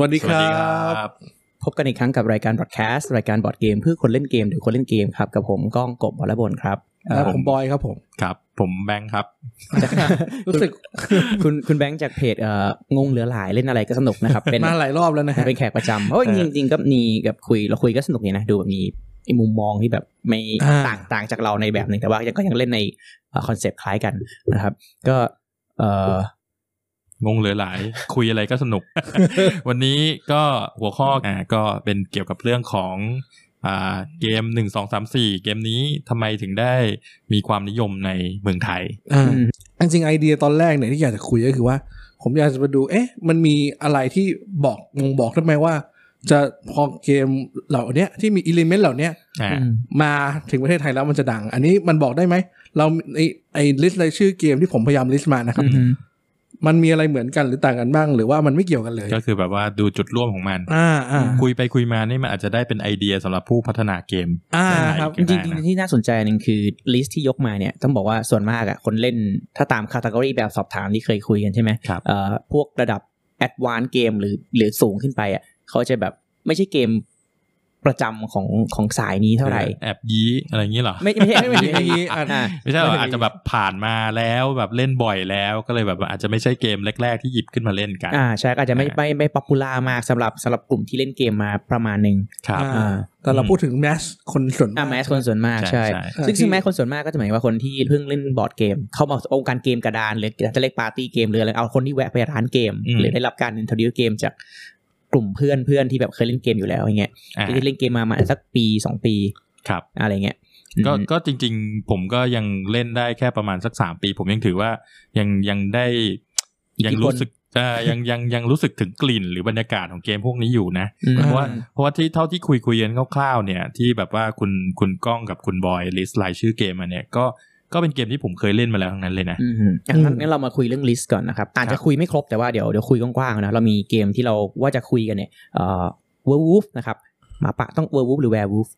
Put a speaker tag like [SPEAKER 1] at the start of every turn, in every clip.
[SPEAKER 1] วัสดีครับ
[SPEAKER 2] บ
[SPEAKER 3] พบกันอีกครั้งกับรายการบอดแคสต์รายการบอดเกมเพื่อคนเล่นเกมหรือคนเล่นเกมครับ กับผมก้องกบวรบลครับ
[SPEAKER 1] และ
[SPEAKER 3] เอ่อ
[SPEAKER 1] ผมบอยครับผม
[SPEAKER 2] ครับ ผมแบงค์ครับ
[SPEAKER 3] รู้สึก คุณคุณแบงค์จากเพจเอ่องงเหลือหลายเล่นอะไรก็สนุกนะครับ เป็น
[SPEAKER 1] มาหลายรอบแล้วนะฮะ
[SPEAKER 3] เป็นแขกประจำเพราะว่าจริงๆก็มีกับคุยเราคุยก็สนุกดีนะดูแบบมีมีมุมมองที่แบบไม่
[SPEAKER 1] อ่า
[SPEAKER 3] ต่างต่างจากเราในแบบหนึ่งแต่ว่ายังก็ยังเล่นในคอนเซปต์คล้ายกันนะครับ ก็เอ่อง
[SPEAKER 2] งเหลือหลาย คุยอะไรก็สนุก วันนี้ก็หัวข้ออ่าก็เป็นเกี่ยวกับเรื่องของอ่าเกมหนึ่งสองสามสี่เกมนี้ทำไมถึงได้มีความนิยมในเมืองไทย
[SPEAKER 1] อ่าอันจริงไอเดียตอนแรกเนี่ยที่อยากจะคุยก็คือว่า ผมอยากจะมาดู เอ๊ะ มันมีอะไรที่บอกงงบอกได้ไหมว่า จะพอเกมเหล่าเนี้ยที่มีอิเลเมนต์เหล่าเนี้ย
[SPEAKER 2] อ่า
[SPEAKER 3] อืม
[SPEAKER 1] มาถึงประเทศไทยแล้วมันจะดัง อันนี้มันบอกได้ไหม เราไอไอลิสต์รายชื่อเกมที่ผมพยายามลิสต์มานะครับ มันมีอะไรเหมือนกันหรือต่างกันบ้าง หรือว่ามันไม่เกี่ยวกันเลย
[SPEAKER 2] ก็คือแบบว่าดูจุดร่วมของมัน
[SPEAKER 1] อ่าอ่า
[SPEAKER 2] คุยไปคุยมานี่มันอาจจะได้เป็นไอเดียสำหรับผู้พัฒนาเกม
[SPEAKER 1] อ่าครับ
[SPEAKER 3] จริง
[SPEAKER 2] ได้นะ
[SPEAKER 3] ๆที่น่าสนใจหนึ่งคือลิสต์ที่ยกมาเนี่ยต้องบอกว่าส่วนมากอะคนเล่นถ้าตามคาตากรีแบบสอบถามที่เคยคุยกันใช่ไหม
[SPEAKER 2] ครับ
[SPEAKER 3] เอ่อพวกระดับแอดวานเกมหรือหรือสูงขึ้นไปอะเขาจะแบบไม่ใช่เกมประจำของของสายนี้เท่าไหร่
[SPEAKER 2] แอบยี้อะไรอย่างนี้เหรอ
[SPEAKER 3] ไม่ไม่ใช่
[SPEAKER 1] ไม่
[SPEAKER 3] ไม่
[SPEAKER 1] ใช่
[SPEAKER 3] ใช่
[SPEAKER 1] อย่างนี้อ่ะ
[SPEAKER 3] อ่า
[SPEAKER 2] ไม่ใช่หรอ
[SPEAKER 1] ไม่ถึง
[SPEAKER 2] อาจจะแบบผ่านมาแล้วแบบเล่นบ่อยแล้วก็เลยแบบว่าอาจจะไม่ใช่เกมแรก ๆ ที่หยิบขึ้นมาเล่นกัน
[SPEAKER 3] อ่าใช่ก็อาจจะไม่
[SPEAKER 2] อ่า
[SPEAKER 3] ไม่ไม่ป๊อปปูล่ามากสำหรับสำหรับกลุ่มที่เล่นเกมมาประมาณหนึ่ง
[SPEAKER 2] ครับ
[SPEAKER 1] อ่า
[SPEAKER 3] อ่า
[SPEAKER 1] แต่เราพูดถึงแมสคนส่วน
[SPEAKER 3] อ่าแมสคนส่วนมาก
[SPEAKER 2] ใช่
[SPEAKER 3] ใช่
[SPEAKER 2] ใช่
[SPEAKER 3] ซึ่งซึ่งแมสคนส่วนมากก็จะหมายว่าคนที่เพิ่งเล่นบอร์ดเกม เข้ามาองค์การเกมกระดานหรือจะเรียกปาร์ตี้เกมหรืออะไรเอาคนที่แวะไปร้านเกม
[SPEAKER 2] อืม
[SPEAKER 3] หรือได้รับการอินทรดิวเกมจากกลุ่มเพื่อนเพื่อนที่แบบเคยเล่นเกมอยู่แล้วอย่างเงี้ย
[SPEAKER 2] อ่า
[SPEAKER 3] ที่เล่นเกมมามาสักปีสองปี
[SPEAKER 2] ครับ
[SPEAKER 3] อะไรเงี้ย
[SPEAKER 2] ก็
[SPEAKER 3] อืม
[SPEAKER 2] ก็จริงๆ ผมก็ยังเล่นได้แค่ประมาณสักสามปี ผมยังถือว่ายังยังได้ยังรู้สึกเอ่อยังยังยังรู้สึกถึงกลิ่นหรือบรรยากาศของเกมพวกนี้อยู่นะ
[SPEAKER 3] อืม
[SPEAKER 2] เพราะว่าเพราะว่าที่เท่าที่คุยคุยกันคร่าวๆเนี่ยที่แบบว่าคุณคุณก้องกับคุณบอยลิสต์รายชื่อเกมมาเนี่ยก็ก็เป็นเกมที่ผมเคยเล่นมาแล้วทั้งนั้นเลยนะ
[SPEAKER 3] อืมงั้นงั้นเรามาคุยเรื่องลิสต์ก่อนนะครับอาจ
[SPEAKER 2] ครั
[SPEAKER 3] จะ
[SPEAKER 2] บ
[SPEAKER 3] คุยไม่ครบแต่ว่าเดี๋ยวเดี๋ยวคุยกว้างๆนะเรามีเกมที่เราว่าจะคุยกันเนี่ยเอ่อวอร์วูฟนะครับหมาป่าต้องเวอร์วูฟหรือแวร์วูฟ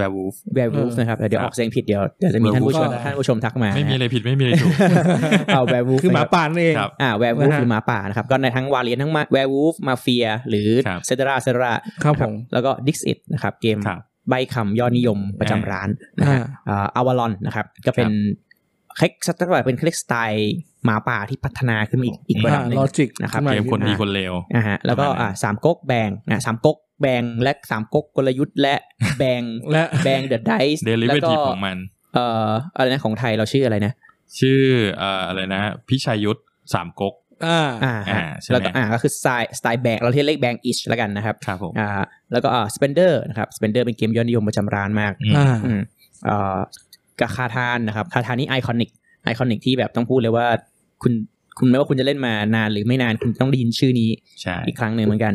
[SPEAKER 2] Werewolf
[SPEAKER 3] แวร์วูฟนะครับเดี๋ยวออกเสียงผิดเดี๋ยวเดี๋ยวจะมีท่านผู้ชม
[SPEAKER 1] Werewolf ก็ได้
[SPEAKER 3] ท่านผู้ชมทักมา
[SPEAKER 2] ไม่มีอะไรผิดไม่มีอะไรถูก
[SPEAKER 3] เอาแวร์วูฟ
[SPEAKER 1] คือหมาป่านั่นเอง
[SPEAKER 2] ครับ
[SPEAKER 3] อ่าแวร์วูฟ
[SPEAKER 1] นะ
[SPEAKER 3] ห
[SPEAKER 1] ฮะ
[SPEAKER 3] รือหมาป่านะครับ ก็ในทั้งวาเลียนทั้งแวร์วูฟมาเฟียหรือ
[SPEAKER 2] ครับ
[SPEAKER 3] เซตราเซตรา
[SPEAKER 1] ครับผม
[SPEAKER 3] แล้วก็ดิกซิตนะครับเกม
[SPEAKER 2] ครับ
[SPEAKER 3] ใบคำยอดนิยมประจำร้านนะฮะ
[SPEAKER 1] อ่า
[SPEAKER 3] อ่าอาวาลอนนะครับ ก็เป็นคลิกสไตล์เป็นคลิกสไตล์หมาป่าที่พัฒนาขึ้นมาอีกอีกระดับหนึ่ง
[SPEAKER 1] ลอจิก
[SPEAKER 3] นะครับ
[SPEAKER 2] เกมคนดีคนเลว
[SPEAKER 3] อ่าฮะแล้วก็
[SPEAKER 2] ประมาณนั้น
[SPEAKER 3] อ่าสามก๊กแบงอ่าสามก๊กแบงและสามก๊กกลยุทธ์และแบง
[SPEAKER 1] และ
[SPEAKER 3] แบงเดอะไดส์
[SPEAKER 2] เดลิ
[SPEAKER 3] แล้
[SPEAKER 2] เวอ
[SPEAKER 3] วก็
[SPEAKER 2] รีของมัน
[SPEAKER 3] เอ่ออะไรนะของไทยเราชื่ออะไรนะ
[SPEAKER 2] ชื่อเอ่ออะไรนะ พิชัยยุทธสามก๊ก
[SPEAKER 1] อ่า
[SPEAKER 3] อ่าฮะ
[SPEAKER 2] อ่าใช่ไหม
[SPEAKER 3] แล้วก็อ่าก็คือสไตล์สไตล์แบงเราเรียกเลขแบงอิชแล้วกันนะครับ
[SPEAKER 2] ครับผม
[SPEAKER 3] อ่าแล้วก็อ่าสเปนเดอร์นะครับสเปนเดอร์เป็นเกมยอดนิยมประจำร้านมาก
[SPEAKER 2] อืม
[SPEAKER 1] อ่า
[SPEAKER 3] อืมอ่ากาคาทานนะครับคาทานนี่ไอคอนิกไอคอนิกที่แบบต้องพูดเลยว่าคุณคุณไม่ว่าคุณจะเล่นมานานหรือไม่นานคุณต้องได้ยินชื่อนี้
[SPEAKER 2] ใช่
[SPEAKER 3] อีกครั้งหนึ่งเหมือนกัน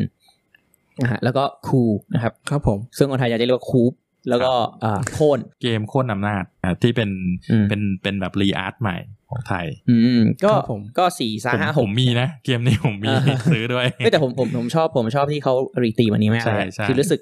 [SPEAKER 3] นะฮะแล้วก็คูนะครับ
[SPEAKER 1] ครับผม
[SPEAKER 3] ซึ่งคนไทยอยากจะเรียกว่าคูปแล้วก็อ่าโคน
[SPEAKER 2] เกมโค่นอำนาจอ่ะที่เป็น
[SPEAKER 3] อืม
[SPEAKER 2] เป็นเป็นแบบรีอาร์ตใหม่ของไทย
[SPEAKER 3] อืมก็
[SPEAKER 1] ครับผม
[SPEAKER 3] ก็สี่สา
[SPEAKER 2] ผม
[SPEAKER 3] ห้า
[SPEAKER 2] ผ
[SPEAKER 3] หก
[SPEAKER 2] มมีนะ เกมนี้ผมมี
[SPEAKER 3] อ่า
[SPEAKER 2] ซื้อด้วย
[SPEAKER 3] เอ้ยแต่ผมผมผมชอบผมชอบที่เขารีตีมันนี้มาก
[SPEAKER 2] ใช่
[SPEAKER 3] เลย
[SPEAKER 2] ใช่
[SPEAKER 3] คือรู้สึก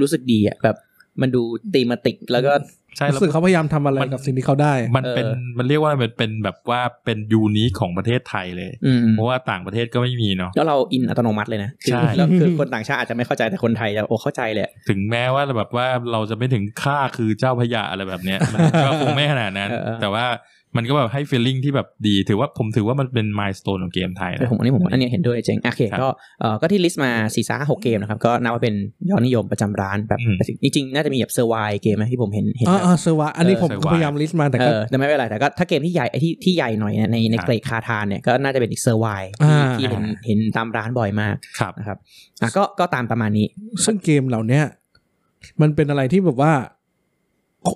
[SPEAKER 3] รู้สึกดีอ่ะแบบมันดูตีมาติกแล้วก็
[SPEAKER 2] ใช่แล้ว
[SPEAKER 1] รู้สึกเขาพยายามทำอะไรกับสิ่งที่เขาได้
[SPEAKER 2] มันเป็น
[SPEAKER 3] เออ
[SPEAKER 2] มันเรียกว่ามันเป็นแบบว่าเป็นยูนิคของประเทศไทยเลย
[SPEAKER 3] อืม
[SPEAKER 2] เพราะว่าต่างประเทศก็ไม่มีเนาะ
[SPEAKER 3] แล้วเราอินอัตโนมัติเลยนะคือ
[SPEAKER 2] ใช่
[SPEAKER 3] แล้วคือคนต่างชาติอาจจะไม่เข้าใจแต่คนไทยจะโอ้เข้าใจเลย
[SPEAKER 2] ถึงแม้ว่าแบบว่าเราจะไม่ถึงค่าคือเจ้าพระยาอะไรแบบเนี้ย มันก็คงไม่ขนาดนั้น
[SPEAKER 3] เออเออ
[SPEAKER 2] แต่ว่ามันก็แบบให้ฟีลลิ่งที่แบบดีถือว่าผมถือว่ามันเป็นมายสเตนของเกมไทย
[SPEAKER 3] แต่
[SPEAKER 2] นะ
[SPEAKER 3] ผมอันนี้ผมอันนี้เห็นด้วยเจ๋งโอเค
[SPEAKER 2] ครับ
[SPEAKER 3] ก็เอ่อก็ที่ลิสต์มาสี่สาหกเกมนะครับ ก็นับว่าเป็นยอดนิยมประจำร้านแบบ
[SPEAKER 2] อืม
[SPEAKER 3] จริงๆน่าจะมีแบบเซอร์ไวเกมนะที่ผมเห็นเห็น
[SPEAKER 1] อ่า
[SPEAKER 3] นะ
[SPEAKER 1] อ่าเซอร์วะอันนี้ผม
[SPEAKER 2] เออเซอร์วะ
[SPEAKER 1] พยายามลิสต์มาแต่
[SPEAKER 3] เอ
[SPEAKER 1] ก็
[SPEAKER 3] อแต่ไม่เป็นไรแต่ก็ถ้าเกมที่ใหญ่ไอ้ที่ที่ใหญ่หน่อยเนี่ยในในเกรดคาทานเนี่ยก็น่าจะเป็นอีกเซอร์ไว
[SPEAKER 1] อ่า
[SPEAKER 3] ที่เห็นเห็นตามร้านบ่อยมาก
[SPEAKER 2] ครับ
[SPEAKER 3] นะครับอ่ะก็ก็ตามประมาณนี้
[SPEAKER 1] ซึ่งเกมเหล่าเนี้ยมันเป็นอะไรที่แบบว่า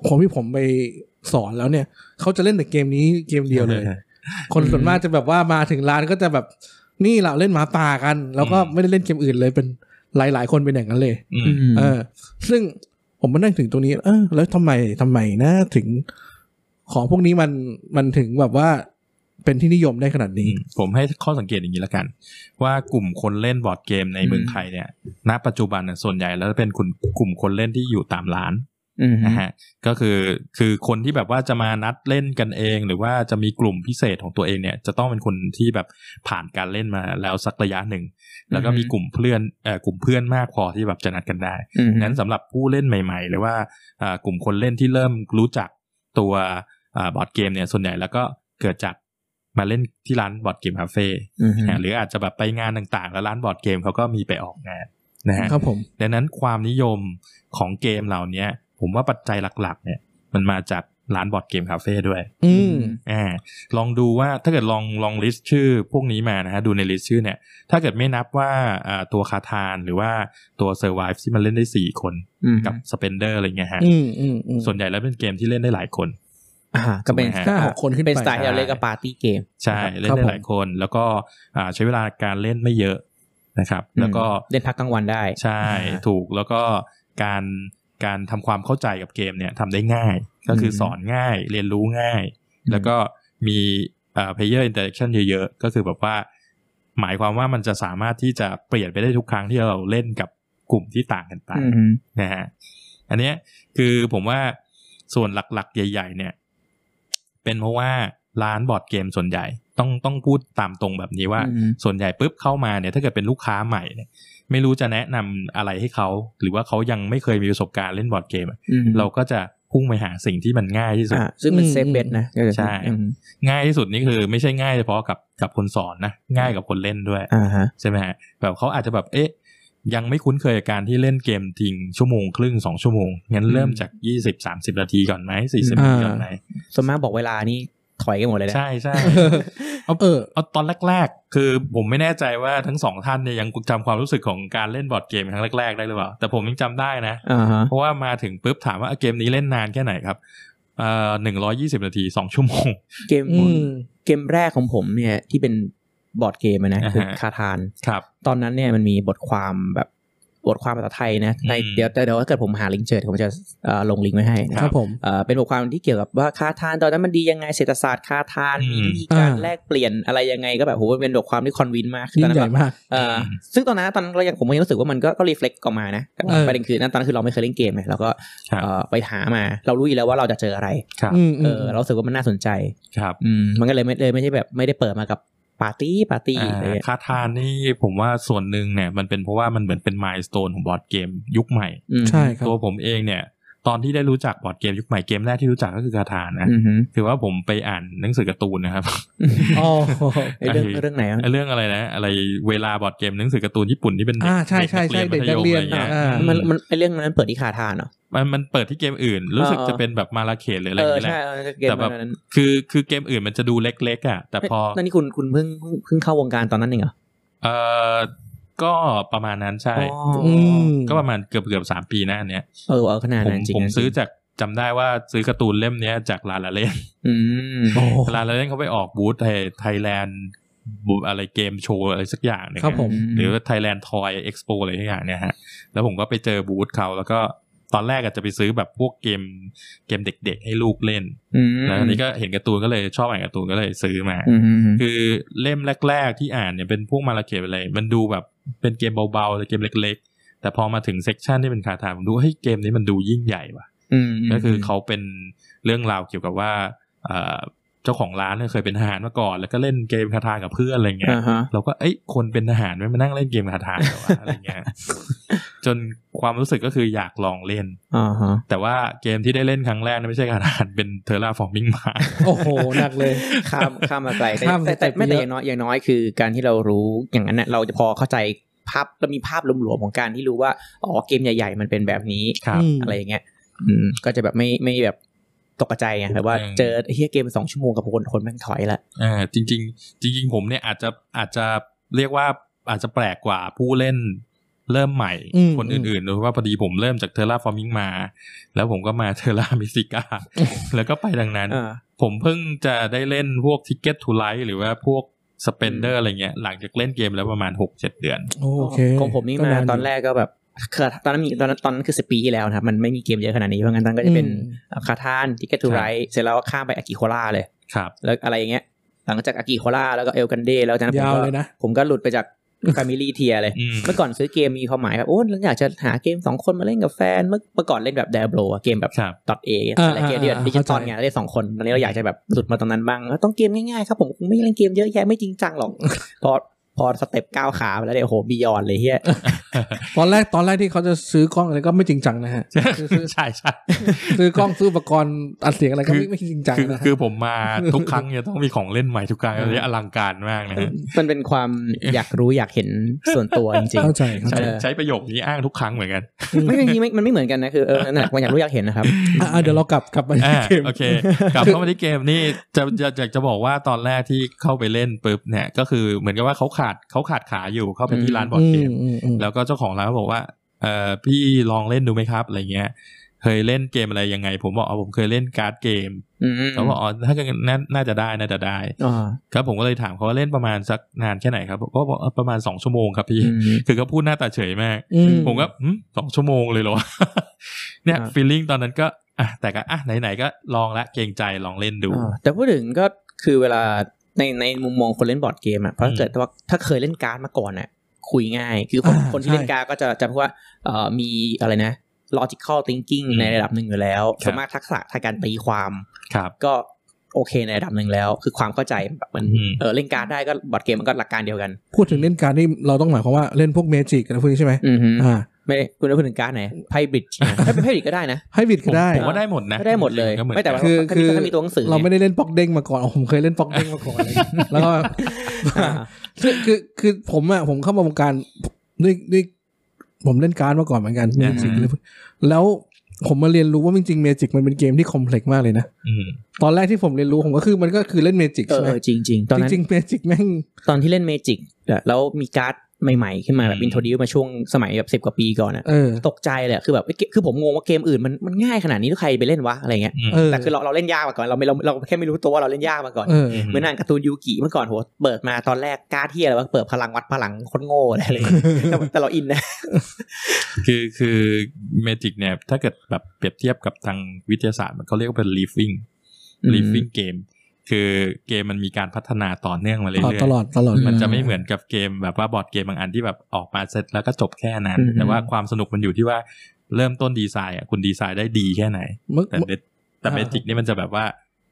[SPEAKER 1] ผมที่ผมไปสอนแล้วเนี่ย เขาจะเล่นแต่เกมนี้เกมเดียวเลย คนส่วนมากจะแบบว่ามาถึงร้านก็จะแบบนี่เราเล่นหมาป่ากัน แล้วก็
[SPEAKER 2] อืม
[SPEAKER 1] ไม่ได้เล่นเกมอื่นเลยเป็นหลาย ๆ คนเป็นอย่างนั้นเลย
[SPEAKER 2] อืม
[SPEAKER 1] เออซึ่งผมมานั่งถึงตรงนี้ เออ แล้วทำไมทำไมนะถึงของพวกนี้มันมันถึงแบบว่าเป็นที่นิยมได้ขนาดนี้
[SPEAKER 2] ผมให้ข้อสังเกตอย่างนี้ละกัน ว่ากลุ่มคนเล่นบอร์ดเกมใน
[SPEAKER 3] อืม
[SPEAKER 2] เมืองไทยเนี่ย ณ ปัจจุบันน่ะส่วนใหญ่แล้วเป็นคุณกลุ่มคนเล่นที่อยู่ตามร้าน
[SPEAKER 3] อืม
[SPEAKER 2] นะฮะก็คือคือคนที่แบบว่าจะมานัดเล่นกันเอง หรือว่าจะมีกลุ่มพิเศษของตัวเองเนี่ย จะต้องเป็นคนที่แบบผ่านการเล่นมาแล้วสักระยะหนึ่ง แล้วก็มีกลุ่มเพื่อนเอ่อกลุ่มเพื่อนมากพอที่แบบจะนัดกันได้
[SPEAKER 3] อืม
[SPEAKER 2] นั้นสำหรับผู้เล่นใหม่ ๆ หรือว่าอ่ากลุ่มคนเล่นที่เริ่มรู้จักตัวบอร์ดเกมเนี่ยส่วนใหญ่แล้วก็เกิดจากมาเล่นที่ร้านบอร์ดเกมคาเฟ่
[SPEAKER 3] อืม
[SPEAKER 2] นะฮะหรืออาจจะแบบไปงานต่างๆ แล้วร้านบอร์ดเกมเขาก็มีไปออกงานนะฮะ
[SPEAKER 1] ครับผม
[SPEAKER 2] ดังนั้นความนิยมของเกมเหล่านี้ผมว่าปัจจัยหลักๆ เนี่ยมันมาจากร้านบอร์ดเกมคาเฟ่ด้วย
[SPEAKER 1] อืม
[SPEAKER 2] อ่าลองดูว่าถ้าเกิดลองลองลิสต์ชื่อพวกนี้มานะฮะดูในลิสต์ชื่อเนี่ย ถ้าเกิดไม่นับว่าอ่าตัวคาทานหรือว่าตัวเซอร์ไวที่มันเล่นได้ 4 คน
[SPEAKER 3] อืม
[SPEAKER 2] กับสเปนเดอร์อะไรเงี้ยฮะ
[SPEAKER 1] อืมอืมอืม
[SPEAKER 2] ส่วนใหญ่แล้วเป็นเกมที่เล่นได้หลายคน
[SPEAKER 3] อ่าก็เป็น
[SPEAKER 2] ถูกไหมฮะ
[SPEAKER 1] ห้าหกคนขึ้นไป
[SPEAKER 3] เป็นสไตล์ที่เราเรียกว่าปาร์ตี้เกม
[SPEAKER 2] ใช่
[SPEAKER 1] ครับ
[SPEAKER 2] เล่นได้
[SPEAKER 1] ผม
[SPEAKER 2] หลายคน แล้วก็อ่าใช้เวลาการเล่นไม่เยอะนะครับ แล้วก็
[SPEAKER 3] เล่นพักกลางวันได้
[SPEAKER 2] ใช่
[SPEAKER 3] อ่า
[SPEAKER 2] ถูกแล้วก็การการทำความเข้าใจกับเกมเนี่ยทำได้ง่าย ก็คืออ
[SPEAKER 3] ม
[SPEAKER 2] สอนง่ายเรียนรู้ง่าย
[SPEAKER 3] ม
[SPEAKER 2] แล้วก็มีเอ่อ player interaction เยอะๆ ก็คือแบบว่า หมายความว่ามันจะสามารถที่จะเปลี่ยนไปได้ทุกครั้งที่เราเล่นกับกลุ่มที่ต่างกันไป
[SPEAKER 3] อืมฮึ
[SPEAKER 2] นะฮะอันเนี้ยคือผมว่าส่วนหลักๆ ใหญ่ ๆ เนี่ย เป็นเพราะว่าร้านบอร์ดเกมส่วนใหญ่ ต้องต้องพูดตามตรงแบบนี้ว่า
[SPEAKER 3] อืม
[SPEAKER 2] ส่วนใหญ่ปุ๊บเข้ามาเนี่ยถ้าเกิดเป็นลูกค้าใหม่เนี่ยไม่รู้จะแนะนำอะไรให้เขา หรือว่าเขายังไม่เคยมีประสบการณ์เล่นบอร์ดเกมอะ
[SPEAKER 3] อืม
[SPEAKER 2] เราก็จะพุ่งไปหาสิ่งที่มันง่ายที่สุด
[SPEAKER 3] อ่าซึ่งเป็นเซฟ
[SPEAKER 1] อืม
[SPEAKER 3] เบ็ดนะก็คือ
[SPEAKER 2] ใช่
[SPEAKER 3] อืม
[SPEAKER 2] ง่ายที่สุดนี่คือไม่ใช่ง่ายเฉพาะกับกับคนสอนนะง่ายกับคนเล่นด้วย
[SPEAKER 3] อ่าฮะ
[SPEAKER 2] ใช่ไหมฮะแบบเขาอาจจะแบบเอ๊ะยังไม่คุ้นเคยกับการที่เล่นเกมทิ้งชั่วโมงครึ่งสองชั่วโมงงั้นเริ่ม
[SPEAKER 3] อืม
[SPEAKER 2] จากยี่สิบสามสิบนาทีก่อนไหมสี่สิบนาทีก่อนไหม
[SPEAKER 3] ส่วนมากบอกเวลานี่ถอยกันหมดเลยนะ
[SPEAKER 2] ใช่ใช่
[SPEAKER 1] เอาเออ
[SPEAKER 2] เอาตอนแรก ๆ คือผมไม่แน่ใจว่าทั้งสองท่านเนี่ยยังจำความรู้สึกของการเล่นบอร์ดเกมครั้งแรก ๆ ได้หรือเปล่า แต่ผมยังจำได้นะ
[SPEAKER 3] อ่าฮะ
[SPEAKER 2] เพราะว่ามาถึงปุ๊บถามว่าเกมนี้เล่นนานแค่ไหนครับเอ่อหนึ่งร้อยี่สิบนาทีสองชั่วโมง
[SPEAKER 3] เกม
[SPEAKER 1] อืม
[SPEAKER 3] เกมแรกของผมเนี่ยที่เป็นบอร์ดเกมอะนะคือ
[SPEAKER 2] อ่าฮะ
[SPEAKER 3] คาทาน
[SPEAKER 2] ครับ
[SPEAKER 3] ตอนนั้นเนี่ยมันมีบทความแบบบทความภาษาไทยนะใน
[SPEAKER 2] อืม
[SPEAKER 3] เดี๋ยวแต่เดี๋ยวถ้าเกิดผมหาลิงก์เจอเดี๋ยวผมจะเอ่อลงลิงก์ไว้ให้นะ
[SPEAKER 1] ค
[SPEAKER 3] ค
[SPEAKER 1] รั
[SPEAKER 3] รั
[SPEAKER 1] บบ ผม
[SPEAKER 3] เอ่อเป็นบทความที่เกี่ยวกับว่าคาทานตอนนั้นมันดียังไงเศรษฐศาสตร์คาทาน
[SPEAKER 2] อืม
[SPEAKER 3] วิธีการ
[SPEAKER 1] อ่า
[SPEAKER 3] แลกเปลี่ยนอะไรยังไงก็แบบโหเป็นบทความที่คอนวินมากคือตอ
[SPEAKER 1] ยิ่
[SPEAKER 3] ง นนั้นแบ
[SPEAKER 1] ใหญ่
[SPEAKER 3] บ
[SPEAKER 1] มาก
[SPEAKER 3] เออซึ่งตอนนั้นตอนนั้นเรายังผมก็ยังรู้สึกว่ามันก็ก็รีเฟล็กออกมานะแต่ว่า
[SPEAKER 1] เออ
[SPEAKER 3] ประเด็นคือนั่นตอนนั้นคือเราไม่เคยเล่นเกมไงเราก็
[SPEAKER 2] ครับ
[SPEAKER 3] เอ่อไปหามา เรารู้อยู่แล้วว่าเราจะเจออะไร
[SPEAKER 2] ครับ
[SPEAKER 1] อืม
[SPEAKER 3] เอ
[SPEAKER 1] อืม
[SPEAKER 3] อเรารู้สึกว่ามันน่าสนใจ
[SPEAKER 2] ครับ
[SPEAKER 3] อืมมันก็เลยไม่เลยไม่ใช่แบบไม่ได้เปิดมากับปาร์ตี้ปาร์ตี้อะไร
[SPEAKER 2] อ่า
[SPEAKER 3] เงี้ย
[SPEAKER 2] คาทานนี่ผมว่าส่วนหนึ่งเนี่ยมันเป็นเพราะว่ามันเหมือนเป็นมายสเตนของบอร์ดเกมยุคใหม่
[SPEAKER 3] อืม
[SPEAKER 1] ใช่ครับ
[SPEAKER 2] ตัวผมเองเนี่ย ตอนที่ได้รู้จักบอร์ดเกมยุคใหม่เกมแรกที่รู้จักก็คือคาทานนะ
[SPEAKER 3] อืมฮึ
[SPEAKER 2] ถือว่าผมไปอ่านหนังสือการ์ตูนนะครับ
[SPEAKER 1] อ๋อ
[SPEAKER 3] ไอ้เรื่อง
[SPEAKER 2] ไอ้
[SPEAKER 3] เรื่องไหนอะ
[SPEAKER 2] ไอ้เรื่องอะไรนะ อะไรเวลาบอร์ดเกมหนังสือการ์ตูนญี่ปุ่นที่เป็นเด็ก
[SPEAKER 1] อ่าใช่ใช่ใช่
[SPEAKER 2] เด็กนักเรียนมัธยมอะไรเงี้ย
[SPEAKER 1] เด็กนักเรียนอ่า
[SPEAKER 2] อืม
[SPEAKER 3] มั
[SPEAKER 2] มัน น
[SPEAKER 3] มันไอ้เรื่องนั้นเปิดที่คาทานเหรอ
[SPEAKER 2] มันมันเปิดที่เกมอื่น รู้สึก
[SPEAKER 3] เออเออ
[SPEAKER 2] จะเป็นแบบมาราเขตหรืออะไรอ
[SPEAKER 3] เอย่าง อ
[SPEAKER 2] เงี้ยแห
[SPEAKER 3] ใช่
[SPEAKER 2] ละ
[SPEAKER 3] เออเกม
[SPEAKER 2] แต่
[SPEAKER 3] ป
[SPEAKER 2] แบ
[SPEAKER 3] ระ
[SPEAKER 2] บ
[SPEAKER 3] มาณนั้น
[SPEAKER 2] คือคือเกมอื่นมันจะดูเล็กๆอ่ะแต่พอ
[SPEAKER 3] เฮ้ยนั่นนี่คุณคุณเพิ่งเพิ่งเพิ่งเข้าวงการตอนนั้นเองเหรอ
[SPEAKER 2] เออก็ประมาณนั้นใช่
[SPEAKER 3] อ๋ออ
[SPEAKER 1] อืม
[SPEAKER 2] ก็ประมาณเกือบเกือบสามปีหน้าเนี้ย
[SPEAKER 3] เออเออขนาด
[SPEAKER 2] ผม
[SPEAKER 3] นั้นจริง
[SPEAKER 2] ผม
[SPEAKER 3] นะ
[SPEAKER 2] ซื้อจากจำได้ว่าซื้อการ์ตูนเล่มเนี้ยจากลาลาเล่น
[SPEAKER 3] อืม
[SPEAKER 1] โอ้
[SPEAKER 2] ลาลาเล่นเขาไปออกบูธไทยแลนด์อะไรเกมโชว์อะไรสักอย่างเนี่ย
[SPEAKER 1] ครับผม
[SPEAKER 2] หรือว่า Thailand Toy Expo อะไรทุกอย่างเนี่ยฮะ แล้วผมก็ไปเจอบูธเขา แล้วก็ตอนแรกอาจจะไปซื้อแบบพวกเกมเกมเด็กๆ ให้ลูกเล่น
[SPEAKER 3] อืม
[SPEAKER 2] แล้วอันนี้ก็เห็นการ์ตูนก็เลยชอบอ่านการ์ตูนก็เลยซื้อมา
[SPEAKER 3] อืมอืมอืม
[SPEAKER 2] คือเล่มแรกๆที่อ่านเนี่ยเป็นพวกมาราเกตอะไร มันดูแบบเป็นเกมเบาๆแต่เกมเล็กๆ แต่พอมาถึงเซกชันที่เป็นคาถาผมดูเฮ้ยเกมนี้มันดูยิ่งใหญ่ว่ะ
[SPEAKER 3] อืมม
[SPEAKER 2] ก็คือเขาเป็นเรื่องราวเกี่ยวกับว่าเอ่อเจ้าของร้านเนี่ยเคยเป็นทหารมาก่อน แล้วก็เล่นเกมคาถากับเพื่อนอะไรเงี้ย
[SPEAKER 3] อ่าฮะ
[SPEAKER 2] เราก็เอ้ยคนเป็นทหารไม่มานั่งเล่นเกมคาถาเหรอวะ อะไรเงี้ย จนความรู้สึกก็คืออยากลองเล่น
[SPEAKER 3] อ่าฮะ
[SPEAKER 2] แต่ว่าเกมที่ได้เล่นครั้งแรกนั้นไม่ใช่คาถ าเป็นเทอร์ a าฟอร์มิงมา
[SPEAKER 1] โอ้โห หนักเลย
[SPEAKER 3] ข้ามข้ามมาไกลแต่
[SPEAKER 1] ข้าม
[SPEAKER 3] แต่
[SPEAKER 1] สเต็
[SPEAKER 3] แต่
[SPEAKER 1] ป
[SPEAKER 3] ไม่แต่
[SPEAKER 1] เย
[SPEAKER 3] อ
[SPEAKER 1] อะ
[SPEAKER 3] ย่างน้อยอย่างน้อยคือการที่เรารู้อย่างนั้นน่ะเราจะพอเข้าใจภาพเรามีภาพรวมๆของการที่รู้ว่าอ๋อเกมใหญ่ๆมันเป็นแบบนี้
[SPEAKER 2] ครับ
[SPEAKER 1] อืม
[SPEAKER 3] อะไรอย่างเงี้ยอืมก็จะแบบไม่ไม่แบบตกใจไงแบบว่า
[SPEAKER 2] อืม
[SPEAKER 3] เจอเฮียเกมสองชั่วโมงกับคนคนแม่งถอยละ
[SPEAKER 2] เออจริง ๆ จริง ๆ ผมเนี่ยอาจจะอาจจะเรียกว่าอาจจะแปลกกว่าผู้เล่นเริ่มใหม่
[SPEAKER 1] อืม
[SPEAKER 2] คนอื่นๆโดยว่าพอดีผมเริ่มจากเทอร์ราฟอร์มิงมา แล้วผมก็มา เทอร์รามิสิกา แล้วก็ไปดังนั้น ผมเพิ่งจะได้เล่นพวกทิกเก็ตทูไลท์หรือว่าพวกสเปนเดอร์อะไรเงี้ยหลังจากเล่นเกมแล้วประมาณหกเจ็ดเดือน
[SPEAKER 1] โอเค
[SPEAKER 3] ของผมนี่มาตอนแรกก็แบบคือตอนนั้นมีตอนนั้นตอนนั้นคือสิปีที่แล้วนะครับมันไม่มีเกมเยอะขนาดนี้เพราะงั้นตอนนั้นก็จะเป็น
[SPEAKER 1] อืม
[SPEAKER 3] คาทานทิกเก็ตทูไรเสร็จแล้วก็ข้ามไปอากิโคล่าเลย
[SPEAKER 2] ครับ
[SPEAKER 3] แล้วอะไรอย่างเงี้ย หลังจากอากิโคล่าแล้วก็เอลกันเดแล้วจากนั้นผม
[SPEAKER 1] ยาว
[SPEAKER 3] ก็
[SPEAKER 1] เลยนะ
[SPEAKER 3] ผมก็หลุดไปจาก ฟมิลี่เทียเลย
[SPEAKER 2] อืม
[SPEAKER 3] เมื่อก่อนซื้อเกมมีความหมายแบบโอ้เราอยากจะหาเกมสองคนมาเล่นกับแฟน เมื่อเมื่อก่อนเล่นแบบเดบโ o เกมแบบ
[SPEAKER 2] ครับ
[SPEAKER 3] ดอทเอ
[SPEAKER 1] อ่า
[SPEAKER 3] อะไรเกมที่แบบ
[SPEAKER 1] อ่า
[SPEAKER 3] ดิจิตอล
[SPEAKER 1] เข้าใจ
[SPEAKER 3] ไงเล่นสองคนตอนนี้เราอยากจะแบบหลุดมาตรงนั้นบ้างแล้วต้องเกมง่ายๆครับผมคงไม่เล่นเกมเยอะแยะไม่จริงจังหรอก พอพอสเต็ปก้าวขาไปแล้วเนี่ยโอ้โหบียอนเลยเฮีย
[SPEAKER 1] ตอนแรกตอนแรกที่เขาจะซื้อกล้องอะไรก็ไม่จริงจังนะฮะซื้อซื้อ
[SPEAKER 2] ใช่ใช่
[SPEAKER 1] ซื้อกล้องซื้ออุปกรณ์อัดเสียงอะไรก็ไม่ไม่จริงจัง
[SPEAKER 2] คือ
[SPEAKER 1] นะฮะ
[SPEAKER 2] คือผมมาทุกครั้งจะต้องมีของเล่นใหม่ทุกครั้ง
[SPEAKER 1] เออ
[SPEAKER 2] อันนี้อลังการมากนะฮะ
[SPEAKER 3] มันเป็นความอยากรู้อยากเห็นส่วนตัวจริง
[SPEAKER 1] เข้าใจเข้า
[SPEAKER 2] ใช้
[SPEAKER 1] ใจ
[SPEAKER 2] ใช้ประโยคนี้อ้างทุกครั้งเหมือนกัน
[SPEAKER 3] ๆ ไม่จริงๆไม่มันไม่เหมือนกันนะคือเออนั่นแหละความอยากรู้อยากเห็นนะครับ
[SPEAKER 1] อ่ะอ่ะเดี๋ยวเรากลับกลับมา
[SPEAKER 2] อ่า
[SPEAKER 1] ที่เกม
[SPEAKER 2] โอเค กลับเข้ามาที่เกมนี่จะจะจะจะบอกว่าตอนแรกที่เข้าไปเล่นปุ๊บเนี่ย ก็คือเหมือนกับว่าเขาขาดเขาขาดขาอยู่เข้าไปที่ร้านบอร์ดเกม
[SPEAKER 1] อือืม
[SPEAKER 2] แล้วก็เจ้าของร้านก็บอกว่าเออพี่ลองเล่นดูไหมครับอะไรเงี้ย เคยเล่นเกมอะไรยังไง ผมบอกอ๋อผมเคยเล่นการ์ดเกม
[SPEAKER 3] อืม
[SPEAKER 2] เขาบอกอ๋อถ้าเกิดนั้นน่าจะได้น่าจะได้
[SPEAKER 3] อ๋อ
[SPEAKER 2] ครับผมก็เลยถามเขาว่าเล่นประมาณสักนานแค่ไหนครับก็บอกเอ่อประมาณสองชั่วโมงครับพี่
[SPEAKER 3] อืม
[SPEAKER 2] คือเขาพูดหน้าตาเฉยมาก
[SPEAKER 1] อื
[SPEAKER 2] ผมก็หึสองชั่วโมงเลยเหรอ เนี่ย
[SPEAKER 3] อ่า
[SPEAKER 2] ฟีลลิ่งตอนนั้นก็อ่ะแต่ก็อ่ะไหนๆก็ลองละเกรงใจลองเล่นดู
[SPEAKER 3] อ่าแต่พูดถึงก็คือเวลาในในมุมมองคนเล่นบอร์ดเกมอ่ะเพราะ
[SPEAKER 2] อืม
[SPEAKER 3] เกิดว่าถ้าเคยเล่นการ์ดมาก่อนอ่ะคุยง่าย คือคน
[SPEAKER 1] อ่า
[SPEAKER 3] คนที่
[SPEAKER 1] ใช่
[SPEAKER 3] เล่นการ์ดก็จะจะพูดว่าเอ่อมีอะไรนะ logical thinking ในระดับหนึ่งอยู่แล้วสามารถทักษะทางการตีความ
[SPEAKER 2] ครับ
[SPEAKER 3] ก็โอเคในระดับหนึ่งแล้ว คือความเข้าใจแบบมัน
[SPEAKER 2] อืม
[SPEAKER 3] เออเล่นการ์ดได้ก็บอร์ดเกมมันก็หลักการเดียวกัน
[SPEAKER 1] พูดถึงเล่นการดนี่เราต้องหมายความว่าเล่นพวกเมจิกอะไรพวกนี้ใช่ไหม
[SPEAKER 3] อือฮึ
[SPEAKER 1] อ่า
[SPEAKER 3] ไม่ได้คุณได้พูดถึงการ์ดไหนไพ่บิดถ้าเป็นไพ่บิดก็ได้นะ
[SPEAKER 1] ให้บิดก็ได้
[SPEAKER 2] ผมว่าได้หมมดนะ
[SPEAKER 3] ก็ได้หมดเลย
[SPEAKER 2] จริงๆนก็หอน
[SPEAKER 3] ไม่แต่ว่า
[SPEAKER 1] คือ
[SPEAKER 3] ก็มี
[SPEAKER 1] คือ
[SPEAKER 3] ก็มีตัวหนังสือ
[SPEAKER 1] เราไม่ได้เล่นปอกเด้งมาก่อนอ๋อ ผมเคยเล่นปอกเด้งมาก่อนอะไรอย่างเงี้ยแล้วก็
[SPEAKER 3] อ่า
[SPEAKER 1] คือคือคือผมอ่ะผมเข้ามาวงการด้วยด้วยผมเล่นการ์ดมาก่อนเหมือนกันเมจิกอะไรพวกแล้วผมมาเรียนรู้ว่าจริงๆเมจิกมันเป็นเกมที่คอมเพล็กซ์มากเลยนะ
[SPEAKER 2] อืม
[SPEAKER 1] ตอนแรกที่ผมเรียนรู้ผมก็คือมันก็คือเล่นเมจิก
[SPEAKER 3] เอ
[SPEAKER 1] ใช่ไหม
[SPEAKER 3] อจริงจริง ๆ ตอน
[SPEAKER 1] จ
[SPEAKER 3] นั้น
[SPEAKER 1] ริงๆเมจิกแม่ง
[SPEAKER 3] ตอนที่เล่นเมจิกแล้วมีการ์ดใหม่ๆ ขึ้นมาแบบ
[SPEAKER 2] อืม
[SPEAKER 3] อินโทรดิวมาช่วงสมัยแบบสิบ10 กว่าปีก่อนอะ
[SPEAKER 1] เออ
[SPEAKER 3] ตกใจเลยอะคือแบบเอ้ยเกคือผมงงว่าเกมอื่นมันมันง่ายขนาดนี้แล้วใครไปเล่นวะอะไรเงี้ย
[SPEAKER 2] อืม
[SPEAKER 1] เออ
[SPEAKER 3] แต่คือเราเราเล่นยากมาก่อนเราไม่เราเราแค่ไม่รู้ตัวว่าเราเล่นยากมาก่อน
[SPEAKER 1] เออ
[SPEAKER 2] ม
[SPEAKER 3] เหมือนอ่านการ์ตูนยูกิเมื่อก่อนโหเปิดมาตอนแรกการ์ดที่อะไรวะเปิดพลังวัดพลังโคนโง่อะไรเลยแต่แต่เราอินนะ
[SPEAKER 2] คือคือเมจิกเนี่ย ถ้าเกิดแบบเปรียบเทียบกับทางวิทยาศาสตร์มันเขาเรียกว่าเป็น living
[SPEAKER 3] อืม
[SPEAKER 2] living game คือเกมมันมีการพัฒนาต่อเนื่องมาเรื่
[SPEAKER 1] อ๋อ
[SPEAKER 2] อย
[SPEAKER 1] ต
[SPEAKER 2] ๆ
[SPEAKER 1] ลอดตลอด
[SPEAKER 2] มันจะไม่เหมือนกับเกมแบบว่าบอร์ดเกมบางอันที่แบบออกมาเสร็จแล้วก็จบแค่นั้น
[SPEAKER 3] อืม
[SPEAKER 2] แต่ว่าความสนุกมันอยู่ที่ว่าเริ่มต้นดีไซน์อ่ะคุณดีไซน์ได้ดีแค่ไหน
[SPEAKER 1] เมื่อ
[SPEAKER 2] แต่เบสแต่
[SPEAKER 1] อ่า
[SPEAKER 2] เบจิกนี่มันจะแบบว่า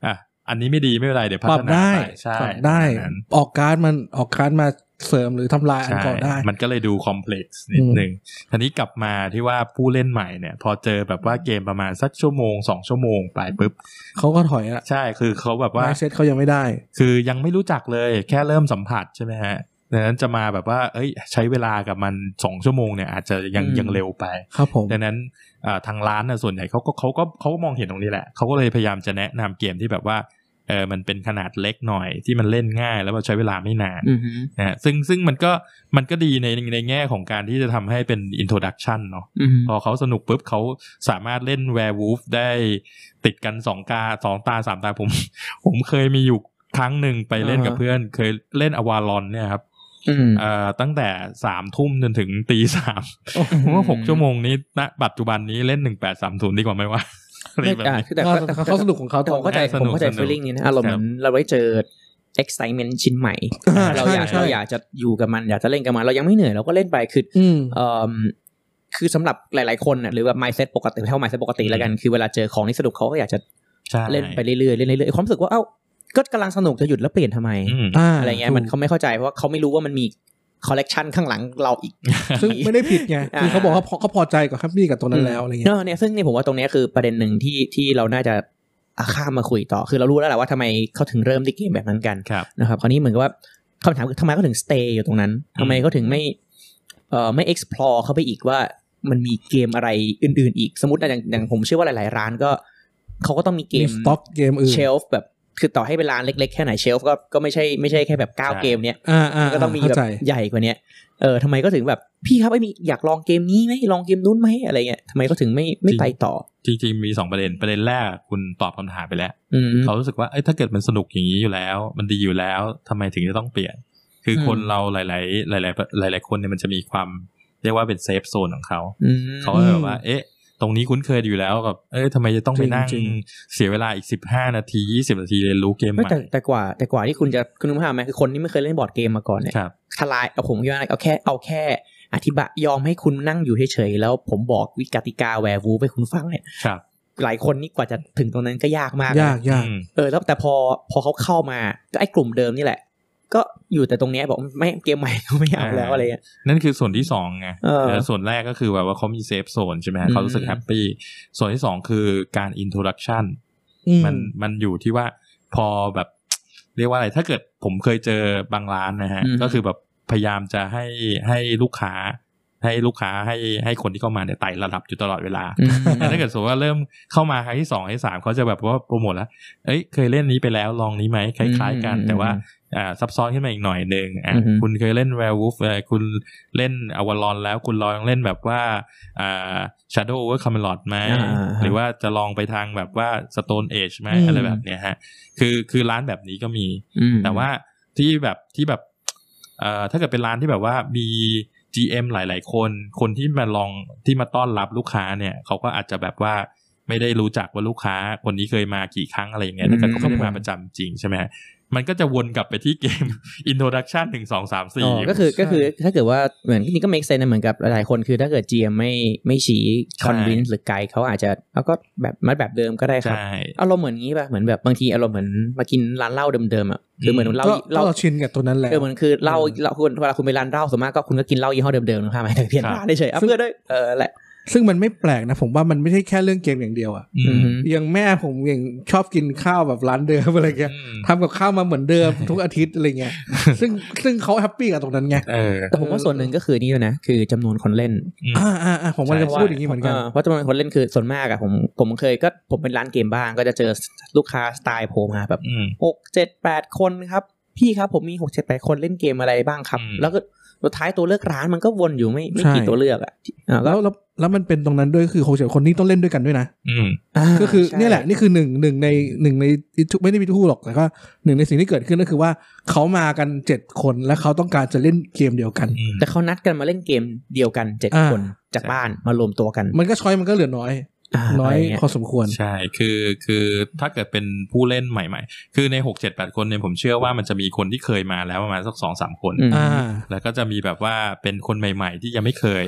[SPEAKER 2] อ่ะอันนี้ไม่ดีไม่เป็นไรเดี๋ยวพั
[SPEAKER 1] ปรั
[SPEAKER 2] ฒ
[SPEAKER 1] บ
[SPEAKER 2] นา
[SPEAKER 1] ได้
[SPEAKER 2] ไปใช่
[SPEAKER 1] ปรับได้
[SPEAKER 2] ประมาณนั้น
[SPEAKER 1] ออกการ์ดมันออกการ์ดมาเสริมหรือทำลายอัน
[SPEAKER 2] ใช่
[SPEAKER 1] ก่อนได้
[SPEAKER 2] มันก็เลยดูคอมเพล็กซ์นิดนึงทีนี้กลับมาที่ว่าผู้เล่นใหม่เนี่ย พอเจอแบบว่าเกมประมาณสักชั่วโมงสองชั่วโมงไปปุ๊บ
[SPEAKER 1] เขาก็ถอยละ
[SPEAKER 2] ใช่คือเขาแบบว่า
[SPEAKER 1] เซตเขายังไม่ได้
[SPEAKER 2] คือยังไม่รู้จักเลยแค่เริ่มสัมผัสใช่ไหมฮะดังนั้นจะมาแบบว่า เอ้ย ใช้เวลากับมันสองชั่วโมงเนี่ยอาจจะยัง
[SPEAKER 3] อืม
[SPEAKER 2] ยังเร็วไป
[SPEAKER 1] ครับผม
[SPEAKER 2] ดังนั้นอ่าทางร้านนะส่วนใหญ่เขาก็เขาก็เขาก็มองเห็นตรงนี้แหละเขาก็เลยพยายามจะแนะนำเกมที่แบบว่าเออมันเป็นขนาดเล็กหน่อยที่มันเล่นง่ายแล้วมันใช้เวลาไม่นาน
[SPEAKER 3] อือฮึ
[SPEAKER 2] นะฮะซึ่งซึ่งมันก็มันก็ดีในในแง่ของการที่จะทำให้เป็นอินโทรดักชันเนาะ
[SPEAKER 3] อือฮึ
[SPEAKER 2] พอเขาสนุกปุ๊บเขาสามารถเล่นแวร์วูฟได้ติดกันสองตาสองตาสามตาผม ผมเคยมีอยู่ครั้งหนึ่งไปเล่นกับเพื่อน เคยเล่นอวารอนเนี่ยครับ
[SPEAKER 3] อืม
[SPEAKER 2] เอ่อตั้งแต่สามทุ่มจนถึงตีสาม ผมว่าหกชั่วโมงนี้ณปัจจุบันนี้เล่นหนึ่งแปดสามศูนย์ดีกว่าไหมวะ อะไร
[SPEAKER 3] ไม่
[SPEAKER 2] แบบ
[SPEAKER 3] อ่ะ
[SPEAKER 2] นี้
[SPEAKER 3] คือแต่
[SPEAKER 1] ก็
[SPEAKER 3] แต่
[SPEAKER 1] เขาสนุกของเขา
[SPEAKER 3] แต่
[SPEAKER 1] ต
[SPEAKER 3] ผ
[SPEAKER 1] อน
[SPEAKER 3] มเข้าใจ
[SPEAKER 2] ส
[SPEAKER 3] ผ
[SPEAKER 2] นุ
[SPEAKER 3] ม
[SPEAKER 2] ก
[SPEAKER 3] เข้าใจ
[SPEAKER 2] สนุก
[SPEAKER 3] feeling นี้นะอารมณ์เหมือนเราได้เจอ excitement ชิ้นใหม่
[SPEAKER 1] อ่า
[SPEAKER 3] เราอยาก
[SPEAKER 1] ใช่ใช่
[SPEAKER 3] เราอยากจะอยู่กับมันอยากจะเล่นกับมัน เรายังไม่เหนื่อยเราก็เล่นไปคือ
[SPEAKER 1] อืม
[SPEAKER 3] เอ่อคือสำหรับหลายๆคนน่ะหรือว่า mindset ปกติเท่า mindset ปกติแล้วกันคือเวลาเจอของที่สนุกเขาก็อยากจะ
[SPEAKER 2] ใช่
[SPEAKER 3] เล่นไปเรื่อยๆเล่นเรื่อยๆความรู้สึกว่าเอ้าก็กำลังสนุกจะหยุดแล้วเปลี่ยนทำไม
[SPEAKER 2] อืม
[SPEAKER 1] อ่า
[SPEAKER 3] อะไรเงี้ยมัน
[SPEAKER 1] ถูก
[SPEAKER 3] เขาไม่เข้าใจเพราะว่าเขาไม่รู้ว่ามันมี collection ข้างหลังเราอีก
[SPEAKER 1] ซึ่งไม่ได้ผิดไง
[SPEAKER 3] อ่า
[SPEAKER 1] คือเขาบอกว่าพอเขาพอใจกับแฮปปี้กับตรงนั้นแล้วอะไรเงี้ย
[SPEAKER 3] เนอะเนี่ยซึ่งเนี่ยผมว่าตรงเนี้ยคือประเด็นหนึ่งที่ที่เราน่าจะอ่ะข้ามมาคุยต่อ คือเรารู้แล้วแหละว่าทำไมเขาถึงเริ่มที่เกมแบบนั้นกัน
[SPEAKER 2] ครับ
[SPEAKER 3] นะครับคราวนี้เหมือนกับว่าคำถามคือทำไมเขาถึง stay อยู่ตรงนั้นทำไมเขาถึงไม่เอ่อไม่ explore เข้าไปอีกว่ามันมีเกมอะไรอื่น ๆ อีกสมมตินะอย่างอย่างผมเชื่อว่าหลาย ๆ ร้านก็เขาก็ต้องมีเก
[SPEAKER 1] มี
[SPEAKER 3] ม
[SPEAKER 1] สต็อกเกมอื่น
[SPEAKER 3] เชลฟ์แบบคือต่อให้เป็นร้านเล็ก ๆ แค่ไหนเชลฟ์ก็ก็ไม่ใช่ไม่ใช่แค่แบบเก้า
[SPEAKER 2] ใช่
[SPEAKER 3] เกมเนี้ย
[SPEAKER 1] อ่าอ่า
[SPEAKER 3] มันก็ต้องมี
[SPEAKER 1] เข้า
[SPEAKER 3] แบบ
[SPEAKER 1] ใจ
[SPEAKER 3] ใหญ่กว่าเนี้ย เออทำไมก็ถึงแบบพี่ครับไอ้มีอยากลองเกมนี้ไหมลองเกมนู้นไหมอะไรเงี้ยทำไมก็ถึงไม่ไม่ไปต่อ
[SPEAKER 2] จริงๆมีสองประเด็นประเด็นแรกคุณตอบคำถามไปแล้ว
[SPEAKER 3] อืม
[SPEAKER 2] เขารู้สึกว่าเอ้ยถ้าเกิดมันสนุกอย่างนี้อยู่แล้ว มันดีอยู่แล้วทำไมถึงจะต้องเปลี่ยน คืออ
[SPEAKER 3] ม
[SPEAKER 2] คนเราหลาย ๆ หลาย ๆ หลาย ๆ คนเนี่ยมันจะมีความเรียกว่าเป็นเซฟโซนของเขา
[SPEAKER 3] อืม
[SPEAKER 2] เขาก็แบบว่า เอ๊ะ ตรงนี้คุ้นเคยอยู่แล้วกับ เอ้ยทำไมจะต้องไปนั่ง
[SPEAKER 1] จริง
[SPEAKER 2] เสียเวลาอีกสิบห้านาทียี่สิบนาทีเรียนรู้เกมให
[SPEAKER 3] ไม่
[SPEAKER 2] ม่
[SPEAKER 3] แต่แต่กว่าแต่กว่าที่คุณจะคุณรู้ภาพไหมคือคนที่ไม่เคยเล่นบอร์ดเกมมาก่อนเนี่ย
[SPEAKER 2] ครับ
[SPEAKER 3] ทลายเอาผมคิดว่าเอาแค่เอาแค่ อธิบายยอมให้คุณนั่งอยู่เฉยๆแล้วผมบอกวิกติกาแวร์วูฟให้คุณฟังเนี่ย
[SPEAKER 2] ครับ
[SPEAKER 3] หลายคนนี่กว่าจะถึงตรงนั้นก็ยากมากนะ
[SPEAKER 1] ยากยาก
[SPEAKER 2] อืม
[SPEAKER 3] เออแล้วแต่พอพอเขาเข้ามาก็ไอ้กลุ่มเดิมนี่แหละ ก็อยู่แต่ตรงเนี้ยบอกไม่เกมใหม่ ก็ไม่เอาแล้ว
[SPEAKER 2] อ่า
[SPEAKER 3] อะไรเงี้ย
[SPEAKER 2] นั่นคือส่วนที่สองไง
[SPEAKER 3] เออ
[SPEAKER 2] แต่ส่วนแรกก็คือแบบว่าเขามีเซฟโซนใช่ไหมฮะ
[SPEAKER 3] อืม
[SPEAKER 2] เขารู้สึกแฮปปี้ ส่วนที่สองคือการอินโทรดักชัน
[SPEAKER 1] อื
[SPEAKER 2] มันมันอยู่ที่ว่าพอแบบ เรียกว่าอะไร ถ้าเกิดผมเคยเจอบางร้านนะฮะ
[SPEAKER 3] อืม
[SPEAKER 2] ก็คือแบบพยายามจะให้ให้ลูกค้า ให้ลูกค้าให้ให้คนที่เข้ามาเนี่ยไต่ระดับอยู่ตลอดเวลา
[SPEAKER 3] อืม
[SPEAKER 2] แต่ถ้าเกิดสมมติว่าเริ่มเข้ามาครั้งที่สองครั้งที่สามเขาจะแบบว่าโปรโมทแล้วเอ้ยเคยเล่นนี้ไปแล้วลองนี้ไหมคล้าย ๆ กัน
[SPEAKER 3] อืม
[SPEAKER 2] แต่ว่าอ่าซับซ้อนขึ้นมาอีกหน่อยหนึ่งอ่ะ
[SPEAKER 3] อือฮึ
[SPEAKER 2] คุณเคยเล่นแวร์วูฟคุณเล่นอวารอนแล้วคุณลองเล่นแบบว่าอ่าชาร์โดว์เวอร์คาเมลอดไหมหรือว่าจะลองไปทางแบบว่าสโตนเอจไหมอะไรแบบเนี้ยฮะคือคือร้านแบบนี้ก็มี
[SPEAKER 3] อืม
[SPEAKER 2] แต่ว่าที่แบบที่แบบเอ่อถ้าเกิดเป็นร้านที่แบบว่ามี GM หลาย ๆ คน คนที่มาลองที่มาต้อนรับลูกค้าเนี่ย เขาก็อาจจะแบบว่าไม่ได้รู้จักว่าลูกค้า คนนี้เคยมากี่ครั้งอะไรอย่างเงี้ย
[SPEAKER 3] อืม
[SPEAKER 2] ถ้าเกิดเขาไม่ได้มาประจำจริงใช่ไหมฮะมันก็จะวนกลับไปที่เกม Introduction หนึ่งสองสามสี่
[SPEAKER 3] อ๋อก็คือก็คือถ้าเกิดว่าเหมือนนี่ก็ make sense นะเหมือนกับหลายๆคนคือถ้าเกิด GM ไม่ไม่ชี้ convince หรือไกด์เขาอาจจะเอาก็แบบมาแบบเดิมก็ได้ครับ
[SPEAKER 2] ใช่
[SPEAKER 3] อารมณ์เหมือนงี้ป่ะเหมือนแบบบางทีอารมณ์เหมือนมากินร้านเหล้าเดิมๆอ่ะคือเหมือนเหล้า
[SPEAKER 1] ก็
[SPEAKER 3] เหล้า
[SPEAKER 1] เราชินกับตัวนั้นแหละ
[SPEAKER 3] เออมันคือเหล้า
[SPEAKER 1] อืม
[SPEAKER 3] เหล้าคุณเวลาคุณไปร้านเหล้าส่วนมากก็คุณก็กินเหล้ายี่ห้อเดิมๆนะครับหมายถึงเพี้ยน
[SPEAKER 2] ครับ
[SPEAKER 3] ร้านเฉยๆเอาเพื่อด้วยเออแหละ
[SPEAKER 1] ซึ่งมันไม่แปลกนะ ผมว่ามันไม่ใช่แค่เรื่องเกมอย่างเดียวอะ
[SPEAKER 2] อื
[SPEAKER 3] อื
[SPEAKER 2] ม
[SPEAKER 3] อฮึ
[SPEAKER 1] อย่างแม่ผมอย่างชอบกินข้าวแบบร้านเดิมอะไรเงี้ย
[SPEAKER 2] อืม
[SPEAKER 1] ทำกับข้าวมาเหมือนเดิม ทุกอาทิตย์อะไรเงี้ยซึ่งซึ่งเขาแฮปปี้กับตรงนั้นไง
[SPEAKER 2] เออ
[SPEAKER 3] แต่ผมว่าส่วนหนึ่งก็คือนี่ด้วยนะ คือจำนวนคนเล่น
[SPEAKER 1] อ่าอ่าอ่าผมว่าจะ
[SPEAKER 2] ใช่
[SPEAKER 1] พูดอย่างนี้เหมือนกัน
[SPEAKER 3] เออเพราะจำนวนคนเล่นคือส่วนมากอะผมผมเคยก็ผมเป็นร้านเกมบ้างก็จะเจอลูกค้าสไตล์ผมมาแบบ
[SPEAKER 2] อืม
[SPEAKER 3] หกเจ็ดแปดคนครับ พี่ครับผมมีหกเจ็ดแปดคนเล่นเกมอะไรบ้างครับ
[SPEAKER 2] อืม
[SPEAKER 3] แล้วก็สุดท้ายตัวเลือกร้านมันก็วนอยู่ไม่ไม่กี่
[SPEAKER 1] ใช่
[SPEAKER 3] ตัวเลือกอะอ่า
[SPEAKER 1] แล้
[SPEAKER 3] ก็
[SPEAKER 1] วแล้วแล้วมันเป็นตรงนั้นด้วยคือโคเชคนนี้ต้องเล่นด้วยกันด้วยนะ
[SPEAKER 2] อืม
[SPEAKER 3] า
[SPEAKER 1] ก็คือ
[SPEAKER 3] ใช่
[SPEAKER 1] เนี่ยแหละนี่คือหนึ่งหนึ่งในหนึ่งในไม่ได้มีทู่หรอกแต่ก็หนึ่งในสิ่งที่เกิดขึ้นก็คือว่าเขามากันเจ็ดคนและเขาต้องการจะเล่นเกมเดียวกัน
[SPEAKER 2] อืม
[SPEAKER 3] แต่เขานัดกันมาเล่นเกมเดียวกันเจ็ด
[SPEAKER 1] อ่า
[SPEAKER 3] คนจากบ้านมารวมตัวกัน
[SPEAKER 1] มันก็ช้อยมันก็เหลือน้อย
[SPEAKER 3] า
[SPEAKER 1] น้อย
[SPEAKER 3] ะไรเงี้ย
[SPEAKER 1] พอสมควร
[SPEAKER 2] ใช่ คือ คือ ถ้าเกิดเป็นผู้เล่นใหม่ ๆ คือในหกเจ็ดแปดคนเนี่ยผมเชื่อว่ามันจะมีคนที่เคยมาแล้วประมาณสักสองสามคน
[SPEAKER 3] อืม
[SPEAKER 1] อ่า
[SPEAKER 2] แล้วก็จะมีแบบว่าเป็นคนใหม่ ๆ ที่ยังไม่เคย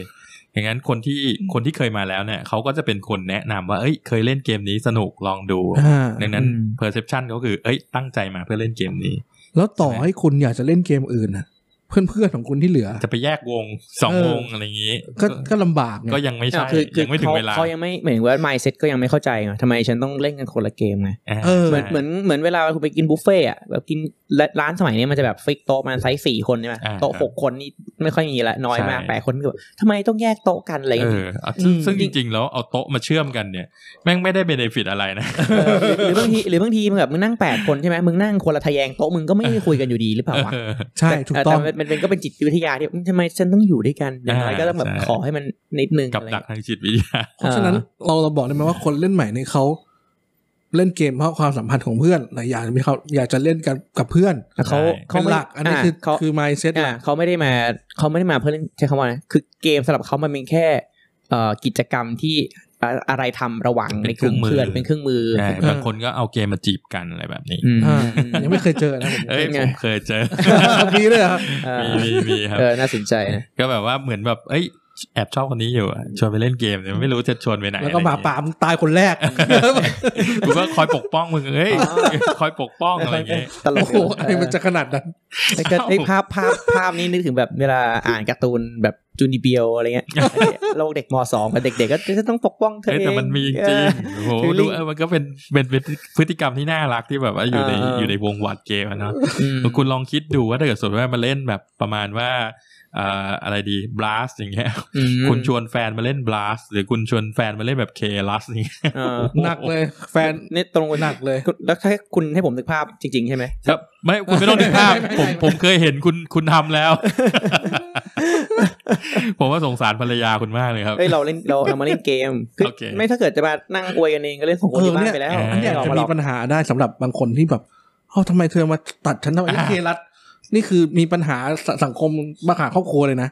[SPEAKER 2] อย่างนั้นคนที่ คนที่เคยมาแล้วเนี่ยเขาก็จะเป็นคนแนะนำว่า เอ้ย เคยเล่นเกมนี้สนุก ลองดู
[SPEAKER 1] อ่า
[SPEAKER 2] ดังนั้น
[SPEAKER 3] อืม
[SPEAKER 2] perception ก็คือ เอ้ย ตั้งใจมาเพื่อเล่นเกมนี้
[SPEAKER 1] แล้วต่อให้คุณอยากจะเล่นเกมอื่นน่ะ เพื่อนเพื่อนๆของคุณที่เหลือ
[SPEAKER 2] จะไปแยกวงสอง
[SPEAKER 1] เออ
[SPEAKER 2] วงอะไรอย่างนี้
[SPEAKER 1] ก็ก็ลำบากไง
[SPEAKER 2] ก็ยังไม่ใช่
[SPEAKER 3] อ่ะคือคือ
[SPEAKER 2] ยังไม่ถึงเวลา
[SPEAKER 3] เขายังไม่เหมือนว่า mindset ก็ยังไม่เข้าใจไงทำไมฉันต้องเล่นกันคนละเกมไง
[SPEAKER 2] า
[SPEAKER 1] เออ
[SPEAKER 3] เหมือนเหมือนเหมือนเวลาคุณไปกินบุฟเฟ่ต์อะแบบกินร้านร้านสมัยนี้มันจะแบบฟิกโต๊ะมันไซส์สี่คนใช่ไหม
[SPEAKER 2] อ่า
[SPEAKER 3] โต๊ะหกคนนี่ไม่ค่อยมีละน้อยมาก
[SPEAKER 2] ใช่
[SPEAKER 3] แปดคนก็แบบทำไมต้องแยกโต๊ะกันอะไรอย่าง
[SPEAKER 2] เอ
[SPEAKER 3] เงี้ย
[SPEAKER 2] ออ่ะซึ่ง
[SPEAKER 3] อืม
[SPEAKER 2] ซึ่งจริง ๆ แล้วเอาโต๊ะมาเชื่อมกันเนี่ย แม่งไม่ได้เบนฟิตอะไรนะ
[SPEAKER 3] เออหรือหรือบางทีหรือบางทีมึงแบบมึงนั่งแปดคนใช่ไหมมึงนั่งคนละทะแยงโต๊ะมึงก็ไม่ ได้คุยกันอยู่ดีหรือเปล่าวะ
[SPEAKER 2] เออ
[SPEAKER 1] ใช่ถูกต้อง
[SPEAKER 3] แมันเป็นก็เป็นจิตวิทยาที่อืมทำไมฉันต้องอยู่ด้วยกันอย่างน้อยก็ต้องแบบ
[SPEAKER 2] อ่าใช่
[SPEAKER 3] ขอให้มันนิดนึง
[SPEAKER 2] กับดักทางจิตวิทยา
[SPEAKER 1] เพราะฉะนั้นเราเราบอกได้ไหมว่าคนเล่นใหม่เนี่ยเขาเล่นเกมเพราะความสัมพันธ์ของเพื่อนหลายอย่างมีเขาอยากจะเล่นกันกับเพื่อน
[SPEAKER 3] อะไรเงี้ยเขาเขา
[SPEAKER 1] เป็น
[SPEAKER 3] ไม่
[SPEAKER 1] หลัก อันนี้คืออา
[SPEAKER 3] เขา
[SPEAKER 1] คือ mindset ห
[SPEAKER 3] อ่า
[SPEAKER 1] ลัก
[SPEAKER 3] เขาไม่ได้มาเขาไม่ได้มาเพื่อเล่นใช้คำว่าอะไรคือเกมสำหรับเขามันเป็นแค่เอ่อกิจกรรมที่อะอะไรทำระหว่าง
[SPEAKER 2] เป็
[SPEAKER 3] ใน
[SPEAKER 2] น
[SPEAKER 3] กลุ่ม
[SPEAKER 2] เครื่อง
[SPEAKER 3] เพื่อ
[SPEAKER 2] มือ
[SPEAKER 3] นเป็นเครื่องมือ
[SPEAKER 2] ใช่บางคนก็เอาเกมมาจีบกันอะไรแบบนี้
[SPEAKER 3] อืม
[SPEAKER 1] อ่ายังไม่เคยเจอนะผม
[SPEAKER 2] เอ้ย
[SPEAKER 3] เป็นไง
[SPEAKER 2] ผมเคยเจอ
[SPEAKER 1] มีเลยเหรอครับ
[SPEAKER 3] เออ
[SPEAKER 2] มีมีมีครับ
[SPEAKER 3] เออน่าสนใจนะ
[SPEAKER 2] ก็แบบว่าเหมือนแบบ เอ้ย แอบชอบคนนี้อยู่อะชวนไปเล่นเกมแต่ไม่รู้จะชวนไปไหน
[SPEAKER 1] แล้วก็หมา
[SPEAKER 2] อะไรอย่ง
[SPEAKER 1] ป่ามึงตายคนแรก
[SPEAKER 2] งี้กูก็คอยปกป้องมึงเอ้ย คอยปกป้องอะไรอย่างเงี้ย
[SPEAKER 3] ตล
[SPEAKER 1] โอ้
[SPEAKER 3] ก
[SPEAKER 1] โหอะไรมันจะขนาดนั้น
[SPEAKER 3] ไอ้ก็ไอ้ภาพภาพภาพนี้นึกถึงแบบเวลาอ่านการ์ตูนแบบจูนิเบียวอะไรเงี้ยโลกเด็กมสองกับเด็กๆก็จะต้องปกป้องเธอ
[SPEAKER 2] เอ้ย
[SPEAKER 3] เอง
[SPEAKER 2] แต่มันมีจริงๆโอ้โห
[SPEAKER 3] ฟีลลิ่
[SPEAKER 2] ดู
[SPEAKER 3] ง
[SPEAKER 2] เออมันก็เป็นเป็นเป็นพฤติกรรมที่น่ารักที่แบบว่าอยู่ใน
[SPEAKER 3] เอออ
[SPEAKER 2] อยู่ในวงวัดเกมอะเนาะ
[SPEAKER 3] อืม
[SPEAKER 2] คุณลองคิดดูว่าถ้าเกิดสมมติว่ามาเล่นแบบประมาณว่าอ่าอะไรดี blast อย่างเงี้ย คุณชวนแฟนมาเล่น blast หรือคุณชวนแฟนมาเล่นแบบ k l u s อย่างเงี้ย
[SPEAKER 3] เออ
[SPEAKER 1] หนักเลย แฟน
[SPEAKER 3] นี่ตรงกัน
[SPEAKER 1] หนักเลย
[SPEAKER 3] คุณแล้วถ้าคุณให้ผมนึกภาพจริง ๆ ใช่ไหม
[SPEAKER 2] ครับไม่คุณไม่ต้องนึกภาพ ผมผมเคยเห็นคุณคุณทำแล้ว ผมว่าสงสารภรรยาคุณมากเลยครับ
[SPEAKER 3] เอ้ยเราเล่นเราเอามาเล่นเกมคือ
[SPEAKER 2] โอเค
[SPEAKER 3] ไม่ถ้าเกิดจะมานั่งอวยกันเองก็เล่นของคนที่บ้านไปแล้ว
[SPEAKER 2] เออ
[SPEAKER 1] อัน
[SPEAKER 2] เนี่
[SPEAKER 1] เนี้
[SPEAKER 2] ย
[SPEAKER 3] ไม่ออก
[SPEAKER 1] ยจะ
[SPEAKER 3] มาหร
[SPEAKER 1] มี
[SPEAKER 3] อก
[SPEAKER 1] ปัญหาได้สำหรับบางคนที่แบบเอ้าทำไมเธอมาตัดฉันทำไมนี่เครัตนี่คือมีปัญหาสสังคมปัญหาครอบครัวเลยนะ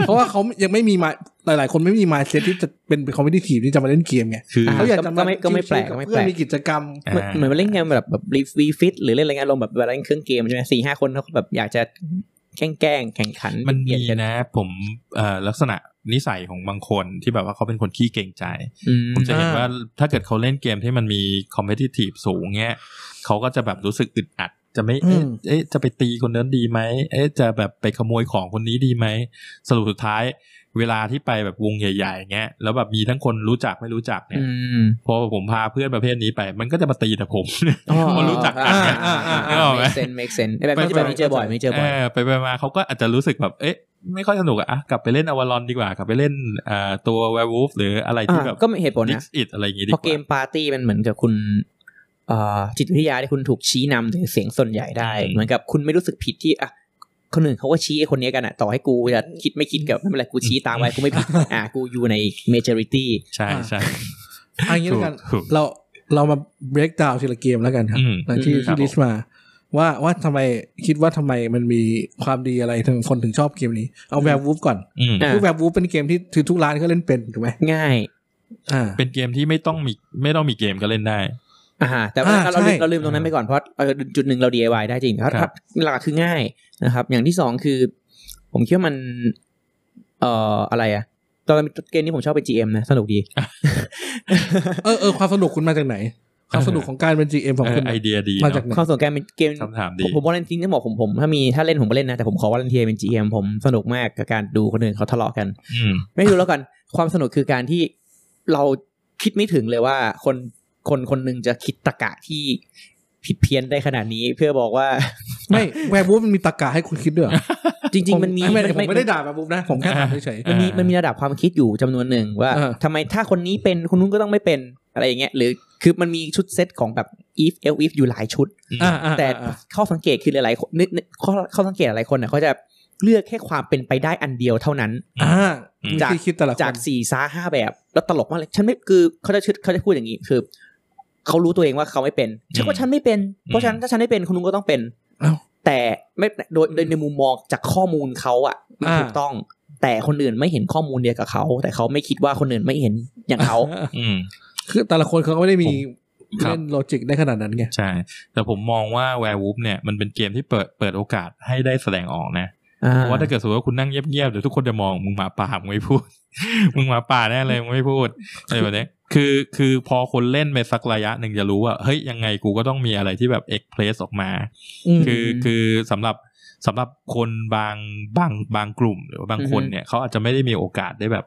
[SPEAKER 1] เพราะว่าเขายังไม่มีมาหลาย ๆ คนไม่มีมาเซตที่จะเป็นคอมมิชทีฟที่จะมาเล่นเกมไง
[SPEAKER 2] คือ
[SPEAKER 3] อ่ะ
[SPEAKER 1] เขาอยากจะ
[SPEAKER 3] ก็
[SPEAKER 1] มา
[SPEAKER 3] ไม่ก็ไม่แปลก
[SPEAKER 1] ชิวๆบ
[SPEAKER 3] ไม่
[SPEAKER 1] เพื่
[SPEAKER 3] แป
[SPEAKER 1] อ
[SPEAKER 3] ล
[SPEAKER 1] น
[SPEAKER 3] ก
[SPEAKER 1] มีกิจกรรม
[SPEAKER 3] เหมือนเหมือนมาเล่นเกมแบบแบบรีฟีฟิตหรือเล่นอะไรเงี้ยอารมณ์แบบเวลาเล่นเครื่องเกมใช่ไหมสี่ห้าคนเขาแบบอยากจะ แกล้งแกล้งแข่งขัน
[SPEAKER 2] มัน
[SPEAKER 3] เบี
[SPEAKER 2] มี
[SPEAKER 3] ยดกั
[SPEAKER 2] นะ ผมเอ่อลักษณะนิสัยของบางคนที่แบบว่าเขาเป็นคนขี้เกรงใจ
[SPEAKER 3] อืม
[SPEAKER 2] ผมจะเห็น
[SPEAKER 1] อ่า
[SPEAKER 2] ว่าถ้าเกิดเขาเล่นเกมที่มันมีคอมเพติทีฟสูงเงี้ยเขาก็จะแบบรู้สึกอึดอัด จะไม่เอ๊ะ
[SPEAKER 1] อืม
[SPEAKER 2] เอ๊ะจะไปตีคนนั้นดีไหมเอ๊ะจะแบบไปขโมยของคนนี้ดีไหมสรุปสุดท้าย เวลาที่ไปแบบวงใหญ่ๆเงี้ยแล้วแบบมีทั้งคนรู้จักไม่รู้จักเนี่
[SPEAKER 3] อ
[SPEAKER 2] ย
[SPEAKER 3] ืม
[SPEAKER 2] พอผมพาเพื่อนประเภทนี้ไป มันก็จะมาตีแต่ผม
[SPEAKER 3] อ๋อ
[SPEAKER 2] มันรู้จักกันไง
[SPEAKER 1] อ่าอ่าอ่า
[SPEAKER 2] นึกออกไหม
[SPEAKER 3] make sense make sense แบบ
[SPEAKER 2] ไป
[SPEAKER 3] นี้แบบนี้เจอบ่อยไม่เจอบ่อย
[SPEAKER 2] เออไปไปมาเขาก็อาจจะรู้สึกแบบเอ๊ะไม่ค่อยสนุกอะอ่ะกลับไปเล่นอวารอนดีกว่ากลับไปเล่นเอ่อตัวแวร์วูฟหรืออะไรที่แบบ
[SPEAKER 3] อ่าก็มีเหตุผล
[SPEAKER 2] ดิ
[SPEAKER 3] นะ
[SPEAKER 2] สอิดอะไรอย่างงี้ดี
[SPEAKER 3] เพ
[SPEAKER 2] ก
[SPEAKER 3] ราะเก
[SPEAKER 2] ว่า
[SPEAKER 3] มปาร์ตี้มันเหมือนกับคุณเอ่อจิตวิทยาที่คุณถูกชี้นำถึงเสียงส่วนใหญ่ได้
[SPEAKER 2] อืม
[SPEAKER 3] เหมือนกับคุณไม่รู้สึกผิดที่อ่ะคนอื่นเขาก็ชี้ไอ้คนนี้กันอ่ะต่อให้กูจะคิดไม่คิดกับไม่เป็นไรกูชี้ตามไว้กูไม่ผิด อ่ะกูอยู่ใน majority
[SPEAKER 2] ใช่ใช่
[SPEAKER 1] อันนี้แล้วกัน
[SPEAKER 2] ถูก
[SPEAKER 1] เราเรามา break down ทีละเกมแล้วกันครับ
[SPEAKER 2] อืม
[SPEAKER 1] หลังที่
[SPEAKER 3] อืม
[SPEAKER 2] ครับผ
[SPEAKER 1] ที่
[SPEAKER 2] ม
[SPEAKER 1] ลิสต์มา ว่าว่าทำไมคิดว่าทำไมมันมีความดีอะไรถึงคนถึงชอบเกมนี้ เอาแวร์วูฟก่อน
[SPEAKER 2] อืม
[SPEAKER 3] อ่ะ
[SPEAKER 1] คือแวร์วูฟเป็นเกมที่ถือทุกร้านก็เล่นเป็นถูกไหม
[SPEAKER 3] ง่าย
[SPEAKER 1] อ่า
[SPEAKER 2] เป็นเกมที่ไม่ต้องมีไม่ต้องมีเกมก็เล่นได้
[SPEAKER 3] อ่าฮะแต่ว่า
[SPEAKER 1] อ่า
[SPEAKER 3] เรา
[SPEAKER 1] ใช่
[SPEAKER 3] ลืมเราลืมตรงนั้นไปก่อนเพราะเอ่อจุดหนึ่งเรา DIY ได้จริงเพราะ
[SPEAKER 2] ครับ
[SPEAKER 3] หลักๆคือง่ายนะครับ อย่างที่สองคือ ผมคิดว่ามัน เอ่ออะไรอ่ะตอนเกมนี้ผมชอบไป GM นะสนุกดี
[SPEAKER 1] เออเออความสนุกคุณมาจากไหน ความสนุกของการเป็น GM ของ
[SPEAKER 2] เออ
[SPEAKER 1] คุณ
[SPEAKER 2] ไอเดียดี
[SPEAKER 1] มา
[SPEAKER 2] เน
[SPEAKER 1] จาก
[SPEAKER 2] อะ
[SPEAKER 1] ไหน
[SPEAKER 3] ความสนใจเป็นเกม
[SPEAKER 2] คำถามดี
[SPEAKER 3] ผมผมวอลเลนทิงก็บอกผมผมถ้ามีถ้าเล่นผมก็เล่นนะ แต่ผมขอวอลเลนเทียเป็น GM ผมสนุกมากกับการดูคนอื่นเขาทะเลาะกัน
[SPEAKER 2] อืม
[SPEAKER 3] ไม่รู้แล้วกัน ความสนุกคือการที่เราคิดไม่ถึงเลยว่าคนคนคนหนึ่งจะคิดตะกะที่ผิดเพี้ยนได้ขนาดนี้เพื่อบอก ว่า
[SPEAKER 1] ไม่แวร์วูฟมันมีตรรกะให้คุณคิดด้วยเหรอ
[SPEAKER 3] จริง ๆ มันมี
[SPEAKER 1] ผ
[SPEAKER 3] น
[SPEAKER 1] ไผมไม่ได้ด่าแวร์วูฟนะ ผมแค่ถามเฉย
[SPEAKER 3] มั
[SPEAKER 2] อ่ะ
[SPEAKER 3] นมีมันมีระดับความคิดอยู่จำนวนหนึ่งว่า
[SPEAKER 1] เออ
[SPEAKER 3] ทำไมถ้าคนนี้เป็นคนนู้นก็ต้องไม่เป็นอะไรอย่างเงี้ยหรือคือมันมีชุดเซตของแบบ if e l if อยู่หลายชุด
[SPEAKER 1] ๆอ่าอ่า
[SPEAKER 3] แต่
[SPEAKER 1] อ่า
[SPEAKER 3] ข้อสังเกตคือหลายๆคนนึกนึกข้อข้อสังเกตหลายคนน่ะเขาจะเลือกแค่ความเป็นไปได้อันเดียวเท่านั้น
[SPEAKER 1] อ่า
[SPEAKER 2] อืม
[SPEAKER 1] วิธีคิดแต่ละคน
[SPEAKER 3] จากสี่ซาห้าแบบ แล้วตลกมากเลย ฉันไม่คือเขาจะชื่อเขาจะพูดอย่างนี้คือเขารู้ตัวเองว่าเขาไม่เป็นฉันก็ฉันไม่เป็น เพราะฉะนันถ้าฉันไม่เป็นคุณลุงก็ต้องเป็น
[SPEAKER 1] เอ้า
[SPEAKER 3] แต่ไม่โดยโดยในมุมมองจากข้อมูลเขาอะมัน
[SPEAKER 1] อ่า
[SPEAKER 3] ถูกต้อง แต่คนอื่นไม่เห็นข้อมูลเดียวกับเขา แต่เขาไม่คิดว่าคนอื่นไม่เห็นอย่างเขา
[SPEAKER 2] อืม
[SPEAKER 1] คือแต่ละคนเขาก็ไม่ได้มี
[SPEAKER 2] ครับ
[SPEAKER 1] เล่นโลจิกได้ขนาดนั้นไง
[SPEAKER 2] ใช่ แต่ผมมองว่าแวร์วูฟเนี่ยมันเป็นเกมที่เปิดเปิดโอกาสให้ได้แสดงออกนะเพราะว่าถ้าเกิดสมมติว่าคุณนั่งเงียบๆเดี๋ยวทุกคนจะมองมึงหมาป่ามึงไม่พูด มึงหมาป่าแน่เลยมึงไม่พูดอะไรแบบนี้คือคือพอคนเล่นไปสักระยะหนึ่งจะรู้ว่าเฮ้ยยังไงกูก็ต้องมีอะไรที่แบบเอ็กเพลสออกมา คือคือสำหรับสำหรับคนบางบางบางกลุ่มหรือว่าบางคน
[SPEAKER 3] อือฮึ
[SPEAKER 2] เนี่ยเขาอาจจะไม่ได้มีโอกาสได้แบบ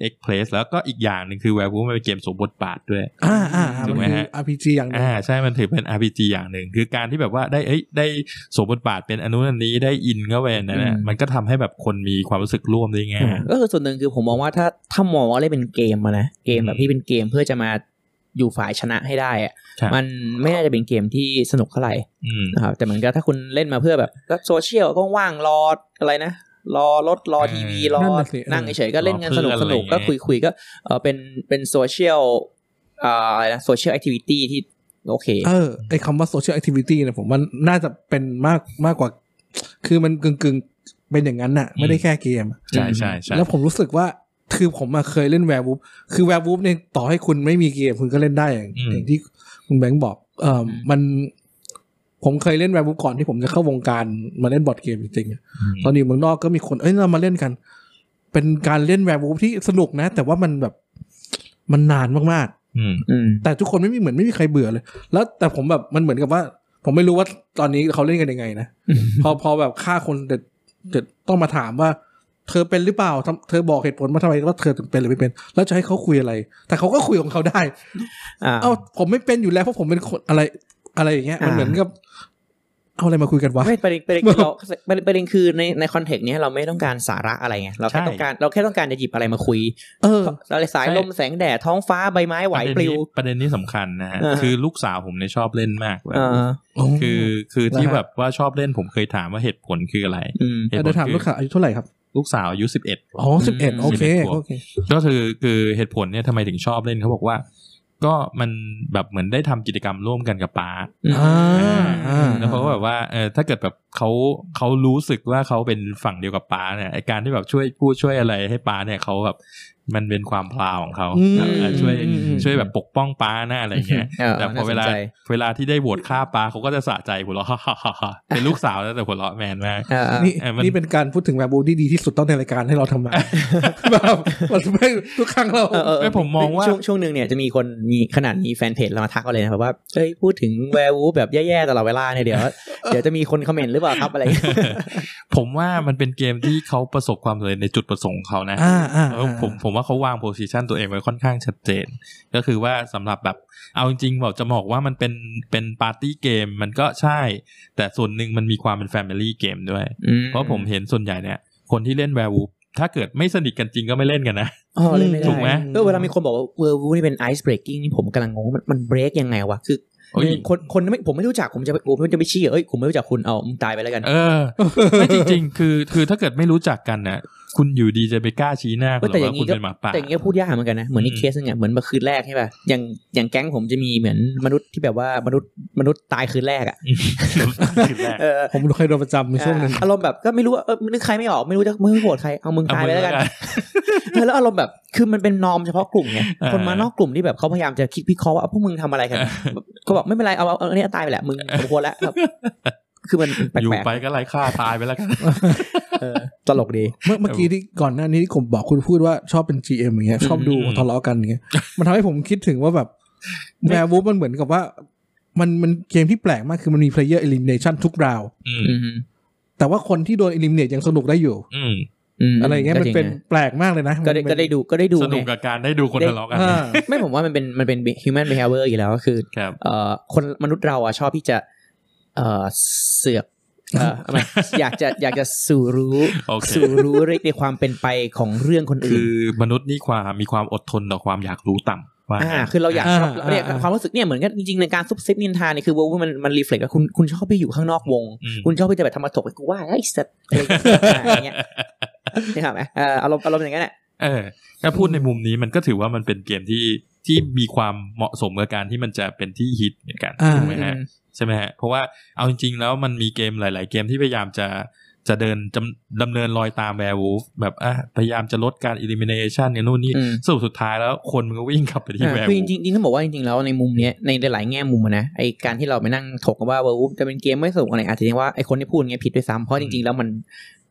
[SPEAKER 2] เอ็กเพลสแล้วก็อีกอย่างหนึ่งคือแวร์วูมันเป็นเกมสวมบทบาทด้วย
[SPEAKER 1] อ่าอ่าอ่า
[SPEAKER 2] ถูกไหม
[SPEAKER 1] มันคือ
[SPEAKER 2] ฮะ
[SPEAKER 1] RPG อย่างหนึง
[SPEAKER 2] อ่าใช่มันถือเป็น RPG อย่างหนึ่ง คือการที่แบบว่าได้เอ้ยได้สวมบทบาทเป็นอนนุนันนี้ได้อินเข้าไปนั่นแหละ
[SPEAKER 3] อืม
[SPEAKER 2] มันก็ทำให้แบบคนมีความรู้สึกร่วมได้ง่าย
[SPEAKER 3] ก็คือส่วนหนึ่งคือผมมองว่าถ้าถ้ามองว่าเล่นเป็นเกมอะนะเกมแบบที่เป็นเกมเพื่อจะมาอยู่ฝ่ายชนะให้ได้อะ
[SPEAKER 2] ครับ
[SPEAKER 3] มันไม่น่าจะเป็นเกมที่สนุกเท่าไหร่
[SPEAKER 2] อืม
[SPEAKER 3] นะครับแต่เหมือนกับถ้าคุณเล่นมาเพื่อแบบก็โซเชียลก็ว่างรออะไรนะ รอรถรอทีวีรอนั่งเฉยๆก็เล่นกันสนุกสนุกก็คุยคุยก็เออเป็นเป็นโซเชียลอ่าอะไรนะโซเชียลแอคทิวิตี้ที่โอเค
[SPEAKER 1] เออไอคำว่า social activity เนี่ยผมว่าน่าจะเป็นมากมากกว่า คือมันกึ่งกึ่งๆเป็นอย่างนั้นน่ะ ไม่ได้แค่เกมอะ
[SPEAKER 2] ใช่ใช่ใช่
[SPEAKER 1] แล้วผมรู้สึกว่าคือผมมาเคยเล่นแวร์วูฟคือแวร์วูฟเนี่ยต่อให้คุณไม่มีเกมคุณก็เล่นได้อย่าง
[SPEAKER 2] อืม
[SPEAKER 1] อย่างที่คุณแบงค์บอกเออมันผมเคยเล่นแวร์วูฟก่อนที่ผมจะเข้าวงการมาเล่นบอร์ดเกมจริงๆอะ ตอนอยู่เมืองนอกก็มีคน เอ้ย เรามาเล่นกัน เป็นการเล่นแวร์วูฟที่สนุกนะ แต่ว่ามันแบบ มันนานมาก
[SPEAKER 2] อืม
[SPEAKER 3] อืม
[SPEAKER 1] ๆ แต่ทุกคนไม่มีเหมือนไม่มีใครเบื่อเลย แล้วแต่ผมแบบมันเหมือนกับว่า ผมไม่รู้ว่าตอนนี้เขาเล่นกันยังไงนะ พอพอแบบฆ่าคนเด็ดเด็ดต้องมาถามว่า เธอเป็นหรือเปล่าทำเธอบอกเหตุผลมาทำไมว่าเธอถึงเป็นหรือไม่เป็น แล้วจะให้เขาคุยอะไร แต่เขาก็คุยของเขาได้
[SPEAKER 3] อ่า
[SPEAKER 1] เอ้าผมไม่เป็นอยู่แล้วเพราะผมเป็นคนอะไรอะไรอย่างเงี้ย มัน
[SPEAKER 3] อ่า
[SPEAKER 1] เหมือนกับ เอาอะไรมาคุยกันวะ
[SPEAKER 3] ไม่ประเด็นประเด็นคือเราประเด็นประเด็นคือในในคอนเทกต์นี้ยเราไม่ต้องการสาระอะไรไงเราแค่
[SPEAKER 2] ใช่
[SPEAKER 3] ต้องการเราแค่ต้องการจะหยิบอะไรมาคุย
[SPEAKER 1] เออ
[SPEAKER 3] อะไรสาย
[SPEAKER 2] ใช่
[SPEAKER 3] ลมแสงแดดท้องฟ้าใบไม้ไหวปลิว
[SPEAKER 2] ประเด็นนี้ประเด็นนี้สำคัญนะฮะ
[SPEAKER 3] อ่า
[SPEAKER 2] คือลูกสาวผมเนี่ยชอบเล่นมากแบบ
[SPEAKER 3] เออ
[SPEAKER 2] คือคือที่
[SPEAKER 1] นะฮะ
[SPEAKER 2] แบบว่าชอบเล่นผมเคยถามว่าเหตุผลคืออะไร
[SPEAKER 3] อืม
[SPEAKER 2] เหตุผ
[SPEAKER 1] เดี๋
[SPEAKER 2] ล
[SPEAKER 1] ยวถาม
[SPEAKER 2] คือ
[SPEAKER 1] ลูกค้าอายุเท่าไหร่ครับ
[SPEAKER 2] ลูกสาวอายุสิบเอ็ด
[SPEAKER 1] อ๋อสิบเอ็ด
[SPEAKER 3] อืม
[SPEAKER 1] โอเค
[SPEAKER 2] 11ขวบ
[SPEAKER 1] โอเค
[SPEAKER 2] ก็คือคือเหตุผลเนี่ยทำไมถึงชอบเล่นเขาบอกว่า ก็มันแบบเหมือนได้ทำกิจกรรมร่วมกันกับป๊า
[SPEAKER 1] อ่าอ่า
[SPEAKER 2] แล้วเขาก็แบบว่าเออถ้าเกิดแบบเขาเขารู้สึกว่าเขาเป็นฝั่งเดียวกับป๊าเนี่ยไอการที่แบบช่วยพูดช่วยอะไรให้ป๊าเนี่ยเขาแบบ มันเป็นความพลาวของเขา
[SPEAKER 1] อืม
[SPEAKER 2] เออช่วย
[SPEAKER 3] อืมอืม
[SPEAKER 2] ช่วยแบบปกป้องป้าหน้าอะไรเงี้ย แต่พอเวลา
[SPEAKER 3] น่สนใจ
[SPEAKER 2] เวลาที่ได้โหวตฆ่าป้าเขาก็จะสะใจหัวเราะ เป็นลูกสาวแล้วแต่หัวเราะแมนมาก
[SPEAKER 3] อ่าอ่า
[SPEAKER 1] นี่
[SPEAKER 2] เออมัน
[SPEAKER 1] นี่เป็นการพูดถึงแบบบูที่ดีที่สุดต้องในรายการให้เราทำมา แบบมันไม่ทุกครั้งเรา
[SPEAKER 3] เออเออ
[SPEAKER 2] เอ้ยผมมองว่า
[SPEAKER 3] ช่วงช่วงหนึ่งเนี่ยจะมีคนมีขนาดมีแฟนเพจเรามาทักเราเลยนะครับว่าเอ้ยพูดถึงแวร์วูฟแบบแย่ๆตลอดเวลาเนี่ย เดี๋ยว เดี๋ยวจะมีคนคอมเมนต์หรือเปล่าครับอะไร
[SPEAKER 2] ผมว่ามันเป็นเกมที่เขาประสบความสำเร็จในจุดประสงค์เขานะ
[SPEAKER 1] อ่าอ่า
[SPEAKER 2] เออ ผมผมว่าเขาวางโพ i ิชันตัวเองไว้ค่อนข้างชัดเจน ก็คือว่าสำหรับแบบเอาจริงๆบอกจะบอกว่ามันเป็นเป็นปาร์ตี้เกมมันก็ใช่ แต่ส่วนหนึ่งมันมีความเป็นแฟมิลี่เกมด้วย เพราะผมเห็นส่วนใหญ่เนี่ย คนที่เล่นแวร์วูฟถ้าเกิดไม่สนิทกันจริงก็ไม่เล่นกันนะ
[SPEAKER 3] อ๋อเล่นไม่ได้
[SPEAKER 2] ถูกไหม
[SPEAKER 3] เออเวลามีคนบอกว่าเวอร์วูนี่เป็นไอซ์เบรกกิ้งนี่ผมกำลังงงว่ามันมันเบรกยังไงวะคือ
[SPEAKER 2] โอ้ย
[SPEAKER 3] คนคนไม่ผมไม่รู้จักผมจะผมจะไปชี้เหรอเอ้ยผมไม่รู้จักคุณเอามึงตายไปแล้วกัน
[SPEAKER 2] เออไม่จริง ๆ คือคือถ้าเกิดไม่รู้จักกันน่ะ คุณอยู่ดีจะไปกล้าชี้หน้าคุ
[SPEAKER 3] เออ
[SPEAKER 2] ณห
[SPEAKER 3] แต่
[SPEAKER 2] รือ อย่าง
[SPEAKER 3] นี้
[SPEAKER 2] ว่าคุณ
[SPEAKER 3] ก็
[SPEAKER 2] เป็นหมาป่า
[SPEAKER 3] แต่อย่างนี้ก็พูดยากเหมือนกันนะเหมือนในเคสนึงอะเหมือนเมื่อคืนแรกใช่ป่ะอย่างอย่างแก๊งผมจะมีเหมือนมนุษย์ที่แบบว่ามนุษย์มนุษย์ตายคืนแรกอะเออ
[SPEAKER 1] ผมเคยโดนประจำในช่วงนั้น
[SPEAKER 3] อ่าอารมณ์แบบก็ไม่รู้ว่าเออนึกใครไม่ออกไม่รู้จะมึงโหวตใครเอามึงตายไปแล้วกันเออแล้วอารมณ์แบบคือมันเป็นนอมเฉพาะกลุ่มไง
[SPEAKER 2] อ่า
[SPEAKER 3] คนมานอกกลุ่มที่แบบเขาพยายามจะคิดวิเคราะห์ว่าเอาพวกมึงทำอะไรกันแบบก็บอกไม่เป็นไรเอาเอาเอาอันนี้ตายไปแหละมึงสมควรแล้ว แบบคือมันแป
[SPEAKER 2] อยู่
[SPEAKER 3] ลก
[SPEAKER 2] ไปก็ไร้ค่าตายไปแล้วกัน
[SPEAKER 3] ๆเออตลกดี
[SPEAKER 1] เมื่อเมื่อกี้ที่ก่อนหน้านี้ที่ผมบอกคุณพูดว่าชอบเป็น GM อย่างเงี้ยชอบดู
[SPEAKER 2] อืม
[SPEAKER 1] ทะเลาะกันอย่างเงี้ยมันทำให้ผมคิดถึงว่าแบบแวร์วูฟมันเหมือนกับว่า มันมันเกมที่แปลกมากคือมันมี player elimination ทุกราว
[SPEAKER 2] อืม
[SPEAKER 3] อืม
[SPEAKER 1] แต่ว่าคนที่โดน eliminate ยังสนุกได้อยู่
[SPEAKER 2] อืม
[SPEAKER 3] ม
[SPEAKER 1] อะไรอย่างเงี้ยมันเป็นแปลกมากเลยนะ
[SPEAKER 3] ก็ได้
[SPEAKER 1] มัน
[SPEAKER 3] ก็
[SPEAKER 1] เป็น
[SPEAKER 3] ได้ดูก็ได้ดู
[SPEAKER 2] สนุก
[SPEAKER 3] ไง
[SPEAKER 2] กับการได้ดูคนทะเลาะกัน
[SPEAKER 1] อ่า
[SPEAKER 3] ไม่ผมว่ามันเป็นมันเป็น human behavior อยู่แล้วก็คือ
[SPEAKER 2] ครับ
[SPEAKER 3] เอ่อคนมนุษย์เราอ่ะชอบที่จะ เอ่อเสือกเอ่อ ไม่อยากจะอยากจะสู่รู้
[SPEAKER 2] โอเค
[SPEAKER 3] สู่รู้ในความเป็นไปของเรื่องคน
[SPEAKER 2] คื
[SPEAKER 3] อื่น
[SPEAKER 2] อมนุษย์นี่ความมีความอดทนต่อความอยากรู้ต่ำว่า
[SPEAKER 3] อ่า คือเราอยาก
[SPEAKER 1] อ่า
[SPEAKER 3] ชอบเนี่ย
[SPEAKER 1] อ่า
[SPEAKER 3] ความรู้สึกเนี่ยเหมือนกันจริงๆในการซุบซิบนินทาเนี่ยคือวงมันมันรีเฟล็กว่าคุณคุณชอบไปอยู่ข้างนอกวง
[SPEAKER 2] อืม
[SPEAKER 3] คุณชอบไปจะแบบทำมาถกไปกูว่าไอ้สัตว์อะไรอย่างเงี้ย นี่ครับไหมเอ่ออารมณ์อารมณ์อย่างนั้นแหละ
[SPEAKER 2] เออถ้าพูดในมุมนี้มันก็ถือว่ามันเป็นเกมที่ที่มีความเหมาะสมกับการที่มันจะเป็นที่ฮิตเหมือนกัน
[SPEAKER 1] อ่า
[SPEAKER 2] ถูกไหมฮะใช่ไหมฮะเพราะว่าเอาจริงๆแล้วมันมีเกมหลาย ๆ เกมที่พยายามจะจะเดินจำดำเนินรอยตามแวร์วูฟแบบอ่ะพยายามจะลดการ elimination เนี่ยนู่นนี่
[SPEAKER 3] อืม
[SPEAKER 2] สรุปสุดท้ายแล้วคนมันก็วิ่งกลับไปที่
[SPEAKER 3] อ่า
[SPEAKER 2] แวร์
[SPEAKER 3] คือ
[SPEAKER 2] วู
[SPEAKER 3] จ
[SPEAKER 2] ฟ
[SPEAKER 3] ริงๆจริงๆต้องบอกว่าจริงๆแล้วในมุมเนี้ยในหลายๆแง่มุมอะนะไอการที่เราไปนั่งถกกันว่าเวอร์วูฟจะเป็นเกมไม่สนุกอะไรอาจจะยังว่าไอคนที่พูดอย่างเงี้ยผิดด้วยซ้ำเพราะจริงๆแล้วมัน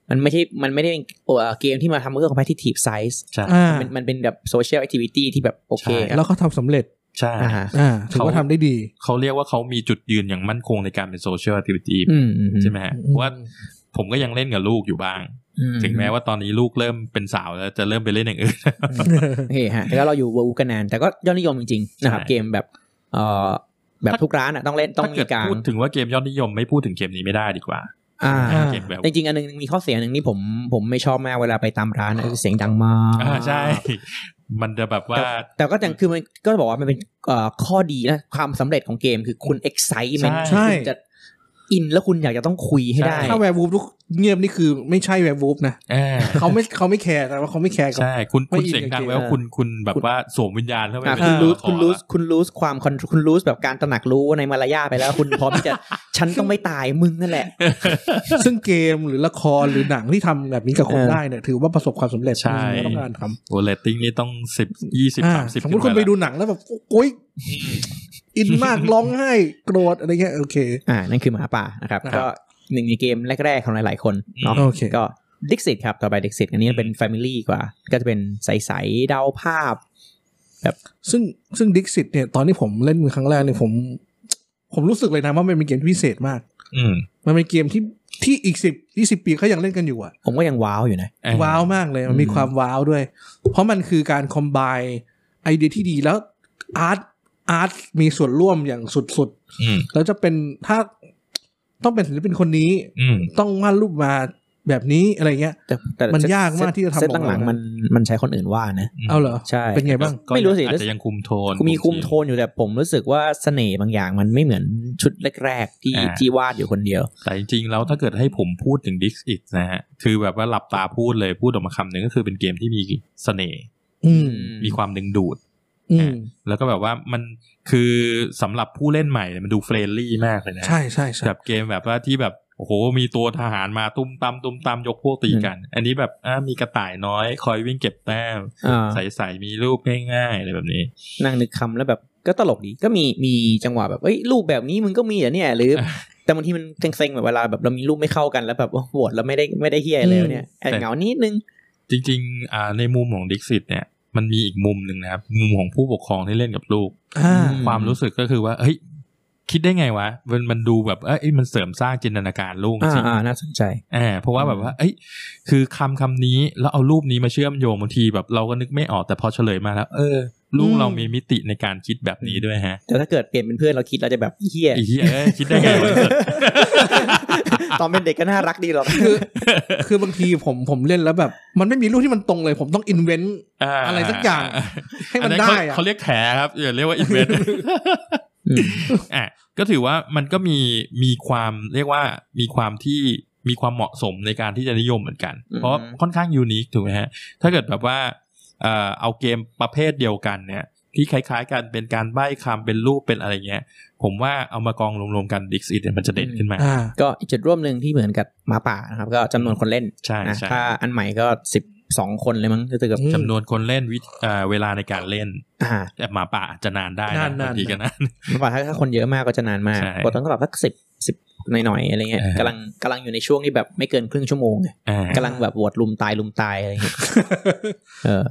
[SPEAKER 3] มันไม่ใช่มันไม่ได้เป็นเอ่อเกมที่มาทำเพื่อ competitive size
[SPEAKER 2] ใช่
[SPEAKER 1] อ่า
[SPEAKER 3] มันมันเป็นแบบ social activity ที่แบบโอเค
[SPEAKER 2] ใช่
[SPEAKER 1] แล้วเขาทำสำเร็จ
[SPEAKER 2] ใช่
[SPEAKER 3] อ่าฮะ
[SPEAKER 1] อ่าถือว่าทำได้ดี
[SPEAKER 2] เขาเรียกว่าเขามีจุดยืนอย่างมั่นคงในการเป็นโซเชียล c t i ิ i ิตี้
[SPEAKER 3] อืมอืมอืม
[SPEAKER 2] ใช่ไหมฮะ
[SPEAKER 1] อืม
[SPEAKER 2] เพราะว่าผมก็ยังเล่นกับลูกอยู่บ้าง
[SPEAKER 3] อื
[SPEAKER 2] ถึงแม้ว่าตอนนี้ลูกเริ่มเป็นสาวแล้วจะเริ่มไปเล่นอย่างอื่ น
[SPEAKER 3] โอเคฮะแล้วเราอยู่เวอร์วูฟกันนาน แต่ก็ยอดนิยมจริงๆนะครับ
[SPEAKER 2] ใช่
[SPEAKER 3] เกมแบบเอ่อแบบทุกร้านอ่ะต้องเล่นต้อง
[SPEAKER 2] ถ้า
[SPEAKER 3] มี
[SPEAKER 2] เกิด
[SPEAKER 3] การ
[SPEAKER 2] พูดถึงว่าเกมยอดนิยมไม่พูดถึงเกมนี้ไม่ได้ดีกว่า
[SPEAKER 3] อ่า
[SPEAKER 1] อ่า
[SPEAKER 2] เกมแบบ
[SPEAKER 3] จริงๆอันนึงมีข้อเสียหนึ่งที่ผมผมไม่ชอบมากเวลาไปตามร้านนะคือเสียงดังมาก
[SPEAKER 2] อ่าใช่ มันจะแบบว่า
[SPEAKER 3] แต่ก็อย่างคือมันก็บอกว่ามันเป็นเอ่อข้อดีนะความสำเร็จของเกมคือคุณ excitement
[SPEAKER 2] ใช่
[SPEAKER 3] คุณจะอินแล้วคุณอยากจะต้องคุยให้ได้
[SPEAKER 1] ถ้าแวร์วูฟทุกเงียบนี่คือไม่ใช่แวร์วูฟ นะ
[SPEAKER 2] อ่า
[SPEAKER 1] เขาไม่เขาไม่แคร์แต่ว่าเขาไม่แคร์กับ
[SPEAKER 2] ใช่คุณ
[SPEAKER 1] ไม่
[SPEAKER 2] คุณ
[SPEAKER 1] อิน
[SPEAKER 2] เสียงดัง
[SPEAKER 1] กับเกม
[SPEAKER 2] แล้วคุณคุณแบบว่าสวมวิญญาณเข้าไป
[SPEAKER 3] อ่ะ
[SPEAKER 2] เป็น
[SPEAKER 3] คุณ
[SPEAKER 2] ตัว
[SPEAKER 3] รู้
[SPEAKER 2] ละค
[SPEAKER 3] คุณ
[SPEAKER 2] ร
[SPEAKER 3] รู้
[SPEAKER 2] ละ
[SPEAKER 3] คุณรู้ความคอนคุณรู้แบบการตระหนักรู้ในมารยาทไปแล้ว คุณพร้อมที่จะ ฉันต้องไม่ตายมึงนั่นแหละ
[SPEAKER 1] ซึ่งเกมหรือละครหรือหนังที่ทำแบบนี้กับคน
[SPEAKER 3] เออ
[SPEAKER 1] ได้เนี่ยถือว่าประสบความสำเร็จ
[SPEAKER 2] ใช่
[SPEAKER 1] ที่ต้องการทำ
[SPEAKER 2] โอเลตติ้งนี่ต้องสิบยี่สิบ
[SPEAKER 1] อ่า
[SPEAKER 2] สามสิบ
[SPEAKER 1] สมมติคุณไปดูหนังแล้วแบบโอ๊ยอินมากร้องไห้โกรธอะไรเงี้ยโอเค
[SPEAKER 3] อ่านั่นคือหมาป่านะครับ
[SPEAKER 1] นะครับ
[SPEAKER 3] ก็หนึ่งในเกมแรกๆของหลายๆคนเนาะ
[SPEAKER 1] โอเค
[SPEAKER 3] ก็ดิกซิตครับต่อไปดิกซิตอันนี้เป็น Family กว่า ก็จะเป็นใสๆเดาภาพ
[SPEAKER 1] ซึ่งซึ่งดิกซิตเนี่ยตอนที่ผมเล่นครั้งแรกเนี่ยผม ผมรู้สึกเลยนะว่ามันเป็นเกมที่พิเศษมาก
[SPEAKER 2] อืม
[SPEAKER 1] มันเป็นเกมที่ที่อีกสิบยี่สิบปีเขายังเล่นกันอยู่อะ
[SPEAKER 3] ผมก็ยังว้าวอยู่นะ
[SPEAKER 2] อ่า
[SPEAKER 1] ว้าวมากเลย มันมี
[SPEAKER 3] อืม
[SPEAKER 1] ความว้าวด้วย เพราะมันคือการคอมไบไอเดียที่ดีแล้วอาร์ตอาร์ตมีส่วนร่วมอย่างสุด
[SPEAKER 2] อืม
[SPEAKER 1] ๆ แล้วจะเป็นถ้าต้องเป็นศิลปินคนนี้
[SPEAKER 2] อืม
[SPEAKER 1] ต้องวาดรูปมาแบบนี้อะไรเงี้ย
[SPEAKER 3] แต่แต่
[SPEAKER 1] มัน
[SPEAKER 3] เซ็ต
[SPEAKER 1] ยากมากที่จะทำ
[SPEAKER 3] เซต
[SPEAKER 1] ออกมา
[SPEAKER 3] หลังๆมันมันใช้คนอื่นว่านะ
[SPEAKER 1] เอาเหรอ
[SPEAKER 3] ใช่
[SPEAKER 1] เป็นไงบ้าง
[SPEAKER 2] ก็
[SPEAKER 3] ไม่รู้สิ
[SPEAKER 2] อาจจะยังคุมโทน
[SPEAKER 3] มีคุมโทนอยู่แต่ผมรู้สึกว่าเสน่ห์บางอย่างมันไม่เหมือนชุดแรกๆ ที่
[SPEAKER 2] อ่า
[SPEAKER 3] ที่วาดอยู่คนเดียว
[SPEAKER 2] แต่จริงๆแล้วถ้าเกิดให้ผมพูดถึง Dix It นะฮะ คือแบบว่าหลับตาพูดเลยพูดออกมาคำหนึ่งก็คือเป็นเกมที่มีเสน่ห์
[SPEAKER 1] อืม
[SPEAKER 2] มีความดึงดูด
[SPEAKER 1] อืม
[SPEAKER 2] แล้วก็แบบว่ามันคือสำหรับผู้เล่นใหม่เนี่ยมันดูเฟรนลี่มากเลยนะ
[SPEAKER 1] ใช่ใช่ใช่
[SPEAKER 2] แบบเกมแบบว่าที่แบบ โอ้โหมีตัวทหารมาตุ้มตามตุ้มตามยกพวกตีกัน อันนี้แบบอ่ามีกระต่ายน้อย คอยวิ่งเก็บแต้ม
[SPEAKER 3] อ่า
[SPEAKER 2] ใสๆมีรูปง่ายๆอะไรแบบนี้
[SPEAKER 3] นั่งนึกคำแล้วแบบก็ตลกดีก็มีมีจังหวะแบบเอ้ยรูปแบบนี้มึงก็มีเหรอเนี่ย หรือ แต่บางทีมันเซ็งๆแบบเวลาแบบเรามีรูปไม่เข้ากันแล้วแบบโอ้โหโหวตแล้วไม่ได้ไม่ได้เฮียอะไรเลยเนี่ยแอบเหงานิดนึง
[SPEAKER 2] จริงๆอ่าในมุมของดิกซิตเนี่ยมันมีอีกมุมหนึ่งนะครับ มุมของผู้ปกครองที่เล่นกับลูก
[SPEAKER 1] อ่า
[SPEAKER 3] ม
[SPEAKER 2] ความรู้สึกก็คือว่าเฮ้ยคิดได้ไงวะ มันมันดูแบบเอ้ยมันเสริมสร้างจินตนาการลูกจ
[SPEAKER 3] อ่า
[SPEAKER 2] ริง
[SPEAKER 3] อ่าน่าสนใจ
[SPEAKER 2] ๆอ่าเพราะว่าแบบว่าเอ้ยคือคำคำนี้แล้วเอารูปนี้มาเชื่อมโยงบางทีแบบเราก็นึกไม่ออกแต่พอเฉลยมาแล้ว เออ ลูกเรามีมิติในการคิดแบบนี้ด้วยฮะ
[SPEAKER 3] แต่ถ้าเกิดเปลี่ยนเป็นเพื่อนเราคิดเราจะแบบเฮีย
[SPEAKER 2] ไอีเหี้ยเอ้ยคิดได้ไงวะ
[SPEAKER 3] ตอนเป็นเด็กก็น่ารักดีหรอก
[SPEAKER 1] คือ คือบางทีผมผมเล่นแล้วแบบ มันไม่มีรูปที่มันตรงเลย ผมต้องอินเวนต์ อะไรสักอย่าง ให้มันได้
[SPEAKER 2] อั
[SPEAKER 1] อะ
[SPEAKER 2] เขาเรียกแถครับอย่าเรียกว่าอิน เวน
[SPEAKER 3] อืม
[SPEAKER 2] อ่ะก็ถือว่ามันก็มีมีความเรียกว่ามีความที่มีความเหมาะสมในการที่จะนิยมเหมือนกัน
[SPEAKER 3] อืม
[SPEAKER 2] เพราะค่อนข้างยูนิคถูกไหมฮะ ถ้าเกิดแบบว่าเอ่อเอาเกมประเภทเดียวกันเนี่ย ที่คล้ายๆกันเป็นการใบ้คำเป็นรูปเป็นอะไรเงี้ย ผมว่าเอามากองรวมๆกันดิกซิตมันจะเด่นขึ้นมา
[SPEAKER 1] อ่า
[SPEAKER 3] ก็อีกจุดร่วมหนึ่งที่เหมือนกับหมาป่านะครับ ก็จำนวนคนเล่น
[SPEAKER 2] ใช่
[SPEAKER 3] นะ
[SPEAKER 2] ใช่
[SPEAKER 3] ถ้าอันใหม่ก็สิบสองคนเลยมั้งรู้สึกกับ
[SPEAKER 1] อืม
[SPEAKER 2] จำนวนคนเล่นวิธีเอ่อเวลาในการเล่น
[SPEAKER 3] อ่า
[SPEAKER 2] แต่หมาป่าอาจจะนานได้
[SPEAKER 1] นา
[SPEAKER 2] นะ
[SPEAKER 1] นๆ
[SPEAKER 2] บางทีก็นาน
[SPEAKER 3] หมาป่าถ้าถ้าคนเยอะมากก็จะนานมาก
[SPEAKER 2] ใช่
[SPEAKER 3] กดต้องแบบสักสิบสิบหน่อยๆอะไรเงี้ย
[SPEAKER 2] อ่าฮะ
[SPEAKER 3] กำลังกำลังอยู่ในช่วงที่แบบไม่เกินครึ่งชั่วโมงไง
[SPEAKER 2] อ่า
[SPEAKER 3] กำลังแบบโหวตลุมตายลุมตายอะไรเงี้ยเออ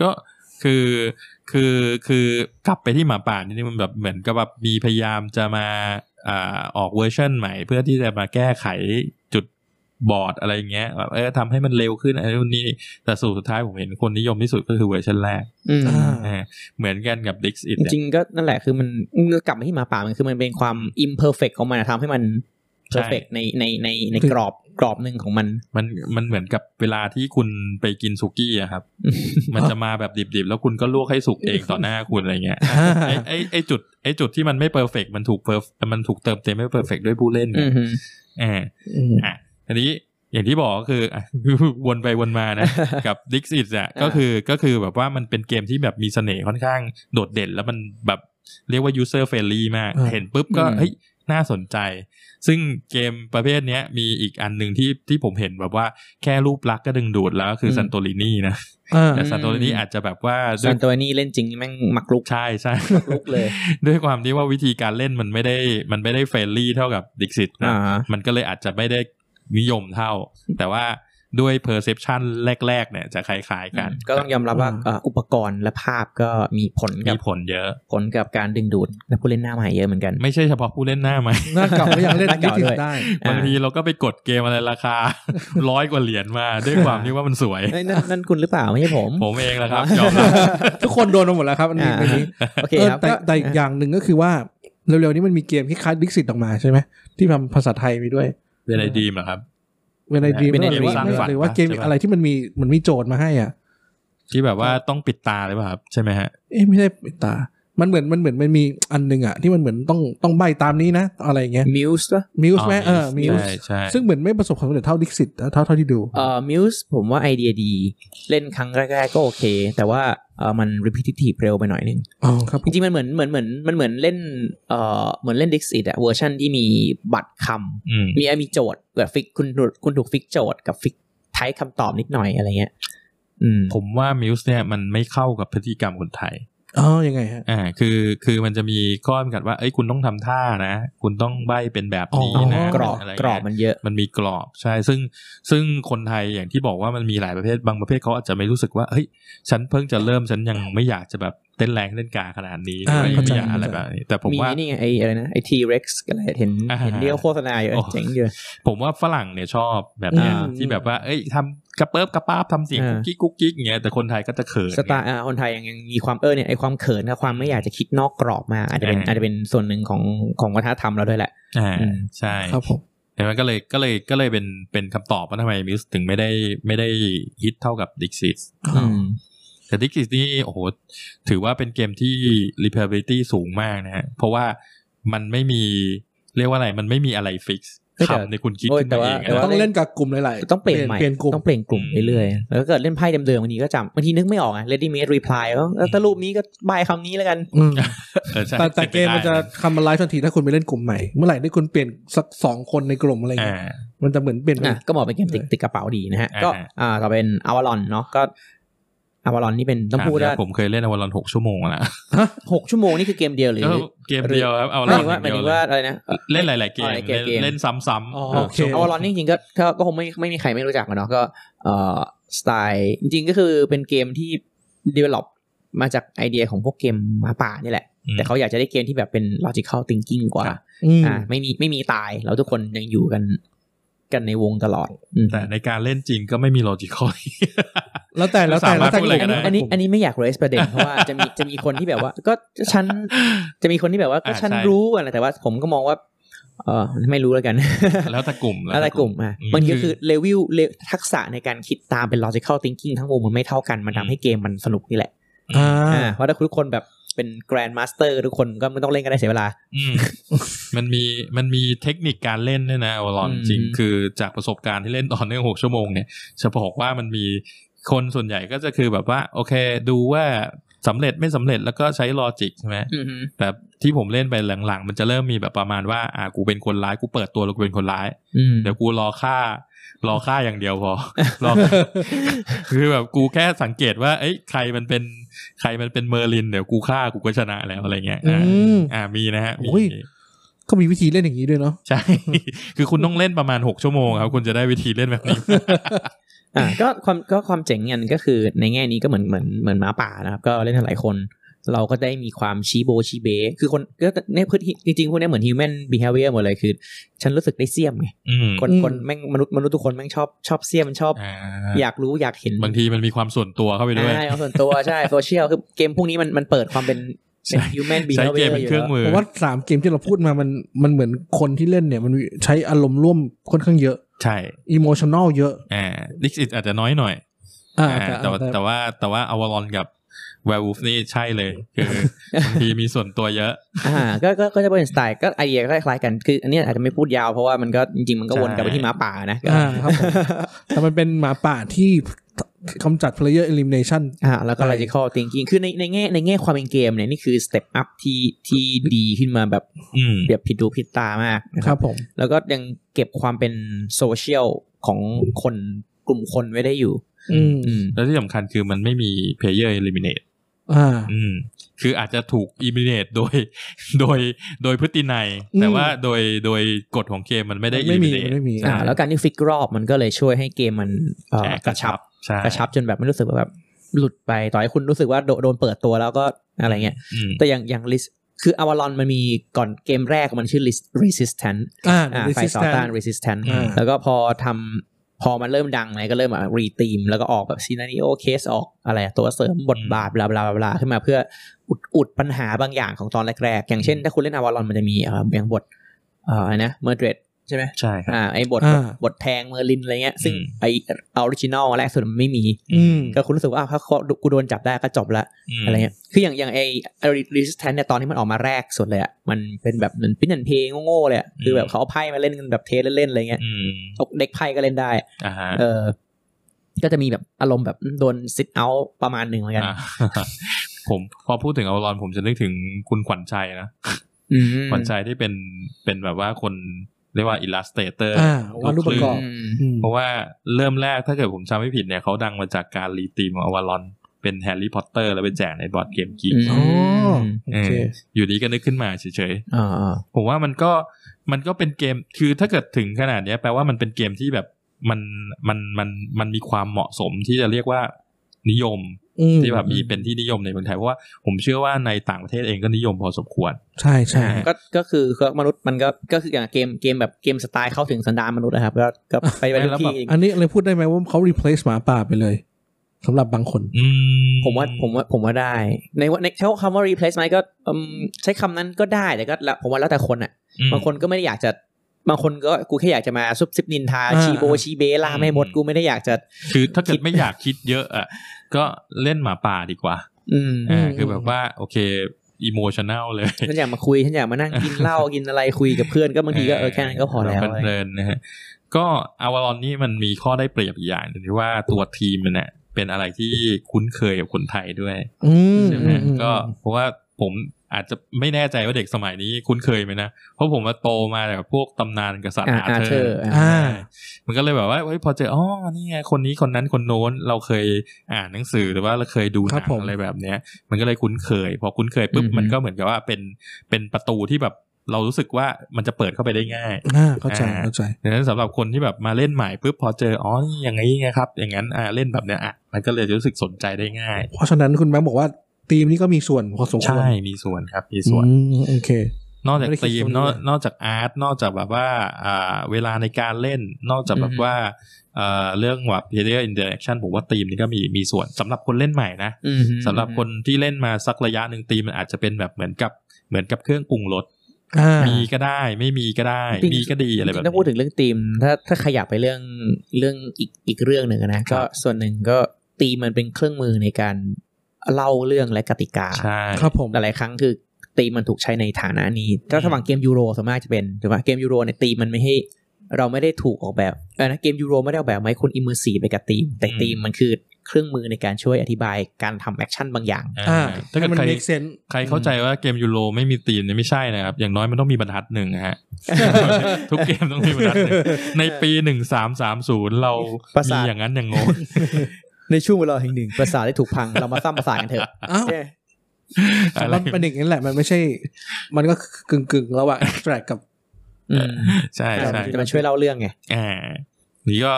[SPEAKER 2] ก็คือคือคือกลับไปที่หมาป่านี่มันแบบเหมือนกับแบบมีพยายามจะมาอ่าออกเวอร์ชันใหม่ เพื่อที่จะมาแก้ไขจุดบอดอะไรอย่างเงี้ยแบบเออทำให้มันเร็วขึ้นอะไรนู่นนี่แต่สูตรสุดท้ายผมเห็นคนนิยมที่สุดก็คือเวอร์ชันแรก
[SPEAKER 3] อืม
[SPEAKER 1] อ่า
[SPEAKER 2] อ่าเหมือนกันกับ Dix It
[SPEAKER 3] จริงๆก็นั่นแหละคือมันกลับมาที่หมาป่ามันคือมันเป็นความ imperfect ของมันอะทำให้มัน
[SPEAKER 2] ใช่
[SPEAKER 3] perfect ในในในในกรอบกรอบหนึ่งของมัน
[SPEAKER 2] มันมันเหมือนกับเวลาที่คุณไปกินสุกี้อะ ครับ มันจะมาแบบดิบๆ แล้วคุณก็ลวกให้สุกเองต่อหน้าคุณอะไร เงี้ย ไอ้ไอ้ไอ้จุดไอ้จุดที่มันไม่เพอร์เฟกมันถูกเพอร์มันถูกเติมเต็มไม่เพอร์เฟกด้วยผู้เล่นไง
[SPEAKER 3] อือฮึ
[SPEAKER 2] อ่า
[SPEAKER 1] อืม
[SPEAKER 2] อ่ะอันนี้อย่างที่บอกก็คืออ่ะ วนไปวนมา นะ กับ Dix It อ่ะก็คือก็คือแบบว่ามันเป็นเกมที่แบบมีเสน่ห์ค่อนข้างโดดเด่น แล้วมันแบบเรียกว่า user friendly มาก
[SPEAKER 1] อ่า
[SPEAKER 2] เห็นปุ๊บก็เฮ้ยน่าสนใจ ซึ่งเกมประเภทเนี้ยมีอีกอันหนึ่งที่ที่ผมเห็นแบบว่าแค่รูปลักษณ์ก็ดึงดูดแล้วก็คือซันโตลินีนะ
[SPEAKER 1] อ่า
[SPEAKER 2] แต่ซันโตลินีอาจจะแบบว่าด้
[SPEAKER 3] ส่
[SPEAKER 2] ว
[SPEAKER 3] วย นตัวนี้เล่นจริงแม่งหมักลุก
[SPEAKER 2] ใช่ใช่
[SPEAKER 3] ลุกเลย
[SPEAKER 2] ด้วยความที่ว่าวิธีการเล่นมันไม่ได้มันไม่ได้เฟรนลี่เท่ากับดิกซิตนะ
[SPEAKER 3] อ่า
[SPEAKER 2] มันก็เลยอาจจะไม่ได้นิยมเท่า แต่ว่าด้วย perception แรก ๆ เนี่ยจะคล้าย ๆ กัน
[SPEAKER 3] ก็ต้องยอมรับว่า
[SPEAKER 1] อ่า
[SPEAKER 3] เอ่ออุปกรณ์และภาพก็มีผลกั
[SPEAKER 2] มี
[SPEAKER 3] บ
[SPEAKER 2] ผลเยอะ
[SPEAKER 3] ผลกับการดึงดูดและผู้เล่นหน้าใหม่เยอะเหมือนกัน
[SPEAKER 2] ไม่ใช่เฉพาะผู้เล่นหน้าใหม่
[SPEAKER 1] หน้าเก่าก็ยังเล่น
[SPEAKER 3] หน้า
[SPEAKER 1] ดิ
[SPEAKER 3] เก่า
[SPEAKER 1] จิ
[SPEAKER 3] ด้
[SPEAKER 1] ต
[SPEAKER 3] วย
[SPEAKER 1] ได้
[SPEAKER 3] อ่า
[SPEAKER 2] บางทีเราก็ไปกดเกมอะไรราค า ร้อยกว่าเหรียญมา ด้วยความที่ว่ามันสวย
[SPEAKER 3] เอ้ยนั่นนั่นคุณหรือเปล่าไม่ใช่ผม
[SPEAKER 2] ผมเองแห ละครับยอมรับ
[SPEAKER 1] ทุกคนโดนมาหมดแล้วครับอันนี้
[SPEAKER 3] อ่า
[SPEAKER 1] อันนี้
[SPEAKER 3] โอเค
[SPEAKER 1] เออ
[SPEAKER 3] ครับ
[SPEAKER 1] แต่
[SPEAKER 3] ก็
[SPEAKER 1] แต่อีกอย่างหนึ่งก็คือว่าเร็วๆนี้มันมีเกมคล้ายๆดิกซิตออกมาใช่ไหมที่ทำภาษาไทยไปด้วย
[SPEAKER 2] เป็นไอดีมเหรอครับ
[SPEAKER 1] เวลาดี
[SPEAKER 3] เป็น
[SPEAKER 1] หรือ
[SPEAKER 2] เกมส
[SPEAKER 1] ว่า
[SPEAKER 2] ร้างฝัน
[SPEAKER 1] หรือว่า
[SPEAKER 2] นะ
[SPEAKER 1] เกม
[SPEAKER 2] ใช่ปะ
[SPEAKER 1] อะไรที่มันมีมันมีโจทย์มาให้อ่ะ
[SPEAKER 2] ที่แบบว่าต้องปิดตาเลยป่ะครับ ใช่ไหมฮะ
[SPEAKER 1] เอ๊ะไม่ใช่ปิดตา มันเหมือนมันเหมือนมันมีอันหนึ่งอ่ะที่มันเหมือนต้องต้องใบตามนี้นะ อะไรอย่างเงี้ย
[SPEAKER 3] มิวส์ป่ะ
[SPEAKER 1] มิวส์ไหมเออมิว
[SPEAKER 2] Muse
[SPEAKER 1] ส์
[SPEAKER 2] ใช่ใช่
[SPEAKER 1] ซึ่งเหมือนไม่ประสบความสำเร็จเท่าดิกซิตเท่าเท่าที่ดู
[SPEAKER 3] เอ่อมิวส์ผมว่าไอเดียดี เล่นครั้งแรกๆก็โอเค แต่ว่าเอ่อมัน repetitive เร็วไปหน่อยนึง
[SPEAKER 1] อ๋อครับผ
[SPEAKER 3] จ
[SPEAKER 1] ม
[SPEAKER 3] ริงๆมันเหมือนเหมือนเหมือนมันเหมือนเล่นเอ่อเหมือนเล่นดิกซิตอะเวอร์ชันที่มีบัตรคำ
[SPEAKER 2] อืม
[SPEAKER 3] มีมีโจทย์แบบฟิกคุณถูกคุณถูกฟิกโจทย์กับฟิกท้ายคำตอบนิดหน่อยอะไรเงี้ยอืม
[SPEAKER 2] ผมว่ามิวส์เนี่ยมันไม่เข้ากับพฤติกรรมคนไทย
[SPEAKER 1] อ๋อยังไงฮะ
[SPEAKER 2] อ่าคือคือมันจะมีข้อจำกัดว่าเอ้ยคุณต้องทำท่านะ คุณต้องใบเป็นแบบนี้
[SPEAKER 1] อ๋อ
[SPEAKER 2] นะ
[SPEAKER 3] กรอบ
[SPEAKER 2] ะไ
[SPEAKER 3] กรอบ
[SPEAKER 2] เงี้ย
[SPEAKER 3] มันเยอะ
[SPEAKER 2] มันมีกรอบใช่ ซึ่งซึ่งคนไทยอย่างที่บอกว่ามันมีหลายประเภทบางประเภทเขาอาจจะไม่รู้สึกว่าเฮ้ยฉันเพิ่งจะเริ่มฉันยังไม่อยากจะแบบเต้นแรงเต้นกาขนาดนี้
[SPEAKER 1] อ่า
[SPEAKER 2] ไม่
[SPEAKER 1] เข้าใจ
[SPEAKER 2] อยากอะไรแบบนี้แต่ผม
[SPEAKER 3] มี
[SPEAKER 2] ว่า
[SPEAKER 3] นี่ไงไออะไรนะไอทีเร็กซ์อะไรเห็น
[SPEAKER 2] อ่า
[SPEAKER 3] เห็นเรียวโฆษณาอยู่
[SPEAKER 2] โอ้
[SPEAKER 3] เจ๋งอยู่
[SPEAKER 2] ผมว่าฝรั่งเนี่ยชอบแบบเนี้ย
[SPEAKER 3] อืม
[SPEAKER 2] ที่แบบว่าเอ้ยทำกระเปิบกระป้าบทำเสียง
[SPEAKER 3] อ่า
[SPEAKER 2] กุ๊กกิ๊กกุ๊กกิ๊กอย่างเงี้ยแต่คนไทยก็จะเขิน
[SPEAKER 3] สไตล์อ่าคนไทยยังยังมีความเออเนี่ยไอความเขินกับความไม่อยากจะคิดนอกกรอบมากอาจจะเป็น
[SPEAKER 2] อ่า
[SPEAKER 3] อาจจะเป็นส่วนหนึ่งของของวัฒนธรรมเราด้วยแหละ
[SPEAKER 2] อ่า
[SPEAKER 3] อืม
[SPEAKER 2] ใช่
[SPEAKER 1] ครับผม
[SPEAKER 2] เห็นไหมก็เลยก็เลยก็เลยเป็นเป็นคำตอบว่าทำไมมิวส์ถึงไม่ได้ไม่ได้ฮิตเท่ากับดิกซิส
[SPEAKER 3] อืม
[SPEAKER 2] แต่ดิกซิสนี่โอ้โหถือว่าเป็นเกมที่ replayability สูงมากนะฮะ เพราะว่ามันไม่มีเรียกว่าอะไรมันไม่มีอะไรฟิกซ์
[SPEAKER 3] ไม่แต่
[SPEAKER 2] ขำในยคุณคิด
[SPEAKER 3] โอ้ย
[SPEAKER 2] ขึ้นมาเอง
[SPEAKER 3] แต่ว่า
[SPEAKER 2] นะ
[SPEAKER 1] ต้องเล่นกับกลุ่มหลายๆ
[SPEAKER 3] ต้องเปลี่ยนใหม่
[SPEAKER 1] เปลี่ยนกลุ่ม
[SPEAKER 3] ต้องเปลี่ยนกลุ่มเรื่อยๆแล้วก็เกิดเล่นไพ่เดิมๆบางทีก็จำบางทีนึกไม่ออกอ่ะ ready made reply ก็เออถ้ารูปนี้ก็ใบคำนี้แล้วกัน
[SPEAKER 1] อืม
[SPEAKER 2] เออใช่
[SPEAKER 1] แต่แต่เกมมันจะ
[SPEAKER 2] ป็ไปได้
[SPEAKER 1] ทำมันไลฟ์ทันทีถ้าคุณไปเล่นกลุ่มใหม่ เมื่อไหร่ที่คุณเปลี่ยนสักสองคนในกลุ่มอะไร
[SPEAKER 2] อ่า
[SPEAKER 1] เงี้ยมันจะเหมือนเปลี่ยนไป
[SPEAKER 3] อ่ะก็เหมาะเป็นเกมติดติดกระเป๋าดีนะฮะ
[SPEAKER 2] อ่า
[SPEAKER 3] ก็อ่าต่อเป็นอว a ลอนเนาะก็อว a ลอนนี่เป็นต้องพูด
[SPEAKER 2] ถาม
[SPEAKER 3] ว่า
[SPEAKER 2] เยผมเคยเล่นอวลอนหกชั่วโมงละ
[SPEAKER 3] หกชั่วโมงนี่คือเกมเดียวหรือ
[SPEAKER 2] ก็เกมเดียวครับเอา
[SPEAKER 3] หมาย
[SPEAKER 2] ล่ะ
[SPEAKER 3] ถึงว่าหมายถึงว่าอะไรนะ
[SPEAKER 2] เล่นหลาย ๆ เกม
[SPEAKER 3] หลายเกม
[SPEAKER 2] เล่นเล่นซ้ำๆ
[SPEAKER 1] อ๋อ
[SPEAKER 2] เออ
[SPEAKER 1] โค
[SPEAKER 2] ชั่วโม
[SPEAKER 3] อว
[SPEAKER 2] ง
[SPEAKER 3] ลอนนี่จริงๆก็ก็ก็คงไม่ไม่มีใครไม่รู้จักอะเนาะก็เอ่อสไตล์จริงๆก็คือเป็นเกมที่ develop มาจากไอเดียของพวกเกมหมาป่านี่แหละ
[SPEAKER 2] อืม
[SPEAKER 3] แต่เขาอยากจะได้เกมที่แบบเป็น logical thinking กว่า
[SPEAKER 2] ครับ
[SPEAKER 1] อืม
[SPEAKER 3] อ่าไม่มีไม่มีตายแล้วทุกคนยังอยู่กันกันในวงตลอดอืม
[SPEAKER 2] แต่ในการเล่นจริงก็ไม่มีลอจิคอ ล
[SPEAKER 1] แล้วแต่แล้วแต่
[SPEAKER 2] สามารถพูดอะไรก็ได้
[SPEAKER 1] อั
[SPEAKER 3] อั
[SPEAKER 1] น
[SPEAKER 3] น
[SPEAKER 1] นี้
[SPEAKER 3] นี้
[SPEAKER 1] อั
[SPEAKER 3] อั
[SPEAKER 1] น
[SPEAKER 3] น
[SPEAKER 1] นี้
[SPEAKER 3] นี้ไม่อยาก raise ประเด็น เพราะว่าจะมีจะมีคนที่แบบว่า ก็ฉันจะมีคนที่แบบว่าก็
[SPEAKER 2] อ่า
[SPEAKER 3] ฉัน
[SPEAKER 2] ใช่
[SPEAKER 3] รู้อะไรแต่ว่าผมก็มองว่า เออไม่รู้แล้วกัน
[SPEAKER 2] แล้วแต่กลุ่มแล้ว
[SPEAKER 3] อะไร
[SPEAKER 2] แต่
[SPEAKER 3] กลุ่มอ่ะ
[SPEAKER 2] อืม
[SPEAKER 3] บางทีก็คือเลเวลเลทักษะในการคิดตามเป็น logical thinking ทั้งวงมันไม่เท่ากัน มันทำให้เกมมันสนุกนี่แหละ
[SPEAKER 1] อ่า
[SPEAKER 3] อ่าเพราะถ้าทุกคนแบบเป็น grand master ทุกคนก็ไม่ต้องเล่นก็ได้เสียเวลา
[SPEAKER 2] อืมมันมีมันมีเทคนิคการเล่นด้วยนะอวลอน
[SPEAKER 3] อืม
[SPEAKER 2] จริงคือจากประสบการณ์ที่เล่นตอนเนื่องห กชั่วโมงเนี่ยจะบอกว่ามันมีคนส่วนใหญ่ก็จะคือแบบว่า โอเค ดูว่าสำเร็จไม่สำเร็จแล้วก็ใช้ลอจิกใช่ไหม
[SPEAKER 3] อือหือ
[SPEAKER 2] แต่ที่ผมเล่นไปหลังๆ มันจะเริ่มมีแบบประมาณว่าอ่ากูเป็นคนร้ายกูเปิดตัวแล้วกูเป็นคนร้าย
[SPEAKER 3] อืม
[SPEAKER 2] เดี๋ยวกูรอค่ารอค่าอย่างเดียวพอ รอคือแบบกูแค่สังเกตว่า เอ้ยใครมันเป็นใครมันเป็นเมอร์ลินเดี๋ยวกูฆ่ากูก็ชนะแล้วอะไรเงี้ย
[SPEAKER 1] อื
[SPEAKER 2] อ่าม อ่ามีนะฮะมี
[SPEAKER 1] โอ้ย ก็มีวิธีเล่นอย่างนี้ด้วยเนาะ
[SPEAKER 2] ใช่ คือคุณต้องเล่นประมาณ 6 ชั่วโมงครับ คุณจะได้วิธีเล่นแบบนี้
[SPEAKER 3] อ่าก็ความก็ความเจ๋งอย่างหนึงก็คือในแง่นี้ก็เหมือนเหมือนเหมือนหมาป่านะครับ ก็เล่นกันหลายคน เราก็ได้มีความชี้โบชี้เบคือคนก็เนี่ยพื้นที่จริงๆพวกเนี้ยเหมือน human behavior หมดเลยคือ ฉันรู้สึกได้เสี้ยมไง
[SPEAKER 2] อืม
[SPEAKER 3] คนคนแม่งมนุษย์มนุษย์ทุกคนแม่งชอบชอบเสี้ยมชอบ
[SPEAKER 2] อ่า
[SPEAKER 3] อยากรู้อยากเห็น
[SPEAKER 2] บางทีมันมีความส่วนตัวเข้าไปด้วย
[SPEAKER 3] ใช่เอาส่วนตัวใช่โซเชียลคือเกมพวกนี้มันมันเปิดความเป็น
[SPEAKER 2] ใช่
[SPEAKER 3] เป็น human
[SPEAKER 2] ใช้
[SPEAKER 3] behavior
[SPEAKER 2] เกมเป็นเครื่องมือ
[SPEAKER 1] เพราะว่าสามเกมที่เราพูดมามันมันเหมือนคนที่เล่นเนี่ย มันใช้อารมณ์ร่วมค่อนข้างเยอะ
[SPEAKER 2] ใช่
[SPEAKER 1] อิโมชันแนลเยอะ
[SPEAKER 2] อ่าดิสิตอาจจะน้อยหน่อย
[SPEAKER 1] อ่า
[SPEAKER 2] อ่าแต่ว่าแต่ว่าแต่ว่าอวารอนกับแวร์วูฟนี่ใช่เลย คือบางทีมีส่วนตัวเยอะ
[SPEAKER 3] อ่าก็ก็ก็จะเป็นสไตล์ก็ไอเดียก็คล้ายๆกันคืออันเนี้ยอาจจะไม่พูดยาวเพราะว่ามันก็จริงๆ มันก็วนกลับไป
[SPEAKER 2] ใช่
[SPEAKER 3] ที่หมาป่านะ
[SPEAKER 1] อ่าครับผมแต่มันเป็นหมาป่าที่กำจัด player elimination
[SPEAKER 3] อ่าแล้วก็ logical thinking คือในในแง่ในแง่ความเป็นเกมเนี่ยนี่คือ step up ที่ที่ดีขึ้นมาแบบ
[SPEAKER 2] อืม
[SPEAKER 3] แบบผิดดูผิดตามากนะ
[SPEAKER 1] ค
[SPEAKER 3] ค
[SPEAKER 1] รั
[SPEAKER 3] รั
[SPEAKER 1] บบ ผม
[SPEAKER 3] แล้วก็ยังเก็บความเป็นโซเชียลของคนกลุ่มคนไว้ได้อยู่
[SPEAKER 1] อืม
[SPEAKER 3] อืม
[SPEAKER 2] แล้วที่สำคัญคือมันไม่มีเพลเยอร์เอลิมิเนต
[SPEAKER 1] อ่า
[SPEAKER 2] อืม คืออาจจะถูกอิมิเนตโดย โดยโดยพฤตินัย แต่
[SPEAKER 1] อืม
[SPEAKER 2] ว่าโดยโดยกฎของเกมมันไม่ได้
[SPEAKER 1] มั
[SPEAKER 2] อิ
[SPEAKER 1] นไม่
[SPEAKER 2] มิ
[SPEAKER 1] มี
[SPEAKER 2] เนต
[SPEAKER 1] มันไม่มี
[SPEAKER 3] อ่าแล้วการที่ฟิกรอบมันก็เลยช่วยให้เกมมันเอ่อกระชับ
[SPEAKER 2] ใช่
[SPEAKER 3] กระชับจนแบบไม่รู้สึกว่าแบบหลุดไปต่อให้คุณรู้สึกว่าโดโดนเปิดตัวแล้วก็อะไรเงี้ย
[SPEAKER 2] อืม
[SPEAKER 3] แต่อย่างอย่างลิสคืออวารอนมันมีก่อนเกมแรกมันชื่อ List resistant
[SPEAKER 1] อ่า
[SPEAKER 3] อ่าไฟต่อ
[SPEAKER 1] resistance
[SPEAKER 3] ต้าน resistant
[SPEAKER 1] อ่า
[SPEAKER 3] แล้วก็พอทำพอมันเริ่มดังไงก็เริ่มรีทีมแล้วก็ออกแบบซีนาริโอเคสออกอะไรอะตัวเสริมบทบาทบลาบลาบลาขึ้นมาเพื่ออุดอุดปัญหาบางอย่างของตอนแรกๆ อย่างเช่น ถ้าคุณเล่นอวารอนมันจะมีเอ่ออย่างบทเอ่ออะไรนะเมอร์เดรใช่ไหม
[SPEAKER 2] ใช่ครับ
[SPEAKER 3] อ่าไอ้บท
[SPEAKER 1] อ่า
[SPEAKER 3] บทแทงเมอร์ลินอะไรเงี้ยซึ่ง
[SPEAKER 2] อืม
[SPEAKER 3] ไอออริจินอลแรกสุดมันไม่มี
[SPEAKER 1] อืม
[SPEAKER 3] ก็คุณรู้สึกว่าอ้าวถ้าเขากูโดนจับได้ก็จบละ
[SPEAKER 2] ม
[SPEAKER 3] อะไรเงี้ย คืออย่างอย่างไอ้ resistance เนี่ยตอนที่มันออกมาแรกสุดเลยอ่ะ มันเป็นแบบเหมือนพินนันเพงโง่ๆเลยอะคือแบบเขาเอาไพ่มาเล่นกันแบบเทสเล่นๆอะไรเงี้ย
[SPEAKER 2] อืม
[SPEAKER 3] เอาเด็กไพ่ก็เล่นได้
[SPEAKER 2] อ่าฮะ
[SPEAKER 3] เออ ก็จะมีแบบอารมณ์แบบโดน sit out ประมาณหนึ่งเหมือนกัน
[SPEAKER 2] อ่า ผมพอพูดถึงอวารอนผมจะนึกถึงคุณขวัญชัยนะ
[SPEAKER 3] อืม
[SPEAKER 2] ขวัญชัยที่เป็นเป็นแบบว่าคนเรียกว่าอิลลัสเตเตอร์
[SPEAKER 1] อ่าวาดรูปประกอบ
[SPEAKER 3] อืม
[SPEAKER 1] อืม
[SPEAKER 2] เพราะว่าเริ่มแรกถ้าเกิดผมจำไม่ผิดเนี่ยเขาดังมาจากการรีตีมของอวารอน เป็นแฮร์รี่พอตเตอร์แล้วไปแจกในบอร์ดเกมกี
[SPEAKER 1] อ๋อโอเค
[SPEAKER 2] อยู่ดีก็นึกขึ้นมาเฉย
[SPEAKER 3] อ่า
[SPEAKER 2] ๆ ผมว่ามันก็มันก็เป็นเกมคือถ้าเกิดถึงขนาดเนี้ยแปลว่ามันเป็นเกมที่แบบมันมันมันมันมีความเหมาะสมที่จะเรียกว่านิยม
[SPEAKER 1] อืม
[SPEAKER 2] ที่แบบมีเป็นที่นิยมในเมืองไทยเพราะว่าผมเชื่อว่าในต่างประเทศเองก็นิยมพอสมควร
[SPEAKER 1] ใช่ใช่
[SPEAKER 2] อ่า
[SPEAKER 3] ก็ก็คือคือมนุษย์มันก็ก็คืออย่างเกมเกมแบบเกมสไตล์เข้าถึงสันดานมนุษย์นะครับก็ก็ไปไปทุกที่
[SPEAKER 1] อันนี้เลยพูดได้ไหมว่าเขา replace หมาป่าไปเลยสำหรับบางคน
[SPEAKER 2] อื
[SPEAKER 3] ผมว่าผมว่าผมว่าได้ ในว่าในใช้คำว่า replace ไหมก็อืมใช้คำนั้นก็ได้แต่ก็แล้วผมว่าแล้วแต่คนอ่ะ
[SPEAKER 2] อืม
[SPEAKER 3] บางคนก็ไม่ได้อยากจะบางคนก็กูแค่อยากจะมาซุบซิบนินทา
[SPEAKER 1] อ่า
[SPEAKER 3] ชีโบชีเบล่าไม่หมด
[SPEAKER 2] อืม
[SPEAKER 3] กูไม่ได้อยากจะ
[SPEAKER 2] คือถ้าเกิ
[SPEAKER 3] คิ
[SPEAKER 2] ด
[SPEAKER 3] ด
[SPEAKER 2] ไม่อยากคิดเยอะอ่ะก็เล่นหมาป่าดีกว่า
[SPEAKER 3] อืม
[SPEAKER 2] อ่า
[SPEAKER 1] อืม
[SPEAKER 2] คือแบบว่าโอเค อิโมชันแนลเลย
[SPEAKER 3] ฉันอยากมาคุยฉันอยากมานั่งกินเหล้า กินอะไรคุยกับเพื่อนก็บางทีก็เออแค่นั้นก็พอแล้ว
[SPEAKER 2] เพลินๆนะฮะก็อาวารอนนี่มันมีข้อได้เปรียบอีกอย่างหนึ่งที่ว่าตัวทีมมันเนี่ยเป็นอะไรที่คุ้นเคยกับคนไทยด้วย
[SPEAKER 1] อืม
[SPEAKER 2] ใช่ไหม
[SPEAKER 1] อืมอืม
[SPEAKER 2] ก็เพราะว่าผมอาจจะไม่แน่ใจว่าเด็กสมัยนี้คุ้นเคยไหมนะ เพราะผมมาโตมาแบบพวกตำนานกษัตริ
[SPEAKER 3] อ่า
[SPEAKER 2] ย์อา
[SPEAKER 3] อา
[SPEAKER 2] เธ
[SPEAKER 3] เธ
[SPEAKER 2] อ
[SPEAKER 3] อ
[SPEAKER 2] ร์
[SPEAKER 3] ร์อ่ะ
[SPEAKER 1] อ่า
[SPEAKER 2] มันก็เลยแบบว่าเฮ้ยพอเจออ๋อนี่ไงคนนี้คนนั้นคนโน้นเราเคยอ่านหนังสือหรือว่าเราเคยดูห
[SPEAKER 1] ครั
[SPEAKER 2] นั
[SPEAKER 1] บผ
[SPEAKER 2] ง
[SPEAKER 1] ม
[SPEAKER 2] อะไรแบบเนี้ย มันก็เลยคุ้นเคย พอคุ้นเคยปุ๊บ
[SPEAKER 3] อือฮึ
[SPEAKER 2] มันก็เหมือนกับว่าเป็นเป็นประตูที่แบบเรารู้สึกว่ามันจะเปิดเข้าไปได้ง่าย
[SPEAKER 1] อ่าเข้าใจ
[SPEAKER 2] อ่า
[SPEAKER 1] เข้าใจ
[SPEAKER 2] ดังนั้นสำหรับคนที่แบบมาเล่นใหม่ปุ๊บพอเจออ๋อนี่อย่างนี้ไงครับ อย่างนั้นอ่าเล่นแบบเนี้ยอ่ะมันก็เลยรู้สึกสนใจได้ง่าย
[SPEAKER 1] เพราะฉะนั้นคุณแบงค์บอกว่าทีมนี้ก็มีส่วนพอสมคว
[SPEAKER 2] ใช่
[SPEAKER 1] ร
[SPEAKER 2] มีส่วนครับมีส่วน
[SPEAKER 1] อืมโอเค
[SPEAKER 2] นอกจาก
[SPEAKER 1] ไม่ได้คิด
[SPEAKER 2] ธีม
[SPEAKER 1] ตรง
[SPEAKER 2] นอ
[SPEAKER 1] นี้
[SPEAKER 2] ก
[SPEAKER 1] เลย
[SPEAKER 2] นอกจากอาร์ตนอกจากแบบว่าอ่าเวลาในการเล่น นอกจากแบ
[SPEAKER 3] อื
[SPEAKER 2] บ
[SPEAKER 3] อฮึ
[SPEAKER 2] ว่าเอ่อเรื่องว่า player interaction ผมว่าธีมนี่ก็มีมีส่วนสำหรับคนเล่นใหม่นะ
[SPEAKER 3] อืม
[SPEAKER 2] สำหรับคนที่เล่นมาสักระยะหนึ่งธีมมันอาจจะเป็นแบบเหมือนกับเหมือนกับเครื่องปรุงรสมีก็ได้ไม่มีก็ได้
[SPEAKER 3] จริงๆ
[SPEAKER 2] มีก็ดีอะไรแบ
[SPEAKER 3] จ
[SPEAKER 2] บ
[SPEAKER 3] งๆถ้าพูด
[SPEAKER 2] นี้
[SPEAKER 3] ถึงเรื่องธีมถ้าถ้าขยับไปเรื่องเรื่องอีกอีกเรื่องหนึ่งนะ
[SPEAKER 2] ครั
[SPEAKER 3] ก็
[SPEAKER 2] บ
[SPEAKER 3] ส่วนหนึ่งก็ธีมมันเป็นเครื่องมือในการเล่าเรื่องและกติกา
[SPEAKER 2] ใช่
[SPEAKER 1] ครับผม
[SPEAKER 3] หลายๆครั้งคือตีมมันถูกใช้ในฐานะนี้ถ้าสมังเกมยูโรส่วนมากจะเป็นถูกไหมเกมยูโรเนี่ยตีมมันไม่ให้เราไม่ได้ถูกออกแบบเออนะเกมยูโรไม่ได้ออกแบบมาให้คุณอิมเมอร์ซีไปกับตีม แต่ตีมมันคือเครื่องมือในการช่วยอธิบายการทำแอคชั่นบางอย่าง
[SPEAKER 2] อ่า
[SPEAKER 1] อ่า
[SPEAKER 2] ถ้าเกิด
[SPEAKER 1] ให้มัน
[SPEAKER 2] ใคร
[SPEAKER 1] make sense
[SPEAKER 2] ใครเข้าใจว่าเกมยูโรไม่มีธีมเนี่ยไม่ใช่นะครับ อย่างน้อยมันต้องมีบรรทัดหนึ่ง นะฮะ ทุกเกมต้องมีบรรทัดหนึ่งในปีหนึ่งสามสามศูนย์เรา
[SPEAKER 3] ประสา
[SPEAKER 2] มี
[SPEAKER 3] ท
[SPEAKER 2] อย่างนั้นอย่างงง
[SPEAKER 3] ในช่วงเวลาแห่งหนึ่งประสาทได้ถูกพังเรามาสร้างประสาทกันเถ อะ
[SPEAKER 1] อ้าว
[SPEAKER 2] อะ
[SPEAKER 1] แต่
[SPEAKER 2] ไร
[SPEAKER 1] มันเป็นอย่างนั้นแหละมันไม่ใช่ มันก็กึ่งกึ่งๆระหว่างแทร็กกับ
[SPEAKER 3] อืม
[SPEAKER 2] ใช่ใช่
[SPEAKER 3] แต่มันช่วยเล่าเรื่องไง
[SPEAKER 2] อ่านี่ก็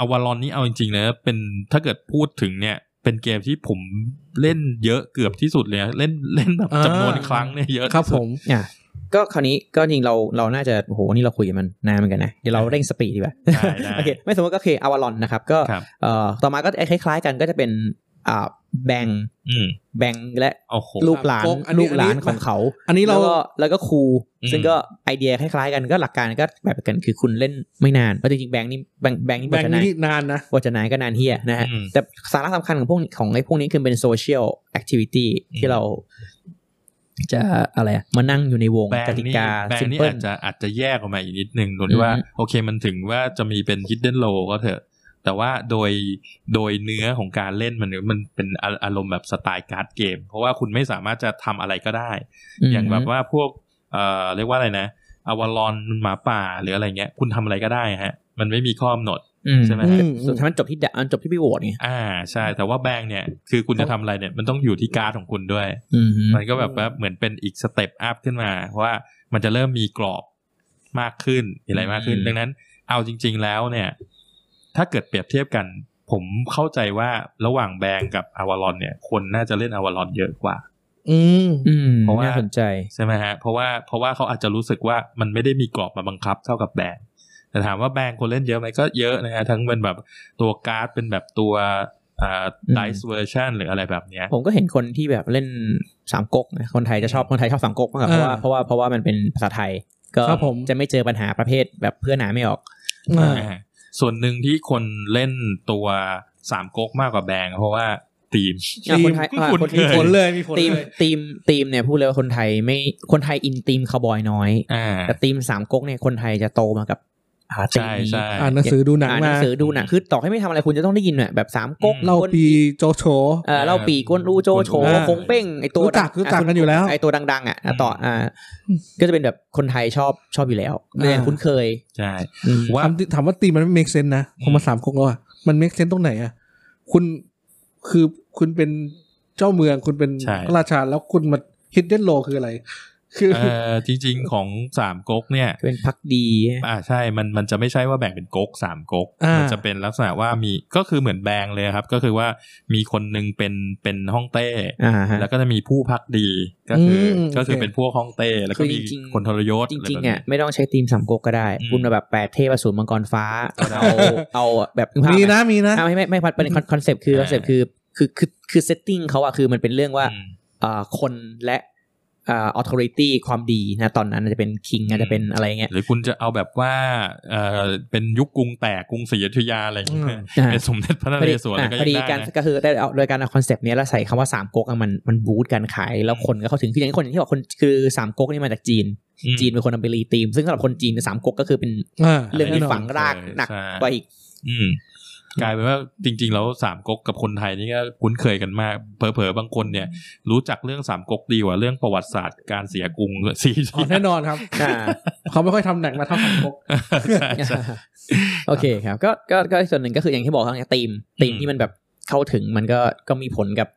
[SPEAKER 2] อวารอนนี่เอาจริงๆนะเป็นถ้าเกิดพูดถึงเนี่ย เป็นเกมที่ผมเล่นเยอะเกือบที่สุดเลยนะเล่นเล่นแบบ
[SPEAKER 1] อ่า
[SPEAKER 2] จำนวนครั้งเนี่ยเยอะ
[SPEAKER 1] ครับผม
[SPEAKER 3] อ่ะก็คราวนี้ก็จริงเราเราน่าจะโอ้โหนี่เราคุยกันมันนานเหมือนกันนะเดี๋ยวเราเร่งสปีดดีกว่า
[SPEAKER 2] ได้ได้
[SPEAKER 3] โอเคไม่สมมติก็โอเคอวารอนนะครับก็
[SPEAKER 2] ครับ
[SPEAKER 3] เอ่อต่อมาก็คล้ายๆ กันก็จะเป็นอ่าแบงค์
[SPEAKER 2] อืม
[SPEAKER 3] แบงค์และ
[SPEAKER 2] โอ้โห
[SPEAKER 3] ลูกหลาน
[SPEAKER 1] โกอันนี้
[SPEAKER 3] ลูกหลาน
[SPEAKER 1] อันนี้
[SPEAKER 3] ของเขา
[SPEAKER 1] อันนี้เรา
[SPEAKER 3] แล้วก็แล้วก็ครู
[SPEAKER 2] อืม
[SPEAKER 3] ซึ่งก็ไอเดียคล้ายๆกันก็หลักการก็แบบกันคือคุณเล่นไม่นานเพราะจริงๆแบงค์นี่แบงค์แบงค์นี่บ
[SPEAKER 1] แบ่
[SPEAKER 3] ท
[SPEAKER 1] ง
[SPEAKER 3] จะนาน
[SPEAKER 1] นี้นานนะ
[SPEAKER 3] บทจะนานก็นานเฮียนะฮะ
[SPEAKER 2] อืม
[SPEAKER 3] แต่สาระสำคัญของพวกของไอ้พวกนี้คือเป็นโซเชียลแอคทิวิตี้
[SPEAKER 2] อื
[SPEAKER 3] ที่
[SPEAKER 2] ม
[SPEAKER 3] เรา จะอะไรอะมานั่งอยู่ในวง
[SPEAKER 2] แบง
[SPEAKER 3] ก
[SPEAKER 2] ค์
[SPEAKER 3] ติ
[SPEAKER 2] นี่
[SPEAKER 3] กา
[SPEAKER 2] แบง
[SPEAKER 3] ซิ
[SPEAKER 2] ค์
[SPEAKER 3] ม
[SPEAKER 2] นี่
[SPEAKER 3] เพิ
[SPEAKER 2] อา
[SPEAKER 3] ล
[SPEAKER 2] จจะอาจจะแยกออกมาอีกนิดนึงตรงที่ว่า
[SPEAKER 3] อืม
[SPEAKER 2] โอเคมันถึงว่าจะมีเป็น hidden low ก็เถอะ แต่ว่าโดยโดยเนื้อของการเล่นมันมันเป็นอาอารมณ์แบบสไตล์การ์ดเกม เพราะว่าคุณไม่สามารถจะทำอะไรก็ได้ อย่างแบบว่าพวก เอ่อ เรียกว่าอะไรนะอวารอนหมาป่าหรืออะไรเงี้ย คุณทำอะไรก็ได้ฮะ มันไม่มีข้อกำหนด ใช่ไหม
[SPEAKER 1] อืม
[SPEAKER 3] สุดท้ายมันจบที่ดะมันจบที่พี่โหวตไง
[SPEAKER 2] อ่า ใช่ แต่ว่าแบงค์เนี่ย คือคุณจะทำอะไรเนี่ย มันต้องอยู่ที่การ์ดของคุณด้วย
[SPEAKER 3] อืม
[SPEAKER 2] มันก็แบบว่าเหมือนเป็นอีกสเต็ปอัพขึ้นมา เพราะว่ามันจะเริ่มมีกรอบมากขึ้นมีอะไรมากขึ้น ดังนั้น เอาจริง ๆ แล้วเนี่ย ถ้าเกิดเปรียบเทียบกัน ผมเข้าใจว่าระหว่างแบงค์กับอวารอนเนี่ย คนน่าจะเล่นอวารอนเยอะกว่า
[SPEAKER 1] อืม
[SPEAKER 3] อืม
[SPEAKER 2] เพราะว่า
[SPEAKER 3] น่าสนใจ
[SPEAKER 2] ใช่ไหมฮะ เพราะว่าเพราะว่าเขาอาจจะรู้สึกว่ามันไม่ได้มีกรอบมาบังคับเท่ากับแบงค์แต่ถามว่าแบงค์คนเล่นเยอะไหมก็เยอะนะฮะ ทั้งเป็นแบบตัวการ์ดเป็นแบบตัวอ่า
[SPEAKER 3] อืม
[SPEAKER 2] dice version หรืออะไรแบบเนี้ย
[SPEAKER 3] ผมก็เห็นคนที่แบบเล่นสามก๊กนะคนไทยจะชอบคนไทยชอบสามก๊กมากกว่าเพราะว่า
[SPEAKER 1] อ่า
[SPEAKER 3] เพราะว่าเพราะว่ามันเป็นภาษาไทย ก็
[SPEAKER 1] ครับผม
[SPEAKER 3] จะไม่เจอปัญหาประเภทแบบเพื่อนหนาไม่ออก
[SPEAKER 1] อ่า
[SPEAKER 2] อ่าส่วนหนึ่งที่คนเล่นตัวสามก๊กมากกว่าแบงค์เพราะว่าทีม
[SPEAKER 1] ทีม
[SPEAKER 3] คนไทยอ่ะ
[SPEAKER 2] คุ้น
[SPEAKER 3] คน
[SPEAKER 2] เค
[SPEAKER 3] ที่
[SPEAKER 2] ย
[SPEAKER 1] ผลเลยมีผล
[SPEAKER 3] ทีม
[SPEAKER 1] เลย
[SPEAKER 3] ทีมทีมเนี่ยพูดเลยว่าคนไทยไม่คนไทยอินทีมคาวบอยน้อย
[SPEAKER 2] อ่า
[SPEAKER 3] แต่ทีมสามก๊กเนี่ยคนไทยจะโตมากับอ่าธีมนี้
[SPEAKER 2] ใช่ใช่
[SPEAKER 1] อ่านหนังสือดูหนัง
[SPEAKER 3] อ่านห
[SPEAKER 1] มา
[SPEAKER 3] นังสือดูหนังคือต่อให้ไม่ทำอะไรคุณจะต้องได้ยินเนี่ยแบบสามก๊ก
[SPEAKER 2] อืม
[SPEAKER 1] เล่า
[SPEAKER 3] คน
[SPEAKER 1] ปีโจโฉ
[SPEAKER 3] เออเล่าปีก้นรูโจโฉ
[SPEAKER 1] อ่า
[SPEAKER 3] คงเป้งไอตัว
[SPEAKER 1] รู้จักรู้จัก
[SPEAKER 3] ะ
[SPEAKER 1] กันอยู่แล้ว
[SPEAKER 3] ไอตัวดังๆอ่ะอ่ะต่ออ่า ก็จะเป็นแบบคนไทยชอบชอบอยู่แล้วเนี่ย
[SPEAKER 1] อ่า
[SPEAKER 3] คุ้นเคย
[SPEAKER 2] ใช่
[SPEAKER 3] อืม
[SPEAKER 2] ว่า
[SPEAKER 1] ถามที่ถามว่าตีมมันไม่ make sense นะพอมาสามก๊กแล้วอ่ะมัน make sense ตรงไหนอ่ะคุณคือคุณเป็นเจ้าเมืองคุณเป็น
[SPEAKER 2] ใช่
[SPEAKER 1] พระราชาแล้วคุณมา hidden law คืออะไร คือ
[SPEAKER 2] เอ่อจริง ๆ ของสามก๊กเนี่ย
[SPEAKER 3] เป็นพักดี
[SPEAKER 2] อ่าใช่มันมันจะไม่ใช่ว่าแบ่งเป็นก๊กสามก๊ก
[SPEAKER 1] อ่ามั
[SPEAKER 2] มัจะเป็นลักษณะว่ามีก็คือเหมือนแบงค์เลยครับ ก็คือว่ามีคนหนึ่งเป็นเป็นห้องเต้
[SPEAKER 3] อ่าฮะ
[SPEAKER 2] แล้วก็จะมีผู้พักดีก็คืออ
[SPEAKER 1] ม
[SPEAKER 2] ก็คือ
[SPEAKER 1] โอเค
[SPEAKER 2] เป็นพวกห้องเต้แล้วก็
[SPEAKER 3] คือ
[SPEAKER 2] มี
[SPEAKER 3] จริงๆ
[SPEAKER 2] คนทรยศ
[SPEAKER 3] จ
[SPEAKER 2] ไร
[SPEAKER 3] ริง
[SPEAKER 2] แบบ
[SPEAKER 3] ๆ
[SPEAKER 2] นี้
[SPEAKER 3] อ่ะไม่ต้องใช้ทีมสามก๊กก็ได้
[SPEAKER 2] อืม
[SPEAKER 3] คุณเอาแบบแปดเทพอสูรมังกรฟ้าเอาเอาแบบ
[SPEAKER 1] มีนะมีนะ
[SPEAKER 3] อ่ะไม่ไม่ไม่ไม่เป็นคอนเซปต์คือคอนเซปต์คือคือคือคือเซตติ้งเขาอะคือมันเป็นเรื่องว่า
[SPEAKER 2] อืม
[SPEAKER 3] อ่าคนและ อ่า authority ความดีนะตอนนั้นอาจจะเป็น king อาจจะเป็นอะไรเงี้ย
[SPEAKER 2] หรือคุณจะเอาแบบว่าเออเป็นยุคกรุงแตกกรุงศรีอยุธยาอะไรอย่างเงี้ย
[SPEAKER 3] อืม
[SPEAKER 2] เป็นสมเด็จพระนเรศวร
[SPEAKER 3] อ่ะ
[SPEAKER 2] แล้ว
[SPEAKER 3] พ
[SPEAKER 2] ก็
[SPEAKER 3] อดี
[SPEAKER 2] ยัง
[SPEAKER 3] การ
[SPEAKER 2] ได้นะ
[SPEAKER 3] ก็คือได้เอาโดยการเอาคอนเซปต์เนี้ยแล้วใส่คำว่าสามก๊กอะมันมันบูตการขายแล้วคนก็เข้าถึงคืออย่างที่คนที่บอกคนคือสามก๊กนี่มาจากจีน
[SPEAKER 2] อืม
[SPEAKER 3] จีนเป็นคนนำไปรีตีม ซึ่งสำหรับคนจีนเนี่ยสามก๊กก็คือเป็น
[SPEAKER 1] อ่า
[SPEAKER 3] เรื่องที่
[SPEAKER 1] แน่นน
[SPEAKER 3] ฝังราก
[SPEAKER 2] ใช่
[SPEAKER 3] หนัก
[SPEAKER 2] ใช่
[SPEAKER 3] กว่าอีก
[SPEAKER 2] อืมกลายเป็นว่าจริง ๆ แล้วสามก๊กกับคนไทยนี่ก็คุ้นเคยกันมากเผลอๆบางคนเนี่ย รู้จักเรื่องสามก๊กดีกว่าเรื่องประวัติศาสตร์การเสียกรุง หรือสี
[SPEAKER 1] อ๋อแน่นอนครับ
[SPEAKER 3] อ่า
[SPEAKER 1] เขาไม่ค่อยทำหนังมาเท่าสังคม
[SPEAKER 2] ใช่ใช่
[SPEAKER 3] โอเคครับก็ก็ก็ส่วนหนึ่งก็คืออย่างที่บอกทั้งตีมตีม
[SPEAKER 2] อืม
[SPEAKER 3] ที่มันแบบเข้าถึงมันก็ก็มีผลกับ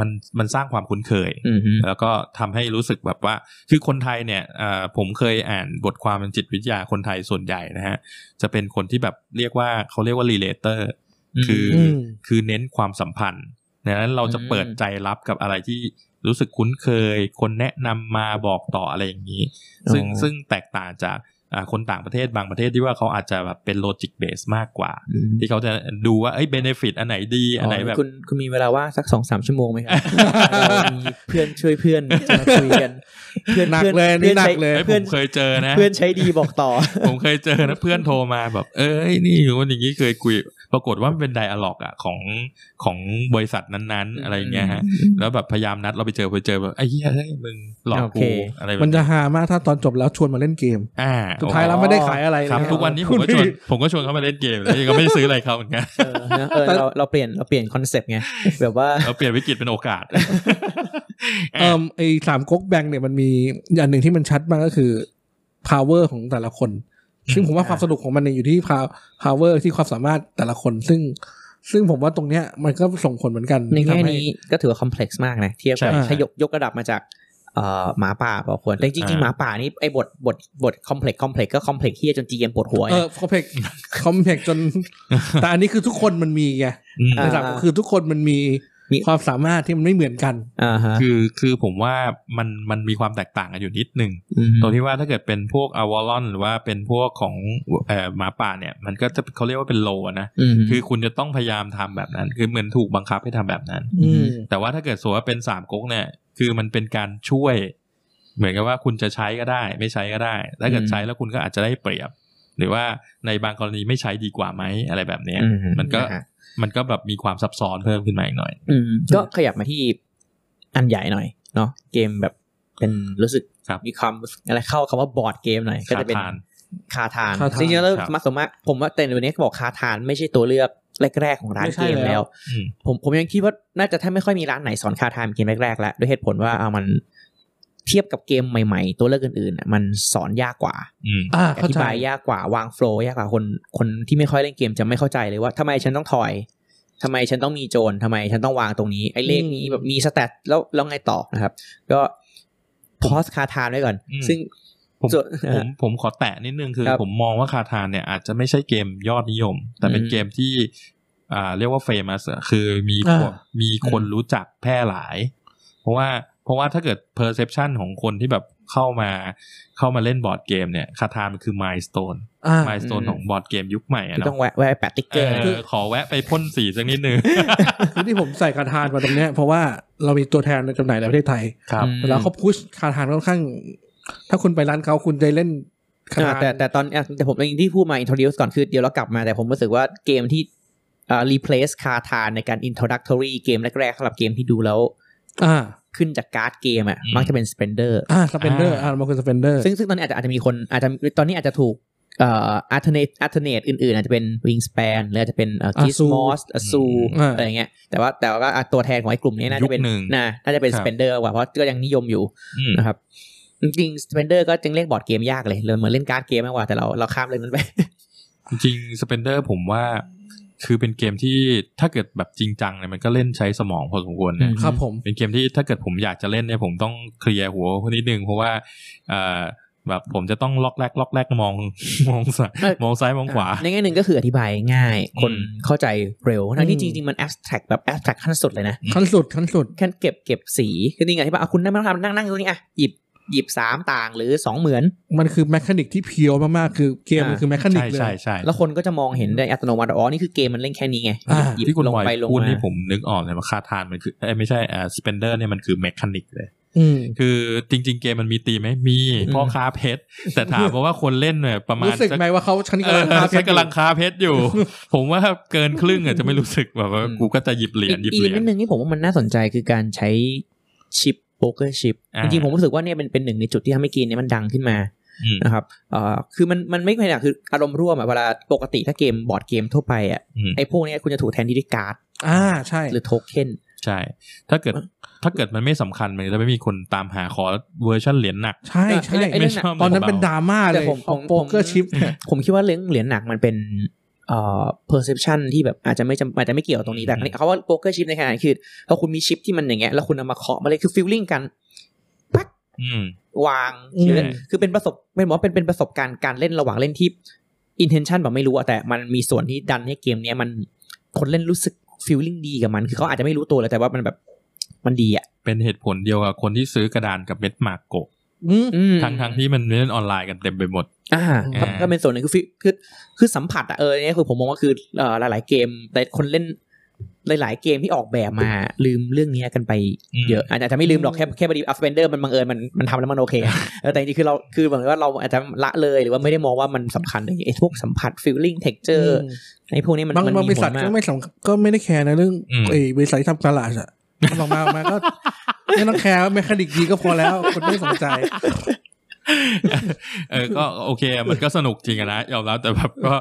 [SPEAKER 2] มันมันสร้างความคุ้นเคย
[SPEAKER 3] อืมฮึ
[SPEAKER 2] แล้วก็ทำให้รู้สึกแบบว่า คือคนไทยเนี่ยเอ่อผมเคยอ่านบทความทางจิตวิทยาคนไทยส่วนใหญ่นะฮะ จะเป็นคนที่แบบเรียกว่าเขาเรียกว่า relator
[SPEAKER 3] อืม
[SPEAKER 2] คือ
[SPEAKER 1] อืม
[SPEAKER 2] คือเน้นความสัมพันธ์ดังนั้นเราจะ
[SPEAKER 3] อืม
[SPEAKER 2] เปิดใจรับกับอะไรที่รู้สึกคุ้นเคย คนแนะนำมาบอกต่ออะไรอย่างนี้ ซึ่งซึ่งแตกต่างจากอ่าคนต่างประเทศบางประเทศที่ว่าเขาอาจจะแบบเป็นโลจิกเบสมากกว่า
[SPEAKER 3] อืม
[SPEAKER 2] ที่เขาจะดูว่าเอ้ยเบนฟิตอันไหนดีอันไหนแบบ
[SPEAKER 3] คุณคุณมีเวลาว่างสักสองสามชั่วโมงไหม ครับ เรามีเพื่อนช่วยเพื่อนจะมาคุย กันเพื่อน
[SPEAKER 1] หนัก
[SPEAKER 3] พื่อ
[SPEAKER 1] เลย
[SPEAKER 3] พื่
[SPEAKER 1] นี่
[SPEAKER 3] อ
[SPEAKER 1] หนัก
[SPEAKER 3] ใช้
[SPEAKER 1] เลย
[SPEAKER 2] เอ้ยผ
[SPEAKER 3] เพื่อน
[SPEAKER 2] มเคยเจอนะ
[SPEAKER 3] เพื่อนใช้ดีบอกต่อ
[SPEAKER 2] ผมเคยเจอ นะเพื่อนโทรมาแบบ เอ้ยนี่อยู่วันอย่างนี้เคยคุย ปรากฏว่ามันเป็นไดอะล็อกอะของของบริษัทนั้นๆ อะไรอย่างเงี้ยฮะ แล้วแบบพยายามนัดเราไปเจอไปเจอแบบไอ้เหี้ยเฮ้ยมึงหลอก
[SPEAKER 3] โอเค
[SPEAKER 2] กูอะไรแบบ
[SPEAKER 1] มันจะ
[SPEAKER 2] เนี้ย
[SPEAKER 1] หามากถ้าตอนจบแล้วชวนมาเล่นเกม
[SPEAKER 2] อ่า
[SPEAKER 1] สุดท้ายแล้วไม่ได้ขายอะไร
[SPEAKER 2] ครับ
[SPEAKER 1] เลย
[SPEAKER 2] ทุกวันนี้ผมก็ชวนผมก็ชวนเขามาเล่นเกมแล้วยังก็ไม่ได้ซื้ออะไรเขาเหมือน กัน
[SPEAKER 3] เออนะเออเราเราเปลี่ยนเราเปลี่ยนคอนเซปต์ไงแบบว่า
[SPEAKER 2] เราเปลี่ยนวิกฤตเป็นโอกา ส
[SPEAKER 1] เอ่มไอ้สามก๊กแบงค์เนี่ยมันมีอย่างหนึ่งที่มันชัดมากก็คือ power ของแต่ละคน ซึ่งผมว่าความสนุกของมันเนี่ยอยู่ที่ pow- power ที่ความสามารถแต่ละคน ซึ่ง ซึ่งผมว่าตรงเนี้ยมันก็ส่งผลเหมือนกัน
[SPEAKER 3] ในแง่
[SPEAKER 1] ทำให้
[SPEAKER 3] นี้ก็ถือว่าคอมเพล็กซ์มากนะ เทียบกับ
[SPEAKER 1] ใช่
[SPEAKER 3] ถ้ายกยกระดับมาจากเอ่อหมาป่าพอควรแต่จริง
[SPEAKER 2] อ่า
[SPEAKER 3] ๆหมาป่านี่ไอ้บทบทบทคอมเพล็กซ์คอมเพล็กซ์ก็คอมเพล็กซ์เฮียจนจีเอ็มปวดหัว
[SPEAKER 1] เอ
[SPEAKER 3] นะ
[SPEAKER 1] อคอมเพกคอมเพกจน แต่อันนี้คือทุกคนมันมีไง
[SPEAKER 2] อืม
[SPEAKER 3] อ่า
[SPEAKER 1] ในสามก็คือทุกคนมันมี
[SPEAKER 3] มี
[SPEAKER 1] ความสามารถที่มันไม่เหมือนกัน
[SPEAKER 3] อ่าฮะ
[SPEAKER 2] คือคือผมว่ามันมันมีความแตกต่างกันอยู่นิดนึง
[SPEAKER 3] ม
[SPEAKER 2] ตรงที่ว่าถ้าเกิดเป็นพวกอวอลอนหรือว่าเป็นพวกของเอ่อหมาป่าเนี่ยมันก็จะเขาเรียกว่าเป็นโลนะ
[SPEAKER 3] อืม
[SPEAKER 2] คือคุณจะต้องพยายามทำแบบนั้น คือเหมือนถูกบังคับให้ทำแบบนั้น
[SPEAKER 3] อื
[SPEAKER 1] อื
[SPEAKER 3] ม
[SPEAKER 1] ม
[SPEAKER 2] แต่ว่าถ้าเกิดสมมติว่าเป็นสามก๊กเนี่ย คือมันเป็นการช่วย เหมือนกับว่าคุณจะใช้ก็ได้ ไม่ใช้ก็ได้ ถ้าเกิด
[SPEAKER 3] อืม
[SPEAKER 2] ใช้แล้วคุณก็อาจจะได้เปรียบ หรือว่าในบางกรณีไม่ใช้ดีกว่าไหมอะไรแบบเนี้ย
[SPEAKER 3] อื
[SPEAKER 2] มันก็
[SPEAKER 3] ะฮะ
[SPEAKER 2] มันก็แบบมีความซับซ้อนเพิ่มขึ้นมาอีกหน่อย
[SPEAKER 3] อืมก็ขยับมาที่อันใหญ่หน่อยเนาะเกมแบบเป็นรู้สึก
[SPEAKER 2] ครับ
[SPEAKER 3] มีความรู้สึกอะไรเข้าคำว่าบอร์ดเกมหน่อยก็จะเป็น
[SPEAKER 2] คาทาน
[SPEAKER 3] คาทาน
[SPEAKER 1] คาทาน
[SPEAKER 3] จริงๆแล้ว
[SPEAKER 2] ครับ
[SPEAKER 3] มาสมมติผมว่าแต่วันนี้ก็บอกคาทานไม่ใช่ตัวเลือกแรกๆของร้าน
[SPEAKER 1] ไม่ใช่
[SPEAKER 3] เกม
[SPEAKER 1] แล้ว
[SPEAKER 3] แล้ว
[SPEAKER 2] อืม
[SPEAKER 3] ผมผมยังคิดว่าน่าจะถ้าไม่ค่อยมีร้านไหนสอนคาทานเป็นเกมแรกๆแล้วด้วยเหตุผลว่าเอามันเทียบกับเกมใหม่ๆ ตัวเลือกอื่นๆน่ะมันสอนยากกว่า
[SPEAKER 2] อืม
[SPEAKER 1] อ่า
[SPEAKER 3] อ
[SPEAKER 1] เข้า
[SPEAKER 3] ธิ
[SPEAKER 1] ใจ
[SPEAKER 3] บายยากกว่าวางโฟลว์ยากกว่าคนคนที่ไม่ค่อยเล่นเกมจะไม่เข้าใจเลยว่าทำไมฉันต้องถอยทำไมฉันต้องมีโจรทำไมฉันต้องวางตรงนี้ไอ้เลขนี้แบบมีสแตทแล้วแล้วไงต่อนะครับ ก็พอสคาทานไว้ก่อน
[SPEAKER 2] อืม
[SPEAKER 3] ซึ่ง
[SPEAKER 2] ผม
[SPEAKER 3] ส่วน
[SPEAKER 2] ผมผมขอแตะนิดนึงคือ
[SPEAKER 3] ครับ
[SPEAKER 2] ผมมองว่าคาทานเนี่ยอาจจะไม่ใช่เกมยอดนิยม แต่เป็น
[SPEAKER 3] อืม
[SPEAKER 2] เกมที่อ่าเรียกว่าเฟมัสคือมี
[SPEAKER 1] อ่า
[SPEAKER 2] คนมีคนรู้จักแพร่หลาย เพราะว่าเพราะว่าถ้าเกิด perception ของคนที่แบบเข้ามาเข้ามาเล่นบอร์ดเกมเนี่ยคาทานมันคือ milestone
[SPEAKER 1] อ่า
[SPEAKER 2] milestone
[SPEAKER 3] อืม
[SPEAKER 2] ของบอร์ดเกมยุคใหม่อะ
[SPEAKER 3] คือต้อง
[SPEAKER 2] เนาะ
[SPEAKER 3] แวะแวะแปะติ๊กเก
[SPEAKER 2] เอ
[SPEAKER 3] อร์
[SPEAKER 2] อขอแวะไปพ่นสีสักนิดนึง
[SPEAKER 1] คือที่ผมใส่คาทานมาตรงเนี้ยเพราะว่าเรามีตัวแทนในจำหน่ายในประเทศไทย
[SPEAKER 2] ครับ
[SPEAKER 3] อืม
[SPEAKER 1] แล้วเขาพุชคาทานค่อนข้าง ถ้าคุณไปร้านเขาคุณได้เล่นคา
[SPEAKER 3] อ่า
[SPEAKER 1] ทาน
[SPEAKER 3] แต่แต่ตอนอ่ะแต่ผมเองที่พูดมา introduce ก่อนคือเดี๋ยวเรากลับมาแต่ผมรู้สึกว่าเกมที่อ่า replace คาทานในการ introductory เกมแรกๆสำหรับเกมที่ดูแล้ว
[SPEAKER 1] อ่า
[SPEAKER 3] ขึ้นจากการ์ดเกมอ่ะ
[SPEAKER 2] อืม
[SPEAKER 3] มักจะเป็น spender
[SPEAKER 1] อ่าสเปนเดอร์อ่ามันคือสเปนเดอร์
[SPEAKER 3] ซึ่งซึ่งตอนนี้อาจจะอาจจะมีคนอาจจะตอนนี้อาจจะถูกเอ่อ alternate alternate อื่นๆ อาจจะเป็น wingspan หรืออาจจะเป็นเอ่อ
[SPEAKER 1] Azu
[SPEAKER 3] gizmos azu
[SPEAKER 1] อืม
[SPEAKER 3] อะไรอย่างเงี้ยแต่ว่าแต่ว่าอ่ะตัวแทนของไอ้กลุ่มนี้น่าจะเป็น
[SPEAKER 2] ยุคหนึ่ง
[SPEAKER 3] น่าน่าจะเป็น
[SPEAKER 2] ครับ
[SPEAKER 3] spender กว่าเพราะก็ยังนิยมอยู่
[SPEAKER 2] อืม
[SPEAKER 3] นะครับจริงๆ Spender ก็จึงเล่นบอร์ดเกมยากเลยเลยเหมือนเล่นการ์ดเกมมากกว่าแต่เราเราข้ามเรื่องนั้นไป
[SPEAKER 2] จริงสเปนเดอร์ผมว่าคือเป็นเกมที่ถ้าเกิดแบบจริงจังเนี่ยมันก็เล่นใช้สมองพอสมควรนะ
[SPEAKER 3] อืม
[SPEAKER 1] ครับผม
[SPEAKER 2] เป็นเกมที่ถ้าเกิดผมอยากจะเล่นเนี่ยผมต้องเคลียร์หัวนิดนึงเพราะว่าเอ่อแบบผมจะต้องล็อกแรกล็อกแรกมอง มองซ้าย
[SPEAKER 3] เอ้ย
[SPEAKER 2] มองซ้ายมองขวา
[SPEAKER 3] ในแง่หนึ่งก็คืออธิบายง่าย
[SPEAKER 2] อืม
[SPEAKER 3] คนเข้าใจเร็วทั้งที่จริงๆ มัน abstract แบบ abstract ขั้นสุดเลยนะ
[SPEAKER 1] ขั้นสุดขั้นสุด
[SPEAKER 3] แค่เก็บเก็บสีคือจริงๆอธิบายอ่ะคุณนั่งมาทำนั่งนั่งตรงนี้อ่ะหยิบหยิบสามต่างหรือสองเหมือน
[SPEAKER 1] มันคือแมคานิกที่เพียวมากๆ คือเกมมัน
[SPEAKER 3] อ่า
[SPEAKER 1] คือแมคานิก
[SPEAKER 2] ใช่
[SPEAKER 1] เล
[SPEAKER 2] ใช่
[SPEAKER 1] ย
[SPEAKER 2] ใช่
[SPEAKER 3] แล้วคนก็จะมองเห็นได้อัตโนมัติอ๋อนี่คือเกมมันเล่นแค่นี้ไง
[SPEAKER 1] อ่า
[SPEAKER 3] หยิบ
[SPEAKER 2] ที่คุณ
[SPEAKER 3] ลง
[SPEAKER 2] บอย
[SPEAKER 3] ไปลง
[SPEAKER 2] พูด
[SPEAKER 3] มา
[SPEAKER 2] นี่ผมนึกออกเลยว่าคาทานมันคือเอ้ยไม่ใช่เอ่อสเปนเดอร์เนี่ยมันคือแมคานิกเลย
[SPEAKER 1] อืม
[SPEAKER 2] คือจริง ๆ เกมมันมีตีมไหมมี
[SPEAKER 1] อืม
[SPEAKER 2] พ่อค้าเพชรแต่ถามว่าว่าคนเล่นเนี่ยประมาณ
[SPEAKER 1] รู้สึก
[SPEAKER 2] สัก
[SPEAKER 1] ไหมว่าเขาฉัน
[SPEAKER 2] เอก
[SPEAKER 1] ำ
[SPEAKER 2] อง
[SPEAKER 1] ลัพาเพ
[SPEAKER 2] ใช้
[SPEAKER 1] ชร
[SPEAKER 2] กำลังค้าเพชรอยู่ ผมว่าเกินครึ่งอ่ะจะไม่รู้สึกแบบว่า
[SPEAKER 3] อืม
[SPEAKER 2] กูก็จะหยิบเหรียญหยิบ
[SPEAKER 3] อี
[SPEAKER 2] เห
[SPEAKER 3] ก
[SPEAKER 2] รีย
[SPEAKER 3] นิ
[SPEAKER 2] ญ
[SPEAKER 3] ดนึงที่ผมว่ามันน่าสนใจคือการใช้ชิปโป๊กเกอร์ชิป
[SPEAKER 2] อ่า
[SPEAKER 3] จริงๆผมรู้สึกว่าเนี่ยเป็นเป็นหนึ่งในจุดที่ทำให้เกมเนี้มันดังขึ้นมา
[SPEAKER 2] อืม
[SPEAKER 3] นะครับเอ่อคือมันมันไม่เป็นอย่างคืออารมณ์ร่วมอะเวลาปกติถ้าเกมบอร์ดเกมทั่วไปอ่ะ
[SPEAKER 2] อืม
[SPEAKER 3] ไอ้พวกเนี้ยคุณจะถูกแทนที่ด้วยการ์ด
[SPEAKER 1] อ่าใช่
[SPEAKER 3] หรือโทเค็น
[SPEAKER 2] ใช่ ถ้าเกิดถ้าเกิดมันไม่สำคัญมันจะไม่มีคนตามหาขอเวอร์ชันเหรียญหนัก
[SPEAKER 1] ใช่ใช่
[SPEAKER 3] ไอ้นั่นน่ะ
[SPEAKER 2] ไม่ชอบ
[SPEAKER 1] ตอนนั้นเป็นด
[SPEAKER 2] บา
[SPEAKER 1] ราม่าเล
[SPEAKER 3] แต่
[SPEAKER 1] ย
[SPEAKER 3] ผมผม
[SPEAKER 1] โป๊กเกอ
[SPEAKER 3] ผม
[SPEAKER 1] ร์ชิปเนี่ย
[SPEAKER 3] ผมคิดว่าเรื่องเหรียญหนักมันเป็นเอ่อ perception ที่แบบอาจจะไม่จำอาจจะไม่เกี่ยวตรงนี้แต่เขาว่าโป๊กเกอร์ชิปในขณะนี้คือพอคุณมีชิปที่มันอย่างเงี้ยแล้วคุณเอามาเคาะมาเลยคือ feeling กันปั๊ก
[SPEAKER 2] ๆอืม
[SPEAKER 3] วาง
[SPEAKER 2] อืม
[SPEAKER 3] คือคือเป็นประสบเป็นหมอเป็นเป็นประสบการณ์การเล่นระหว่างเล่นที่ intention แบบไม่รู้อะแต่มันมีส่วนที่ดันให้เกมเนี้ยมันคนเล่นรู้สึก feeling ดีกับมัน คือเขาอาจจะไม่รู้ตัวเลยแต่ว่ามันแบบมันดีอะ
[SPEAKER 2] เป็นเหตุผลเดียวกับคนที่ซื้อกระดานกับเม็ดหมากโกะ
[SPEAKER 1] อืม
[SPEAKER 3] อืม
[SPEAKER 2] ทั้งทั้งที่มันเล่นออนไลน์กันเต็มไปหมด
[SPEAKER 3] อ่าก็
[SPEAKER 2] อ่า
[SPEAKER 3] ก็เป็นส่วนหนึ่งคือฟิคือคือสัมผัสอะเออเนี่ยคือผมมองว่าคือเอ่อหลาย ๆ เกมแต่คนเล่นหลาย ๆ เกมที่ออกแบบมาลืมเรื่องเนี้ยกันไป
[SPEAKER 2] ม
[SPEAKER 3] เยอะอาจจะไม่ลืมหรอกแค่แค่พอดีอัฟเบนเดอร์มันบังเอิญมันมันทำแล้วมันโอเคอะเออแต่จริงๆคือเราคือเหมือนว่าเราอาจจะละเลยหรือว่าไม่ได้มองว่ามันสำคัญอะไรอย่างเงี้ยไอ้พวกสัมผัสฟีลลิ่งเท็กเจอร์ไอ้พวกนี้มัน
[SPEAKER 1] บาง
[SPEAKER 3] มัน
[SPEAKER 1] บางบ
[SPEAKER 3] มี
[SPEAKER 1] ริ
[SPEAKER 3] ผ
[SPEAKER 1] ษัท
[SPEAKER 3] ลมา
[SPEAKER 1] ก็
[SPEAKER 3] ก
[SPEAKER 1] ไม่สำก็ไม่ได้แคร์นะเรื่อง
[SPEAKER 2] อืม
[SPEAKER 1] ไอ้บริษัทที่ทำตลาดอะมันออกมาออกมาก็ ไม่ต้องแคร์ว่าเมคานิกดีก็พอแล้วคนไม่สนใจ
[SPEAKER 2] เออก็โอเคอะมันก็สนุกจริงอะนะยอมรับแต่แบบก็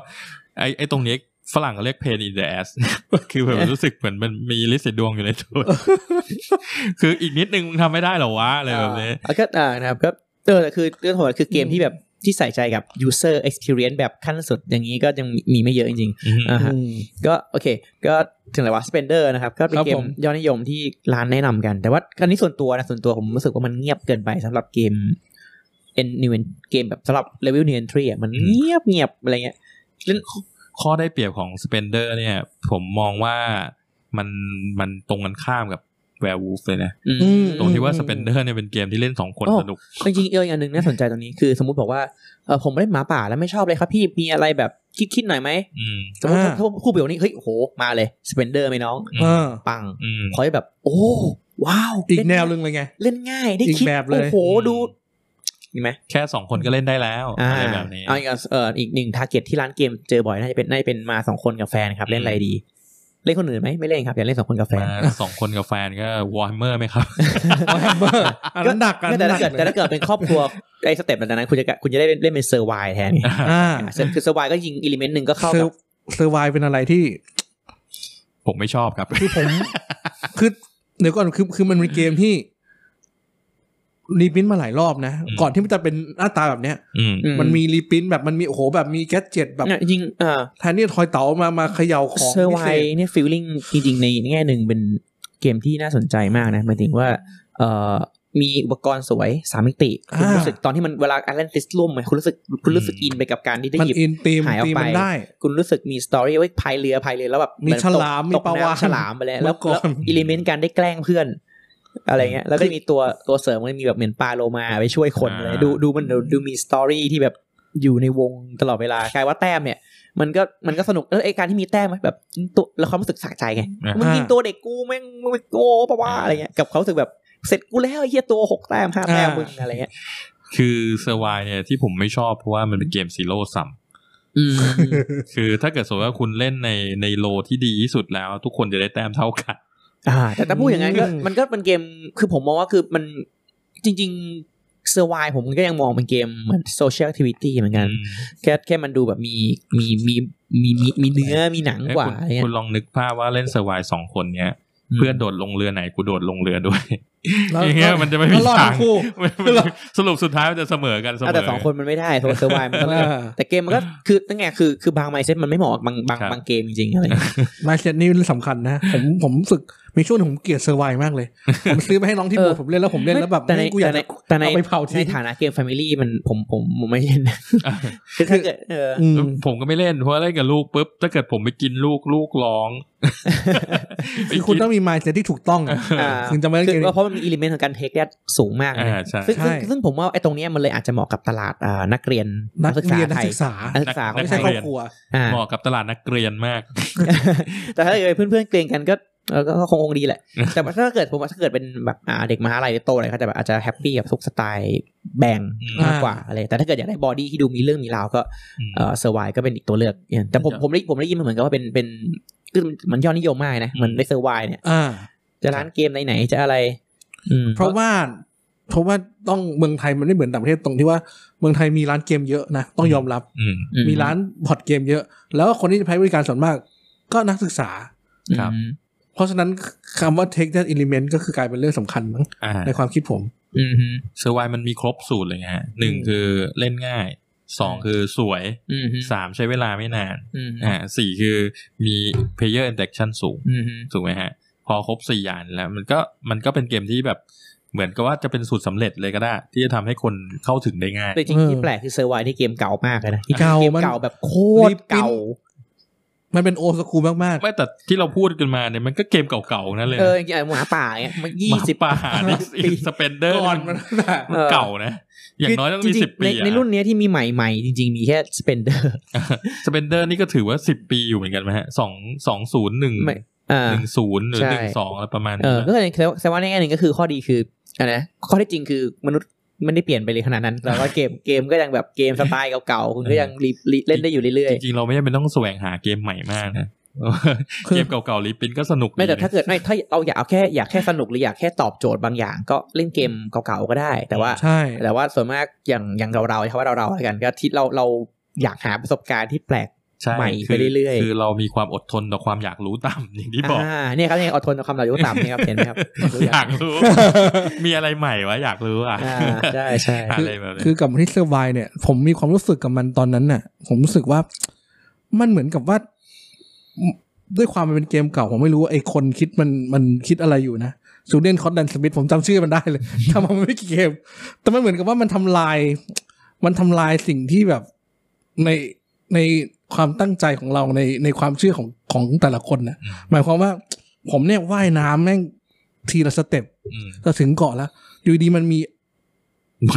[SPEAKER 2] ไอไอตรงนี้ฝรั่งเขาเรียกเพนอินเดส คือแบบรู้สึกเหมือนมันมีลิสิดวงอยู่ในตัว คืออีกนิดนึงมึงทำไม่ได้เหรอวะอะไรแบบนี้
[SPEAKER 3] อ่าก็อ่านะครับก็เออแต่คือเรื่องของมันคือเกมที่แบบที่ใส่ใจกับ user experience แบบขั้นสุดอย่างนี้ก็ยังมีไม่เยอะจริงๆอ่าฮะ
[SPEAKER 1] อืม
[SPEAKER 3] ก็โอเค ก็ถึงไหนวะ Spender นะครับก็เป็น
[SPEAKER 1] ครับ
[SPEAKER 3] เก
[SPEAKER 1] ผม ม
[SPEAKER 3] ยอดนิยมที่ร้านแนะนำกัน แต่ว่าอันนี้ส่วนตัวนะส่วนตัวผมรู้สึกว่ามันเงียบเกินไปสำหรับเกม e n new en- เกมแบบสำหรับ level new entry อ่ะมัน
[SPEAKER 2] อืม
[SPEAKER 3] เงียบเงียบอะไรเงี้ยเล่น
[SPEAKER 2] ข้อได้เปรียบของสเปนเดอร์เนี่ย ผมมองว่ามันมันตรงกันข้ามกับแวร์วูฟเลยนะ
[SPEAKER 3] อืม
[SPEAKER 1] อืม
[SPEAKER 2] ตรงที่ว่าสเปนเดอร์เนี่ยเป็นเกมที่เล่นสองคน
[SPEAKER 3] โอ้
[SPEAKER 2] สนุก
[SPEAKER 3] จริงๆเอออย่างหนึ่งน่าสนใจตรงนี้คือสมมติบอกว่าเออผมเล่นหมาป่าแล้วไม่ชอบเลยครับพี่มีอะไรแบบคิดๆหน่อยไหม
[SPEAKER 2] อืม
[SPEAKER 3] สมมติ
[SPEAKER 1] อ่า
[SPEAKER 3] ถ้าถ้าคู่เปรียบนี้เฮ้ยโอ้โหมาเลยสเปนเดอร์ไหมน้อง
[SPEAKER 1] เออ
[SPEAKER 3] ปัง
[SPEAKER 2] อืม
[SPEAKER 3] ขอให้แบบ โอ้ว้าว
[SPEAKER 1] อีก
[SPEAKER 3] เล่
[SPEAKER 1] แนวหนึงเลยไง
[SPEAKER 3] เล่นง่ายได้
[SPEAKER 1] อีก
[SPEAKER 3] คิด
[SPEAKER 1] แบบเลย
[SPEAKER 3] โอ้โห
[SPEAKER 2] อืม
[SPEAKER 3] ดูเห็นไหม
[SPEAKER 2] แค่สองคนก็เล่นได้แล้วอะไรแบบนี้
[SPEAKER 3] เอาอีกอันเอออีกหนึ่งทาร์เก็ตที่ร้านเกมเจอบ่อยน่าจะเป็นน่าจะเป็นมาสองคนกับแฟนครับ เล่นอะไรดี เล่นคนอื่นไหมไม่เล่นครับอยากเล่นสองคนกับแฟน
[SPEAKER 2] มาสองคนกับแฟนก็วอร์เมอร์ไหมครับ
[SPEAKER 1] อันนั้นหนักอัน
[SPEAKER 3] ไม่
[SPEAKER 1] นั้
[SPEAKER 3] แต่
[SPEAKER 1] นหนั
[SPEAKER 3] ถ้ากเกิดแต่ถ้าเกิดเป็นครอบครัว ไอ้สเต็ปแบบนั้นคุณจะคุณจะได้เล่นเล่นเป็นเซอร์ไวแทนไง
[SPEAKER 1] อ่า
[SPEAKER 3] อ่ะคือเซอร์ไวก็ยิงอิเลเมนต์หนึ่งก็เข้า
[SPEAKER 1] เซอ
[SPEAKER 3] กับ
[SPEAKER 1] ร์เซอร์ไวเป็นอะไรที่
[SPEAKER 2] ผมไม่ชอบครับ
[SPEAKER 1] คือผม คือเดี๋ยวก่อนคือคือมันเป็นเกมที่รีพินมาหลายรอบนะ
[SPEAKER 2] อืม
[SPEAKER 1] ก่อนที่มันจะเป็นหน้าตาแบบเนี้ย
[SPEAKER 2] อืม
[SPEAKER 3] อื
[SPEAKER 1] มันมีรีพินแบบมันมีโอ้โหแบบมีแกดเจ็ตแบบ
[SPEAKER 3] เนี่ยยิงเอ่อ
[SPEAKER 1] แทนที่ทอยเต๋ามามาเขย่าของ
[SPEAKER 3] เซอร์ไว
[SPEAKER 1] พิศษ
[SPEAKER 3] เนี่ยฟิลลิ่งจริงๆในแง่หนึ่งเป็นเกมที่น่าสนใจมากนะหมายถึงว่าเอ่อมีอุปกรณ์สวยสามมิติคุณ
[SPEAKER 1] อ่า
[SPEAKER 3] รู้สึกตอนที่มันเวลาอัลเลนติสล่มไหมคุณรู้สึกคุณรู้สึกอินไปกับการที่ได้
[SPEAKER 1] มัน
[SPEAKER 3] หยิบ
[SPEAKER 1] อินตีม
[SPEAKER 3] หายออก
[SPEAKER 1] ตีม
[SPEAKER 3] ไป
[SPEAKER 1] มันได้
[SPEAKER 3] คุณรู้สึกมีสตอรี่ว่าพายเรือพายเรือแล้วแบบ
[SPEAKER 1] มี
[SPEAKER 3] เหอนตก
[SPEAKER 1] ฉลามมี
[SPEAKER 3] ตก
[SPEAKER 1] ปลาวาฬ
[SPEAKER 3] น้ำฉลามไปแล้วแล้ว
[SPEAKER 1] เมื่อก่อน
[SPEAKER 3] อิเลเมนต์การได้แกล้งเพื่อน อะไรเงี้ยแล้วก็มีตัวตัวเสริมมันมีแบบเหมือนปลาโลมาไปช่วยคน
[SPEAKER 2] อ่า
[SPEAKER 3] เลยดูดูมันดูดูมีสตอรี่ที่แบบอยู่ในวงตลอดเวลากลายว่าแต้มเนี่ย มันก็มันก็สนุกแล้วไอการที่มีแต้มแบบตัวแล้วความรู้สึกสะใจไง
[SPEAKER 2] อ่ะ
[SPEAKER 3] มึงยิงตัวเด็กกูแม่งมึงโง่ปะวะอะไรเงี้ยกับเขารู้สึกแบบเสร็จกูแล้วไอ้เฮียตัวหกแต้มห้าแต้ม
[SPEAKER 1] อ่ามึ
[SPEAKER 3] มึงอะไรเงี้ย
[SPEAKER 2] คือเซอร์ไวเนี่ยที่ผมไม่ชอบเพราะว่ามันเป็นเกมซีโร่ซัม
[SPEAKER 3] อืม
[SPEAKER 2] คือถ้าเกิดสมมติว่าคุณเล่นในในโลที่ดีที่สุดแล้ว ทุกคนจะได้แต้มเท่ากัน
[SPEAKER 3] อ่าแต่ถ้าพูดอย่างนั้นก็
[SPEAKER 1] อืม
[SPEAKER 3] มันก็เป็นเกมคือผมมองว่าคือมันจริงๆเซอร์ไวผมก็ยังมองเป็นเกมเหมือนโซเชียลแอคทิวิตี้เหมือนกัน แค่แค่มันดูแบบมีมีมีมีมีมีเนื้อมีหนัง
[SPEAKER 2] เอ้ย
[SPEAKER 3] กว่า
[SPEAKER 2] คุณ
[SPEAKER 3] อะไรเงี้
[SPEAKER 2] คุ
[SPEAKER 3] ย
[SPEAKER 2] ณลองนึกภาพว่าเล่นเซอร์ไวสองคนเนี้ย เพื่อนโดดลงเรือไหนกูโดดลงเรือด้วย
[SPEAKER 1] แล้ว
[SPEAKER 2] อย่างเงี้ยมันจะไม่มี
[SPEAKER 1] แล้วรอด
[SPEAKER 2] ทา
[SPEAKER 1] ทั้
[SPEAKER 2] ง
[SPEAKER 1] งคู่
[SPEAKER 2] มันมันสรุปสุดท้ายมันจะเสมอกันเสม
[SPEAKER 3] อ่ะ
[SPEAKER 2] อ
[SPEAKER 3] แต่สองคนมันไม่ได้โทรเซอร์ไวมันก็ไม่
[SPEAKER 1] อ่า
[SPEAKER 3] แต่เกมมันก็คือตั้งไงคือคือบางไมเซ็ตมันไม่เหมาะกับบางบาง
[SPEAKER 2] ครับ
[SPEAKER 3] บางเกมจริงๆอะไรเงี้ย
[SPEAKER 1] ไมเซ็ตนี่สำคัญนะ ผมผมรู้สึกมีช่วงหนึ่งผมเกลียดเซอร์ไวมากเลย ผมซื้อไปให้น้องที่โบสถ์ผมเล่นแล้วผมเล่นแล้วแบบ
[SPEAKER 3] แต่ใน
[SPEAKER 1] กูอยาก
[SPEAKER 3] แต่ใน
[SPEAKER 1] จะ
[SPEAKER 3] แต่ใน
[SPEAKER 1] เอาไปเผา
[SPEAKER 3] ใน
[SPEAKER 1] ทิ้ง
[SPEAKER 3] ฐานะเกมแฟมิลี่มันผมผมผมไม่เล่นนะ
[SPEAKER 2] อ่ะ
[SPEAKER 3] คือถ้าเกิดเออ
[SPEAKER 1] อืม
[SPEAKER 2] ผมก็ไม่เล่นเพราะว่าเล่นกับลูกปุ๊บถ้าเกิดผมไปกินลูกลูกร้องไป
[SPEAKER 1] คือคุณ
[SPEAKER 2] กิน
[SPEAKER 1] ต้องมี mindset ที่ถูกต้องอะ
[SPEAKER 3] อ่า
[SPEAKER 1] ถึงจะมาเล่น
[SPEAKER 3] คื
[SPEAKER 1] เกม
[SPEAKER 3] อว่า
[SPEAKER 1] นี้
[SPEAKER 3] เพราะมันมีอิเลเมนต์ของการเทคแยสูงมากนะ
[SPEAKER 2] อ่าใช่
[SPEAKER 3] ซึ่งซึ่ง
[SPEAKER 1] ใช่
[SPEAKER 3] ซึ่งผมว่าไอ้ตรงเนี้ยมันเลยอาจจะเหมาะกับตลาดอ่านักเรียน
[SPEAKER 1] นักเรียนนั
[SPEAKER 3] ไทย
[SPEAKER 1] กศึกษา
[SPEAKER 3] นักศึกษาของ
[SPEAKER 1] ไม่
[SPEAKER 3] ไท
[SPEAKER 1] ใช่
[SPEAKER 3] ย
[SPEAKER 1] ครอบครัว
[SPEAKER 3] อ่า
[SPEAKER 2] เหมาะกับตลาดนักเรียนมาก
[SPEAKER 3] แต่ถ้าเกิดเพื่อนๆเกรงกันก็ เออก็ก็คงคงดีแหละ แต่ว่าถ้าเกิดผมว่าถ้าเกิดเป็นแบบอ่าเด็กมหาลัยหรือโตหน่อะไรเขาจะแบบอาจจะแฮปปี้กับทุกสไตล์แบง
[SPEAKER 2] อืม
[SPEAKER 3] มากกว่าอะไรแต่ถ้าเกิดอยากได้บอดี้ที่ดูมีเรื่องมีราวก็
[SPEAKER 2] อืม
[SPEAKER 3] เออเซอร์ไวก็เป็นอีกตัวเลือกอย่างแต่ผม
[SPEAKER 2] ครับ
[SPEAKER 3] ผมได้ผมได้ยินมาเหมือนกันว่าเป็นเป็นคือมันยอดนิยมมากนะเหมือนได้เซอร์ไวเนี่ย
[SPEAKER 1] อ่า
[SPEAKER 3] จะร้านเกมไหนๆจะอะไร อืม
[SPEAKER 1] เพราะว่าเพราะว่าต้องเมืองไทยมันไม่เหมือนต่างประเทศตรงที่ว่าเมืองไทยมีร้านเกมเยอะนะต้องยอมรับ
[SPEAKER 2] อืม
[SPEAKER 3] อื
[SPEAKER 1] มีร้านพอร์ตเกมเยอะ แล้วคนที่จะใช้บริการส่วนมาก ก็นักศึกษา
[SPEAKER 2] ครับ
[SPEAKER 3] อืม
[SPEAKER 1] เพราะฉะนั้นคำว่า take that element ก็คือกลายเป็นเรื่องสำคัญมั้ง
[SPEAKER 2] อ่า
[SPEAKER 1] ในความคิดผม
[SPEAKER 3] อืม
[SPEAKER 2] เซอร์ไวมันมีครบสูตรเลยนะฮะหนึ่ง
[SPEAKER 1] อืม
[SPEAKER 2] คือเล่นง่ายสองคือสวย
[SPEAKER 3] อืม
[SPEAKER 2] สามใช้เวลาไม่นาน
[SPEAKER 3] อืม
[SPEAKER 2] อ่าสี่คือมี player interaction สูง
[SPEAKER 3] อืม
[SPEAKER 2] ถูกไหมฮะ พอครบสี่อย่างแล้ว มันก็มันก็เป็นเกมที่แบบเหมือนกับว่าจะเป็นสูตรสำเร็จเลยก็ได้ ที่จะทำให้คนเข้าถึงได้ง่าย
[SPEAKER 3] แต่จริง
[SPEAKER 1] เออ
[SPEAKER 3] ๆที่แปลกคือเซอร์ไวที่เกมเก่ามากเลยนะที่
[SPEAKER 1] เก่า
[SPEAKER 3] เกม
[SPEAKER 1] มัน
[SPEAKER 3] เก่าแบบโคต
[SPEAKER 1] รี
[SPEAKER 3] ร
[SPEAKER 1] บปิ้น
[SPEAKER 3] เก่า
[SPEAKER 1] มันเป็นโอสคูลมาก
[SPEAKER 2] ไม่แต่ที่เราพูดกันมาเนี่ยมันก็เกมเก่าๆนั่นเลย
[SPEAKER 3] เอออย่างเงี้ยหมาป่าเงี้ยมันยี่
[SPEAKER 2] หมา
[SPEAKER 3] สิบ
[SPEAKER 2] ป่านี่
[SPEAKER 3] ปี
[SPEAKER 2] สเปนเดอ
[SPEAKER 1] ๆ
[SPEAKER 2] ร์
[SPEAKER 1] ก่อนมันน่ะ
[SPEAKER 2] มันเก่านะ อย่างน้อยต้องมี
[SPEAKER 3] จริๆ
[SPEAKER 2] สิบปี
[SPEAKER 3] ในในรุ่นเนี้ยที่มีใหม่ๆ จริงๆ มีแค่สเปนเดอร์
[SPEAKER 2] สเปนเดอร์นี่ก็ถือว่าสิบปีอยู่เหมือนกันไหมฮะสองสองศูนย์หนึ่ง
[SPEAKER 3] ไม่อ่า
[SPEAKER 2] หนึ่งศูนย์หรือ
[SPEAKER 3] ใช่
[SPEAKER 2] หนึ่งสองอะไรประมาณ
[SPEAKER 3] เอ
[SPEAKER 2] นี้
[SPEAKER 3] อก็เลยแต่ว่าในแง่หนึ่งก็คือข้อดีคืออะไรนะข้อที่จริงคือมนุษย์ไม่ได้เปลี่ยนไปเลยขนาดนั้น แล้วก็เกมเกมก็ยังแบบเกมสไตล์เก่าๆ คุณก็ยังรีรีเล่นได้อยู่เรื่อย
[SPEAKER 2] จริงๆเราไม่จำเป็นต้องแสวงหาเกมใหม่มากนะเกมเก่าๆรีปรินท์ก็สนุก
[SPEAKER 3] ๆ ไม่แต่
[SPEAKER 2] ดีนะ
[SPEAKER 3] ถ้าเกิดไม่ถ้าเอาอยากเอาแค่อยากแค่สนุกหรืออยากแค่ตอบโจทย์บางอย่าง ก็เล่นเกมเก่าๆ ก็ได้ แต่ว่า
[SPEAKER 1] ใช่
[SPEAKER 3] แต่ว่าส่วนมากอย่างอย่างเราๆใช่ว่าเราๆแล้วกันก็ที่เราเราอยากหาประสบการณ์ที่แปลก
[SPEAKER 2] ช่
[SPEAKER 3] ใหม่
[SPEAKER 2] คื
[SPEAKER 3] ไปเรื่อยๆ
[SPEAKER 2] คือเรามีความอดทนต่อความอยากรู้ต่ำ อย่างที่บอก
[SPEAKER 3] อ่าเนี่ยครับเนี่ยอดทนต่อความเรายุต่ำเนี่ยครับเห็นไหมครับ
[SPEAKER 2] อยากรู้ มีอะไรใหม่วะ อยากรู้อ่ะ
[SPEAKER 3] อ่าใช่ใช่
[SPEAKER 2] อะไรแบบ
[SPEAKER 1] คื
[SPEAKER 2] นี้
[SPEAKER 1] อกลับมาที่เซอร์ไวเนี่ย ผมมีความรู้สึกกับมันตอนนั้นน่ะ ผมรู้สึกว่า มันเหมือนกับว่า ด้วยความมันเป็นเกมเก่า ผมไม่รู้ว่าไอ้คนคิดมันมันคิดอะไรอยู่นะจูเลียนคอตดันสมิธผมจำชื่อมันได้เลย ทำมาไม่กี่เกม แต่มันเหมือนกับว่ามันทำลาย มันทำลายสิ่งที่แบบในในความตั้งใจของเราในในความเชื่อของของแต่ละคนนะหมายความว่า ผมเนี่ยว่ายน้ำแม่งทีละสเต็ป
[SPEAKER 2] อืม
[SPEAKER 1] ก็ถึงเกาะแล้ว อยู่ดีมันมี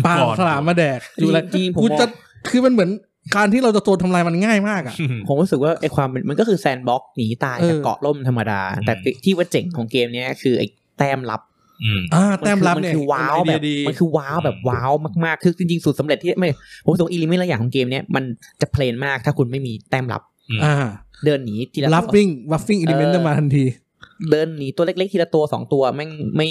[SPEAKER 1] ปลาฉลามมาแดก
[SPEAKER 3] จริง
[SPEAKER 1] แล้ว
[SPEAKER 3] จริงผม
[SPEAKER 1] กู
[SPEAKER 3] มอง
[SPEAKER 1] จะคือมันเหมือนการที่เราจะตัวทำลายมันง่ายมากอ่ะ
[SPEAKER 2] อืม
[SPEAKER 3] ผมรู้สึกว่าไอความมันมันก็คือแซนด์บ็อกซ์หนีตาย
[SPEAKER 1] เออ
[SPEAKER 3] จากเกาะล่มธรรมดา
[SPEAKER 2] อืม
[SPEAKER 3] แต่ที่ว่าเจ๋งของเกมเนี้ยคือไอแต้มลับ
[SPEAKER 2] อืม
[SPEAKER 1] อ่า
[SPEAKER 3] นคือ
[SPEAKER 1] แต้มรับเนี่ย
[SPEAKER 3] มันคือว้าวแบบ
[SPEAKER 2] เป็นไอเดียดี
[SPEAKER 3] มันคือว้าวแบบ
[SPEAKER 2] อืม
[SPEAKER 3] ว้าวมากๆ คือจริงๆสูตรสำเร็จที่ไม่ผมรู้สึกอิลิเมนต์หลายอย่างของเกมเนี้ยมันจะเพลนมากถ้าคุณไม่มีแต้มลับ
[SPEAKER 1] อ่า
[SPEAKER 3] เดินหนีทีละ
[SPEAKER 1] รับ
[SPEAKER 3] ตัว
[SPEAKER 1] วิ่งวัฟฟิ้งอิเลเมนต์มาทันที
[SPEAKER 3] เดินหนีตัวเล็กๆทีละตัวสองตัวแม่งไม่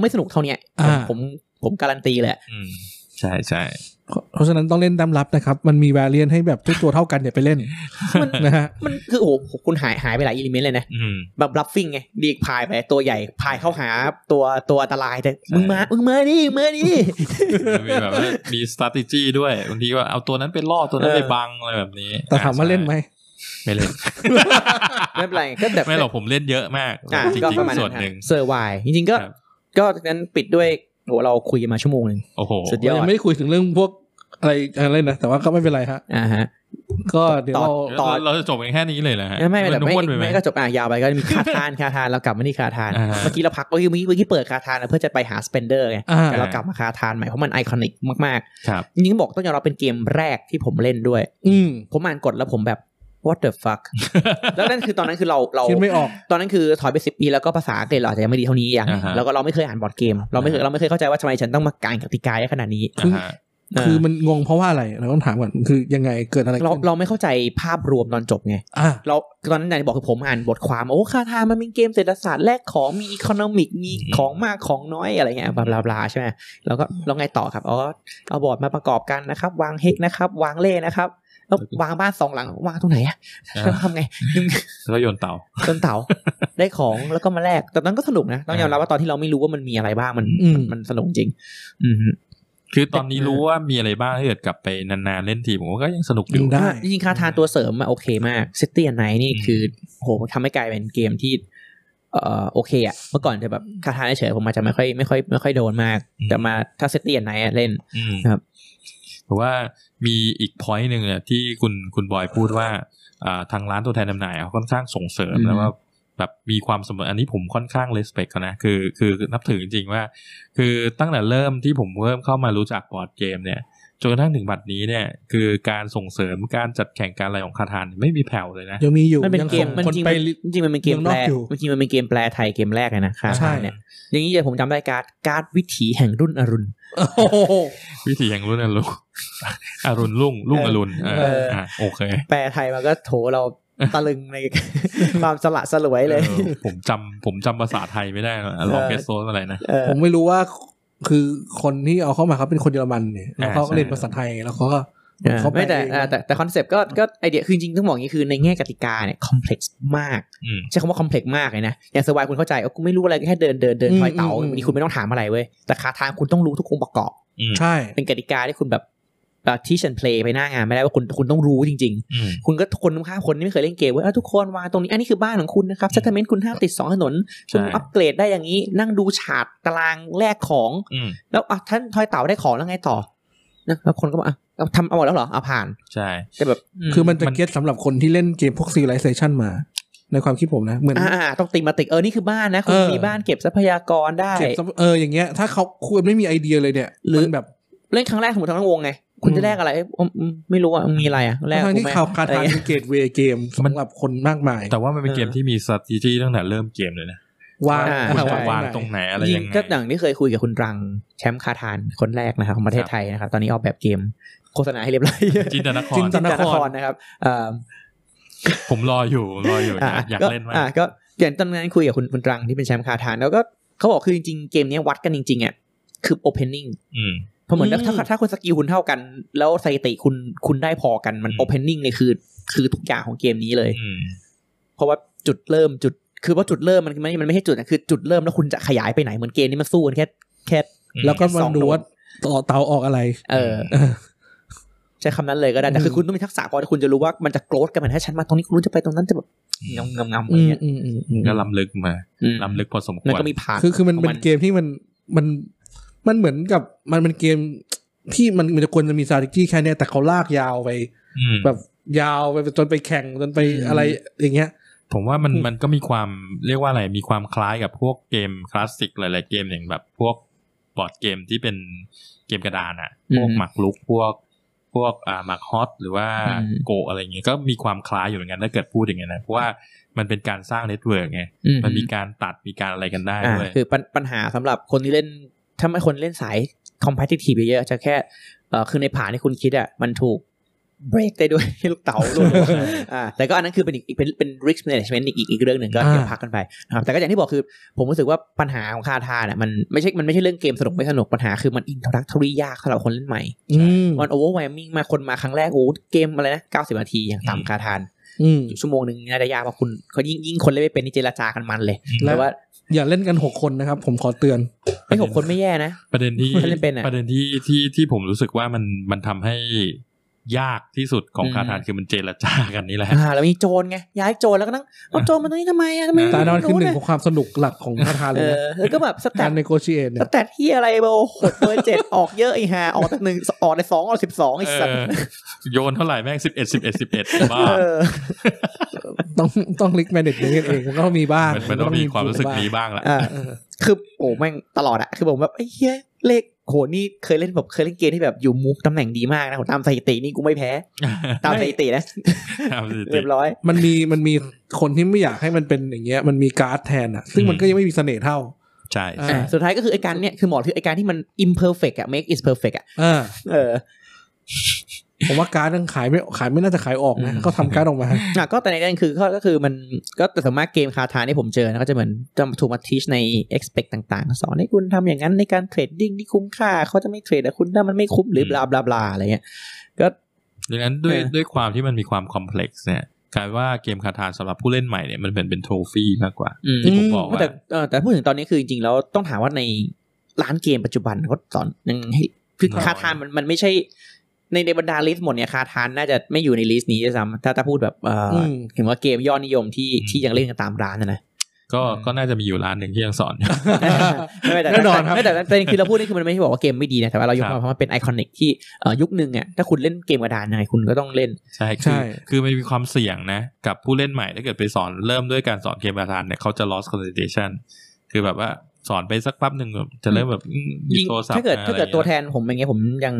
[SPEAKER 3] ไม่สนุกเท่าเนี้ยผม
[SPEAKER 1] อ่า
[SPEAKER 3] ผมผมการันตีแหละ
[SPEAKER 2] อืมใช่ใช่
[SPEAKER 1] เพราะเพราะฉะนั้นต้องเล่นแต้มรับนะครับ มันมีแวเรียนให้แบบทุกตัวเท่ากันอย่าไปเล่น
[SPEAKER 3] มัน
[SPEAKER 1] นะฮะ
[SPEAKER 3] มันคือโอ้โหคุณหายหายไปหลายอิลิเมนต์เลยนะ
[SPEAKER 2] อืม
[SPEAKER 3] แบบบลัฟฟิ้งไงดีกพายไปตัวใหญ่พายเข้าหาตัวตัวอันตรายแต่มึงมามึงมาดิมึงมาดิ
[SPEAKER 2] มีแบบว่ามี strategy ด้วยบางทีว่าเอาตัวนั้นไปล่อตัวนั้น
[SPEAKER 3] เออ
[SPEAKER 2] ไปบังอะไรแบบนี้
[SPEAKER 1] แต่ถามว่าเล่นไหม
[SPEAKER 2] ไม่เล่น
[SPEAKER 3] ไม่เป็นไรก็แต่
[SPEAKER 2] ไม่หรอกผมเล่นเยอะมาก
[SPEAKER 3] อ่ะ
[SPEAKER 2] จริ
[SPEAKER 3] ก็
[SPEAKER 2] ง
[SPEAKER 3] ประมาณ
[SPEAKER 2] ๆส่วนหนึ่ง
[SPEAKER 3] เซอร์ไวจริงๆก็
[SPEAKER 2] ครับ
[SPEAKER 3] ก็นั้นปิดด้วยโหเราคุยกันมาชั่วโมงหนึ่ง
[SPEAKER 2] โอ้โห
[SPEAKER 3] สุดยอด
[SPEAKER 1] ยังไม่ได้คุยถึงเรื่องพวกอะไรอะไรนะ แต่ว่าก็ไม่เป็นไรฮะ
[SPEAKER 3] อ่าฮะ
[SPEAKER 1] ก็เดี๋ยวเรา
[SPEAKER 3] ต่อ
[SPEAKER 2] เราเราจะจบกันแค่นี้เลยนะฮะ
[SPEAKER 3] ไม่ไม่แต่
[SPEAKER 2] น
[SPEAKER 3] ไม่
[SPEAKER 2] ม้วนไปไหม
[SPEAKER 3] ไม่ก็จบอ่ะยาวไปก็มีคาทานคาทานเรากลับมาที่คาทาน
[SPEAKER 2] อ่าฮะ
[SPEAKER 3] เมื่อกี้เราพักเมื่อกี้เมื่อกี้เปิดคาทานนะเพื่อจะไปหาสเปนเดอร์ไง
[SPEAKER 1] อ่า
[SPEAKER 3] แต่เรากลับมาคาทานใหม่เพราะมันไอคอนิกมาก
[SPEAKER 2] ครับ
[SPEAKER 3] ๆจริงๆบอกต้องยอมรับเป็นเกมแรกที่ผมเล่นด้วย
[SPEAKER 1] อืม
[SPEAKER 3] ผมอ่านกฎแล้วผมแบบ what the fuck แล้วนั่นคือตอนนั้นคือเราเรา
[SPEAKER 1] คิดไม่ออก
[SPEAKER 3] ตอนนั้นคือถอยไปสิปีแล้วก็ภาษาอังกฤษเราอาจจะยังไม่ดีเท่านี้อย่าง
[SPEAKER 2] อ่าฮะ
[SPEAKER 3] แล้วก็เราไม่เคยอ่านบอร์ดเกม เราไม่เคยเราไม่เคยเข้าใจว่าทำไมฉันต้องมาการกติกาได้ขนาดนี้
[SPEAKER 1] คือ
[SPEAKER 2] อ่าฮะ
[SPEAKER 3] เออ
[SPEAKER 1] คือมันงงเพราะว่าอะไรเราต้องถามก่อนคือยังไงเกิดอะไร
[SPEAKER 3] เรา
[SPEAKER 1] ขึ้น
[SPEAKER 3] เราไม่เข้าใจภาพรวมตอนจบไง
[SPEAKER 1] อ่า
[SPEAKER 3] เราตอนนั้นอย่างที่บอกคือผมอ่านบทความโอ้คาทามันเป็นเกมเศรษฐศาสตร์แลกของมีอีโคโนมิกมีของมากของน้อยอะไรเงี้ยบลาบลาบลาใช่ไหมแล้วก็เราไงต่อครับอ๋อเอาบอร์ดมาประกอบกันนะครับ วางเฮกนะครับ วางเล่นะครับแล้ววางบ้านสองหลังวางตรงไหนอะแล้วทำไง
[SPEAKER 2] แล้วโยนเต่า
[SPEAKER 3] จ นเต๋า ได้ของแล้วก็มาแลกแต่ตอนนั้นก็สนุกนะต้องยอมรับว่าตอนที่เราไม่รู้ว่ามันมีอะไรบ้างมัน
[SPEAKER 1] อืม
[SPEAKER 3] มันมันสนุกจริง อืมฮึ
[SPEAKER 2] คือตอนนี้
[SPEAKER 3] แต่
[SPEAKER 2] รู้ว่ามีอะไรบ้างถ้าเกิดกลับไปนานๆเล่นทีผมว่าก็ยังสนุกอยู่
[SPEAKER 1] ยังได้
[SPEAKER 3] จริงๆคาทานตัวเสริมมาโอเคมากซิตี้ไนนี่
[SPEAKER 2] อืม
[SPEAKER 3] คือโหทำให้กลายเป็นเกมที่ เอ่อโอเคอะเมื่อก่อนจะแบบคาทานเฉยๆผมอาจจะไม่ค่อยไม่ค่อยไม่ค่อยโดนมาก แต่มาถ้าซิตี้ไนเล่น
[SPEAKER 2] อืม
[SPEAKER 3] ครับ
[SPEAKER 2] แต่ว่ามีอีก point หนึ่งอะที่คุณคุณบอยพูดว่าอ่าทางร้านตัวแทนจำหน่ายเขาค่อนข้างส่งเสริมแล้วว่าแบบมีความเสมออันนี้ผมค่อนข้าง respect เขานะคือคือนับถือจริงๆว่า คือตั้งแต่เริ่มที่ผมเริ่มเข้ามารู้จักบอร์ดเกมเนี่ย จนกระทั่งถึงบัดนี้เนี่ย คือการส่งเสริมการจัดแข่งการอะไรของคาทานไม่มีแผ่วเลยนะ
[SPEAKER 1] ยังมีอยู่
[SPEAKER 3] มันเป็น
[SPEAKER 1] ยัง
[SPEAKER 3] เก
[SPEAKER 1] ส่
[SPEAKER 3] ม
[SPEAKER 1] ง
[SPEAKER 3] มัน
[SPEAKER 1] คน
[SPEAKER 3] จริง
[SPEAKER 1] ไป
[SPEAKER 3] มันจริงมันเป็นเกม
[SPEAKER 1] เมืองน
[SPEAKER 3] แป
[SPEAKER 1] อ
[SPEAKER 3] ล
[SPEAKER 1] กอยู่
[SPEAKER 3] มันจริงมันเป็นเกมแปลไทยเกมแรกเลยนะคาทา
[SPEAKER 1] ใช่
[SPEAKER 3] นเนี่ยอย่างนี้เดี๋ยวผมจำได้การ์ดการ์ดวิถีแห่งรุ่นอรุณ
[SPEAKER 1] โอ้โห
[SPEAKER 2] วิธีอย่างรุ่นอรุณ อรุณรุ่งรุ่งอรุณ
[SPEAKER 3] เอออ่
[SPEAKER 2] อ่าโอเค
[SPEAKER 3] แปลไทยมาก็โถเราตะลึงใน ความสละสลวยเลย
[SPEAKER 2] ออผมจำผมจำภาษาไทยไม่ได้หรอกลองเกสโซนอะไรนะ
[SPEAKER 3] เออ
[SPEAKER 1] ผมไม่รู้ว่าคือคนที่เอาเข้ามาเขาเป็นคนเยอรมันเนี่ยแล้วเขาก็
[SPEAKER 2] อ่าใช่
[SPEAKER 1] เรียนภาษาไทยแล้วเขาก็
[SPEAKER 3] เออ
[SPEAKER 1] เขา
[SPEAKER 3] ไม่แต่
[SPEAKER 1] แปลเอง
[SPEAKER 3] อ่าแต่แต่คอนเซปต์ก็ก็ไอเดียคือจริงๆต้องบอกอย่างนี้คือในแง่กติกาเนี่ยคอมเพล็กซ์มาก
[SPEAKER 2] อืม
[SPEAKER 3] ใช้คำว่าคอมเพล็กซ์มากเลยนะ อย่างสวายคุณเข้าใจเอากูไม่รู้อะไรแค่เดินเดินเดิน
[SPEAKER 1] อืม
[SPEAKER 3] คอยเตา
[SPEAKER 1] อืม
[SPEAKER 3] วันนี้คุณไม่ต้องถามอะไรเว้ย แต่คาทางคุณต้องรู้ทุกองค์ประกอบ
[SPEAKER 2] อืม
[SPEAKER 1] ใช่
[SPEAKER 3] เป็นกติกาที่คุณแบบที่ฉันเพลย์ไปหน้างานไม่ได้ว่าคุณคุณต้องรู้จริง
[SPEAKER 2] อืม
[SPEAKER 3] ๆ คุณก็คนข้างคนที่ไม่เคยเล่นเกมเว้ยอ่ะทุกคนวางตรงนี้ อันนี้คือบ้านของคุณนะครับชัตเตอร์เมนต์คุณห้ามติดสองถนนคุณ
[SPEAKER 2] ใช่
[SPEAKER 3] อัปเกรดได้อย่างนี้ นั่งดูฉากตารางแลกของ
[SPEAKER 2] อืม
[SPEAKER 3] แล้วอ่ะท่านทอยเต่าได้ของแล้วไงต่อนะแล้วคนก็บอกอ่ะเอาทำเอาหมดแล้วเหรอเอาผ่าน
[SPEAKER 2] ใช่
[SPEAKER 3] แต่แบบ
[SPEAKER 1] คือมันจะเก็ตสำหรับคนที่เล่นเกมพวก Civilization มา ในความคิดผมนะ เหมือน
[SPEAKER 3] อ่าอ่าต้องตีมาติกเออนี่คือบ้านนะ คุณ
[SPEAKER 1] เออ
[SPEAKER 3] มีบ้านเก็บทรัพยากรได้
[SPEAKER 1] เก็บสำเอออย่างเงี้ย ถ้าเขาควรไม่มีไอเดียเลยเนี่ย
[SPEAKER 3] หรือ
[SPEAKER 1] มันแบบ
[SPEAKER 3] เล่นครั้งแรกสมมติทั้งวงไง คุณจะแลกอะไรเอ้ยอืมอืมไม่รู้อ่ะมีอะไรอ่ะแลก
[SPEAKER 1] ทั้ง
[SPEAKER 3] กู
[SPEAKER 1] ที่
[SPEAKER 3] ไหม
[SPEAKER 1] ข่าวคา
[SPEAKER 3] อะไร
[SPEAKER 1] ทาน
[SPEAKER 3] เงี้ย
[SPEAKER 1] เป็นเกตเวย์เกมสำหรับคนมากมาย
[SPEAKER 2] แต่ว่ามันเป็น
[SPEAKER 3] เออ
[SPEAKER 2] เกมที่มี strategy ตั้งแต่เริ่มเกมเลยนะ
[SPEAKER 1] วาง
[SPEAKER 3] อ่า
[SPEAKER 2] คุณ
[SPEAKER 1] อ่
[SPEAKER 2] จะวาง
[SPEAKER 1] ไหน
[SPEAKER 2] ตรงไหนอะไร
[SPEAKER 3] จ
[SPEAKER 2] ยั
[SPEAKER 3] ริ
[SPEAKER 2] ง
[SPEAKER 3] ง
[SPEAKER 2] ไง
[SPEAKER 3] ก็อย่างที่เคยคุยกับคุณรังแชมป์คาทานคนแรกนะครับของประเทศไทยนะครับ ตอนนี้ออกแบบเกมโฆษณาให้เรียบร้อย
[SPEAKER 2] จินตนค
[SPEAKER 1] จิ
[SPEAKER 2] ร
[SPEAKER 1] นตนา
[SPEAKER 3] จาก
[SPEAKER 1] คน
[SPEAKER 3] ค
[SPEAKER 1] ร
[SPEAKER 3] รนะครับเอ่อ
[SPEAKER 2] ผมรออยู่ผมรออยู่อยากอยากเล่นมาก
[SPEAKER 3] อ่ะก็อย่างตอนนั้นคุยกับคุณคุณรังที่เป็นแชมป์คาทานแล้วก็เขาบอกคือจริงๆ เกมเนี้ยวัดกันจริงๆอ่ะคือ opening
[SPEAKER 2] อืม
[SPEAKER 3] เพราะเหมือนถ้าถ้าถ้าคุณสกิลคุณเท่ากัน แล้วสถิติคุณคุณได้พอกันมัน
[SPEAKER 2] อืม
[SPEAKER 3] opening เนี่ยคือคือทุกอย่างของเกมนี้เลย
[SPEAKER 2] อืม
[SPEAKER 3] เพราะว่าจุดเริ่มจุดคือว่าจุดเริ่มมันมันมันไม่ใช่จุดนะคือจุดเริ่มแล้วคุณจะขยายไปไหนเหมือนเกมนี้มันสู้กันแค่แค่
[SPEAKER 1] แล้วก็มา
[SPEAKER 3] สองโดน
[SPEAKER 1] ดูว่าต่อเตาออกอะไร
[SPEAKER 3] เออใช้คำนั้นเลยก็ได้แต่คือ
[SPEAKER 1] ม
[SPEAKER 3] คุณต้องมีทักษะพอที่คุณจะรู้ว่ามันจะโกรธกันมันถ้าฉันมาตรงนี้คุณจะไปตรงนั้นจะแบบงำงำงำอะไร
[SPEAKER 1] อืม
[SPEAKER 3] เงี้ย
[SPEAKER 1] อืมอืมอืม
[SPEAKER 2] ก็ล้ำลึกมา
[SPEAKER 3] อืม
[SPEAKER 2] ล้ำลึกพอสมค
[SPEAKER 3] มัน
[SPEAKER 2] วร
[SPEAKER 3] ก็มีผ่าน
[SPEAKER 1] คือคือมัน
[SPEAKER 3] ขง
[SPEAKER 1] เป็นเกมที่มันมันมันเหมือนกับมันเป็นเกมที่มันมันจะควรจะมี strategy แค่เนี้ยแต่เขาลากยาวไป
[SPEAKER 2] อืม
[SPEAKER 1] แบบยาวไปจนไปแข่งจนไป
[SPEAKER 3] อืม
[SPEAKER 1] อะไรอย่างเงี้ย
[SPEAKER 2] ผมว่ามัน
[SPEAKER 1] อืม
[SPEAKER 2] มันก็มีความเรียกว่าอะไร มีความคล้ายกับพวกเกมคลาสสิกหลาย ๆ เกมอย่างแบบพวกบอร์ดเกมที่เป็นเกมกระดานอ่ะ
[SPEAKER 3] อืม
[SPEAKER 2] พวกหมากลุกพวกพวกอ่าหมากฮอตหรือว่า
[SPEAKER 3] อืม
[SPEAKER 2] โกะอะไรเงี้ยก็มีความคล้ายอยู่เหมือนกันถ้าเกิดพูดอย่างเงี้ยนะเพราะว่ามันเป็นการสร้างเน็ตเวิร์กไง
[SPEAKER 3] อื
[SPEAKER 2] มันมีการตัดมีการอะไรกันได้
[SPEAKER 3] อ่า
[SPEAKER 2] ด้วย
[SPEAKER 3] คือปัญปัญหาสำหรับคนที่เล่น ถ้าไม่คนเล่นสายคอมเพ t ติทีฟเยอะๆจะแค่เอ่อคือในผ่านที่คุณคิดอ่ะมันถูกเบรกได้ด้วย ลูกเต๋าลูกอ่าแต่ก็อันนั้นคือเป็นอีกอีกเป็นเป็น risk management อีกอีกอีกเรื่องหนึ่งก็
[SPEAKER 1] อ่า
[SPEAKER 3] เดี๋ยวพักกันไปนะครับแต่ก็อย่างที่บอกคือ ผมรู้สึกว่าปัญหาของคาทาเนี่ยมันไม่ใช่มันไม่ใช่เรื่องเกมสนุกไม่สนุกปัญหาคือมันอินทรักทรียากสำหรับคนเล่นใหม่
[SPEAKER 1] อืม
[SPEAKER 3] มันโอเวอร์ไวมิ่งมากคนมาครั้งแรกโอ้เกมอะไรนะ90นาทีอย่าง
[SPEAKER 2] อืม
[SPEAKER 3] ต่ำคาทาน
[SPEAKER 1] อืม
[SPEAKER 3] ชั่วโมงหนึ่งน่าจะยากเพราะคุณเขายิ่งยิ่งคนเล่นไม่เป็นนี่เจรจากันมันเลย
[SPEAKER 1] และ
[SPEAKER 3] แต่ว่า
[SPEAKER 1] อย่าเล่นกันหกคนนะครับ ผมขอเตือน
[SPEAKER 3] ไอ้ยหกคนไม่แย่นะ
[SPEAKER 2] ประเด็นที่
[SPEAKER 3] คนเล่นเป็นอะ
[SPEAKER 2] ประเด็นที่ที่ที่ผมรู้สึกว่ามันมันทำให้ยากที่สุดของ
[SPEAKER 3] อืม
[SPEAKER 2] คาทานคือมันเจรจากันนี่แหละ
[SPEAKER 3] อ่าแล้วมีโจรไงย้ายโจรแล้วก็นั่งเอาโจรมาตรงนี้ทำไมอ่ะทำไม
[SPEAKER 1] แต่นอนคือหนึ่ง
[SPEAKER 3] ะ
[SPEAKER 1] ของความสนุกหลักของคาทานเล
[SPEAKER 3] เอย อ
[SPEAKER 1] นะ
[SPEAKER 3] แล้วก็แบบสแต
[SPEAKER 1] การ
[SPEAKER 3] ท
[SPEAKER 1] ในโกชิเอเนี่
[SPEAKER 3] ส
[SPEAKER 1] ย
[SPEAKER 3] แตทที่อะไรเบลหดเบอร์เจ็ดออกเยอะไอ้ห่าออกแต่หนึ่งออกแต่สองออกสิบสองไอ้สัต
[SPEAKER 2] เอ
[SPEAKER 3] ว์
[SPEAKER 2] อโยนเท่าไหร่แม่งสิบเอ็ดสิบเอ็ดสิบเอ็ดบ้า
[SPEAKER 3] เออ
[SPEAKER 1] ต้องต้องลิกแมเนจเองเองก็มีบ้าง
[SPEAKER 2] มันมันต้องมีความรู้สึกนี้บ้างละ
[SPEAKER 3] อ่าคือโอ้แม่งตลอดอะคือผมแบบไอ้เหี้ยเลขโหนี่เคยเล่นแบบเคยเล่นเกมที่แบบอยู่มุกตำแหน่งดีมากนะผมตามสถิตินี่กูไม่แพ้ ตามสถิตินะ
[SPEAKER 2] ครับสถิติ
[SPEAKER 3] เรียบร้อย
[SPEAKER 1] มันมีมันมีคนที่ไม่อยากให้มันเป็นอย่างเงี้ย มันมีการ์ดแทนอ่ะ ซึ่ง
[SPEAKER 2] อืม
[SPEAKER 1] มันก็ยังไม่มีเสน่ห์เท่า
[SPEAKER 2] ใช่
[SPEAKER 1] อ่า
[SPEAKER 2] ใช่
[SPEAKER 3] สุดท้ายก็คือไอ้การเนี่ยคือหมอคือไอ้การที่มัน imperfect อะ make is perfect อะ
[SPEAKER 1] เออ
[SPEAKER 3] เออ
[SPEAKER 1] ผมว่าการ์ดยังขายไม่ขายไม่น่าจะขายออกนะ
[SPEAKER 3] อืม
[SPEAKER 1] ก็ทำการ์ดออกมา
[SPEAKER 3] อ่ะก็แต่ในนั้นคือก็ก็คือมันก็แต่สวนมากเกมคาทาที่ผมเจอนะก็จะเหมือนจะถูกมาทีชใน expect ต่างๆ สอนให้คุณทำอย่างนั้นในการเทรดดิ้งที่คุ้มค่าเขาจะไม่เทรดแต่คุณถ้ามันไม่คุ้มหรือบลาบลาบลาอะไรเงี้ยก็
[SPEAKER 2] ดังนั้นด้วย
[SPEAKER 3] เออ
[SPEAKER 2] ด้วยความที่มันมีความคอมเพล็กซ์เนี่ยกลายว่าเกมคาทานสำหรับผู้เล่นใหม่เนี่ยมันเหมือนเป็นโทฟี่มากกว่า
[SPEAKER 3] อืม
[SPEAKER 2] ที่ผมบอกว่า
[SPEAKER 3] แต่เออแต่พูดถึงตอนนี้คือจริงๆแล้วต้องถามว่าในร้านเกมปัจจุบันเขาสอนยังให้คือ
[SPEAKER 2] น้อย
[SPEAKER 3] คาทานมันมันไม่ใช่ ในในบรรดาลิสต์หมดเนี่ยคาทานน่าจะไม่อยู่ในลิสต์นี้ด้วยซ้ำถ้าถ้าพูดแบบเอออ
[SPEAKER 1] ม
[SPEAKER 3] ถึงว่าเกมยอดนิยมที่ที่ยังเล่นกันตามร้านนะนะ
[SPEAKER 2] ก็ก็น่าจะมีอยู่ร้านหนึ่งที่ยังสอนอยู่
[SPEAKER 3] ไม่ไม่แต่
[SPEAKER 1] แน่นอนครับ
[SPEAKER 3] ไม่แต่แต่แต่คือเราพูดนี่คือมันไม่ใช่บอกว่าเกมไม่ดีนะแต่ว่าเรายก
[SPEAKER 2] ครั
[SPEAKER 3] มา
[SPEAKER 2] บ
[SPEAKER 3] เพราะมันเป็นไอคอนิกที่เอ่อยุคหนึ่งอ่ะถ้าคุณเล่นเกมกระดานยังไงคุณก็ต้องเล่น
[SPEAKER 2] ใช่คื
[SPEAKER 1] ใช่
[SPEAKER 2] อคือมันมีความเสี่ยงนะ กับผู้เล่นใหม่ถ้าเกิดไปสอนเริ่มด้วยการสอนเกมประธานเนี่ยเขาจะ lost concentration คือแบบว่าสอนไปสักแป๊บหนึ่งแบบจะเริ่มแบบอืมหยิบ
[SPEAKER 3] ยิ่ง
[SPEAKER 2] โทรศัพท์
[SPEAKER 3] ถ้าเกิด
[SPEAKER 2] ม
[SPEAKER 3] ถ้าเกิด
[SPEAKER 2] อะไรงี้ย
[SPEAKER 3] ตัวแทนผมอย่างเงี้ยผมยัง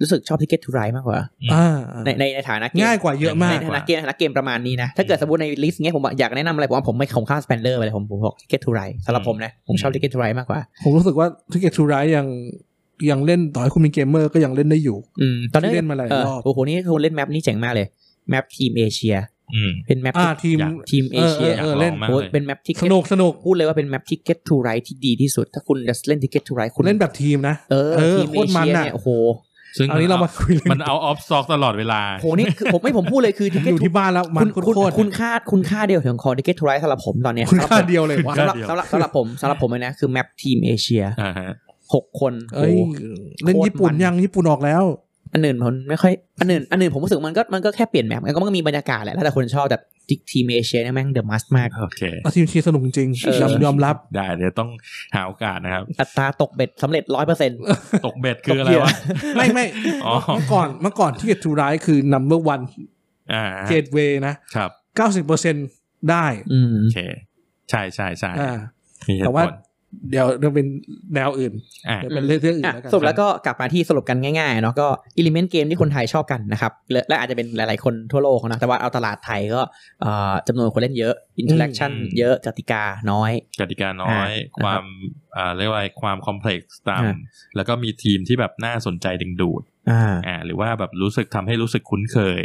[SPEAKER 3] รู้สึกชอบ Ticket to Ride มากกว่า
[SPEAKER 1] อ่า
[SPEAKER 3] ในในในฐานะเกม
[SPEAKER 1] ง่ายกว่าเยอะมาก
[SPEAKER 3] ในฐานะเกมในฐานะเกมประมาณนี้นะ ถ้าเกิดสมมติในลิสต์เงี้ยผมอยากแนะนำอะไรผมว่าผมไม่ของข้ามสเปนเดอร์ไปเลยผมผมบอก Ticket to Ride สำหรับผมนะผมชอบ Ticket to Ride มากกว่า
[SPEAKER 1] ผมรู้สึกว่าทิกเก็ตทูไรยังยังเล่นต่อให้คุณเป็นเกมเมอร์ก็ยังเล่นได้อยู่
[SPEAKER 3] อืมตอนนี้
[SPEAKER 1] ที่เล่นมาหลาย
[SPEAKER 3] เออ
[SPEAKER 1] รอบ
[SPEAKER 3] โอ้โหนี่คนเล่นแมปนี่เจ๋งมากเลยแมปทีมเอเชีย
[SPEAKER 2] อืม
[SPEAKER 3] เป็นแมป
[SPEAKER 1] อ่าทีม
[SPEAKER 2] อยาก
[SPEAKER 3] ทีมเอเชีย
[SPEAKER 1] เออเล่น
[SPEAKER 2] มาก
[SPEAKER 3] โอ้
[SPEAKER 2] เลย
[SPEAKER 3] เป็นแมปที่
[SPEAKER 1] สนุกสนุก
[SPEAKER 3] พูดเลยว่าเป็นแมปที่ get to right ที่ดีที่สุด ถ้าคุณจะเล่นที่ get to right
[SPEAKER 1] คุ
[SPEAKER 3] คุณณ
[SPEAKER 1] เล่นแบบทีมนะ
[SPEAKER 3] เออทีม
[SPEAKER 1] โค
[SPEAKER 3] เอ
[SPEAKER 1] ตร
[SPEAKER 3] เชี
[SPEAKER 1] มัน
[SPEAKER 3] ย
[SPEAKER 1] อ่ะ
[SPEAKER 3] เนี่ยโอ้โห
[SPEAKER 2] ซึ่ง
[SPEAKER 1] เอานี้เรามาคุยเรื่อง
[SPEAKER 2] มันเอาออฟซอกตลอดเวลา
[SPEAKER 3] โอ้โหนี่คือ ผมไม่ผมพูดเลยคือ
[SPEAKER 1] อ
[SPEAKER 3] ticket
[SPEAKER 1] ยู่
[SPEAKER 3] to
[SPEAKER 1] ที่บ้านแล้วมัน
[SPEAKER 3] คุณ
[SPEAKER 1] โค
[SPEAKER 3] คุณ
[SPEAKER 1] ตร
[SPEAKER 3] คุณค่าคุณค่าเดียวถึงคอ ticket to right สำหรับผมตอนเนี้ย
[SPEAKER 1] คุณ
[SPEAKER 3] สำหรับ
[SPEAKER 1] ค่า
[SPEAKER 3] ผม
[SPEAKER 1] เดียวเลยวะ
[SPEAKER 3] สำ
[SPEAKER 2] ค่า
[SPEAKER 3] หรับ
[SPEAKER 2] เดียว
[SPEAKER 3] สำหรับสำหรับผมสำหรับผมเลยนะคือแมปทีมเอเชีย
[SPEAKER 2] อ่าฮะ
[SPEAKER 3] หกคนโอ้
[SPEAKER 1] เอ้ย
[SPEAKER 3] โห
[SPEAKER 1] เล่นญี่ปุ่น
[SPEAKER 3] โคตรมัน
[SPEAKER 1] ยังญี่ปุ่นออกแล้ว
[SPEAKER 3] อันอื่นผมไม่ค่อยอันอื่นอันอื่นผมรู้สึกมันก็มันก็แค่เปลี่ยนแมปมันก็มันก็มีบรรยากาศแหละแล้วแต่คนชอบแต่ทีมเอเชียเนี่ยแม่งเดอะมัสมาก
[SPEAKER 2] โอเค
[SPEAKER 1] อาทีมเชียร์สนุกจริง
[SPEAKER 3] เออ
[SPEAKER 1] ยอมยอมรับ
[SPEAKER 2] ได้เดี๋ยวต้องหาโอกาสนะครับ
[SPEAKER 3] อัตราตกเบ็ดสำเร็จร้อยเปอร์เซ็นต์
[SPEAKER 2] ตกเบ็ดคืออะไรวะ
[SPEAKER 1] ไม่ไม่
[SPEAKER 2] อ๋อ
[SPEAKER 1] เมื่อก่อนเมื่อก่อนที่เกตูร้ายคือ number one
[SPEAKER 2] อ่า
[SPEAKER 1] เกตเวย์นะครับ เก้าสิบเปอร์เซ็นได้
[SPEAKER 3] อืม
[SPEAKER 2] โอเค ใช่ใช่ใช่
[SPEAKER 1] อ่า
[SPEAKER 2] มีเหตุ
[SPEAKER 1] แต่
[SPEAKER 2] ผ
[SPEAKER 1] ว่า
[SPEAKER 2] ล
[SPEAKER 1] เดี๋ยวเราเป็นแนวอื่น
[SPEAKER 2] อ่า
[SPEAKER 1] เดี๋ยวเป็นเรื่องอื่น
[SPEAKER 3] อ่ะ
[SPEAKER 1] แล้วกัน
[SPEAKER 3] สรุปแล้วก็กลับมาที่สรุปกันง่ายๆเนาะก็อิเลเมนต์เกมที่คนไทยชอบกันนะครับและและอาจจะเป็นหลายๆคนทั่วโลกนะแต่ว่าเอาตลาดไทยก็เอ่อจำนวนคนเล่นเยอะอินเทอร์แอคชั่น
[SPEAKER 2] อืม
[SPEAKER 3] เยอะกติกาน้อย
[SPEAKER 2] กติกาน้อย
[SPEAKER 3] อ่า
[SPEAKER 2] ความอ่าเรียกว่าความคอมเพล็กซ์ตาม
[SPEAKER 3] อ่า
[SPEAKER 2] แล้วก็มีทีมที่แบบน่าสนใจดึงดูด
[SPEAKER 3] อ่า
[SPEAKER 2] อ่าหรือว่าแบบรู้สึกทำให้รู้สึกคุ้นเคย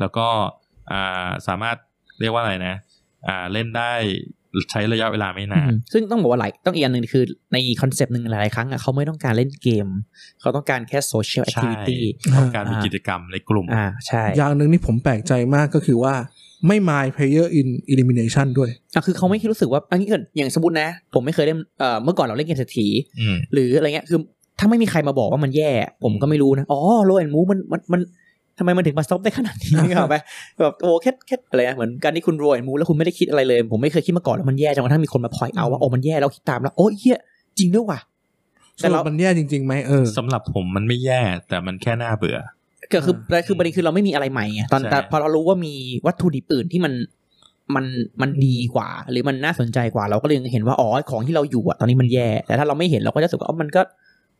[SPEAKER 2] แล้วก็อ่าสามารถเรียกว่าอะไรนะ อ่าเล่นได้ใช้ระยะเวลาไม่นาน
[SPEAKER 3] ซึ่งต้องบอกว่าหลายต้องอีกอันหนึ่งคือในคอนเซปต์หนึ่งหลายๆครั้งอ่ะเขาไม่ต้องการเล่นเกม เขาต้องการแค่โซเชียลแอค
[SPEAKER 2] ใช่
[SPEAKER 3] ทิวิตี้
[SPEAKER 2] ต้องการมีกิจกรรมในกลุ่ม
[SPEAKER 3] อ่าใช่
[SPEAKER 1] อย่างหนึ่งที่ผมแปลกใจมากก็คือว่าไม่ my player in elimination ด้วย
[SPEAKER 3] อ่ะคือเขาไม่คิดรู้สึกว่าอันนี้เกิดอย่างสมมตินะ ผมไม่เคยเล่นเอ่อเมื่อก่อนเราเล่นเกมเศรษฐี
[SPEAKER 2] อืม
[SPEAKER 3] หรืออะไรเงี้ยคือถ้าไม่มีใครมาบอกว่ามันแย่ ผมก็ไม่รู้นะ อ๋อโลแอนมูมันมันมันทำไมมันถึงมาซบได้ขนาด นี้ นึกออกไหมแบบโอ้แค่แค่อะไรนะเหมือนการที่คุณโรยมูแล้วคุณไม่ได้คิดอะไรเลย ผมไม่เคยคิดมาก่อนว่ามันแย่จนกระทั่งมีคนมาพอยเอาว่าโอ้มันแย่แล้วคิดตามแล้ว โอ้ยเหี้ยจริงด้วยว่ะ
[SPEAKER 1] ส
[SPEAKER 3] แต่
[SPEAKER 1] รุ
[SPEAKER 3] เรา
[SPEAKER 1] ปมันแย่จริงๆไหมเออ
[SPEAKER 2] สำหรับผมมันไม่แย่ แต่มันแค่น่าเบื่อ
[SPEAKER 3] ก็คือแต่คือประเด็นคือเราไม่มีอะไรใหม่ไงตอน
[SPEAKER 2] ใช่
[SPEAKER 3] แต่พอเรารู้ว่ามีวัตถุดิบอื่นที่มันมันมันดีกว่า หรือมันน่าสนใจกว่าเราก็เลยเห็นว่าอ๋อของที่เราอยู่อะตอนนี้มันแย่ แต่ถ้าเราไม่เห็นเราก็จะรู้สึกว่าอ๋อมันก็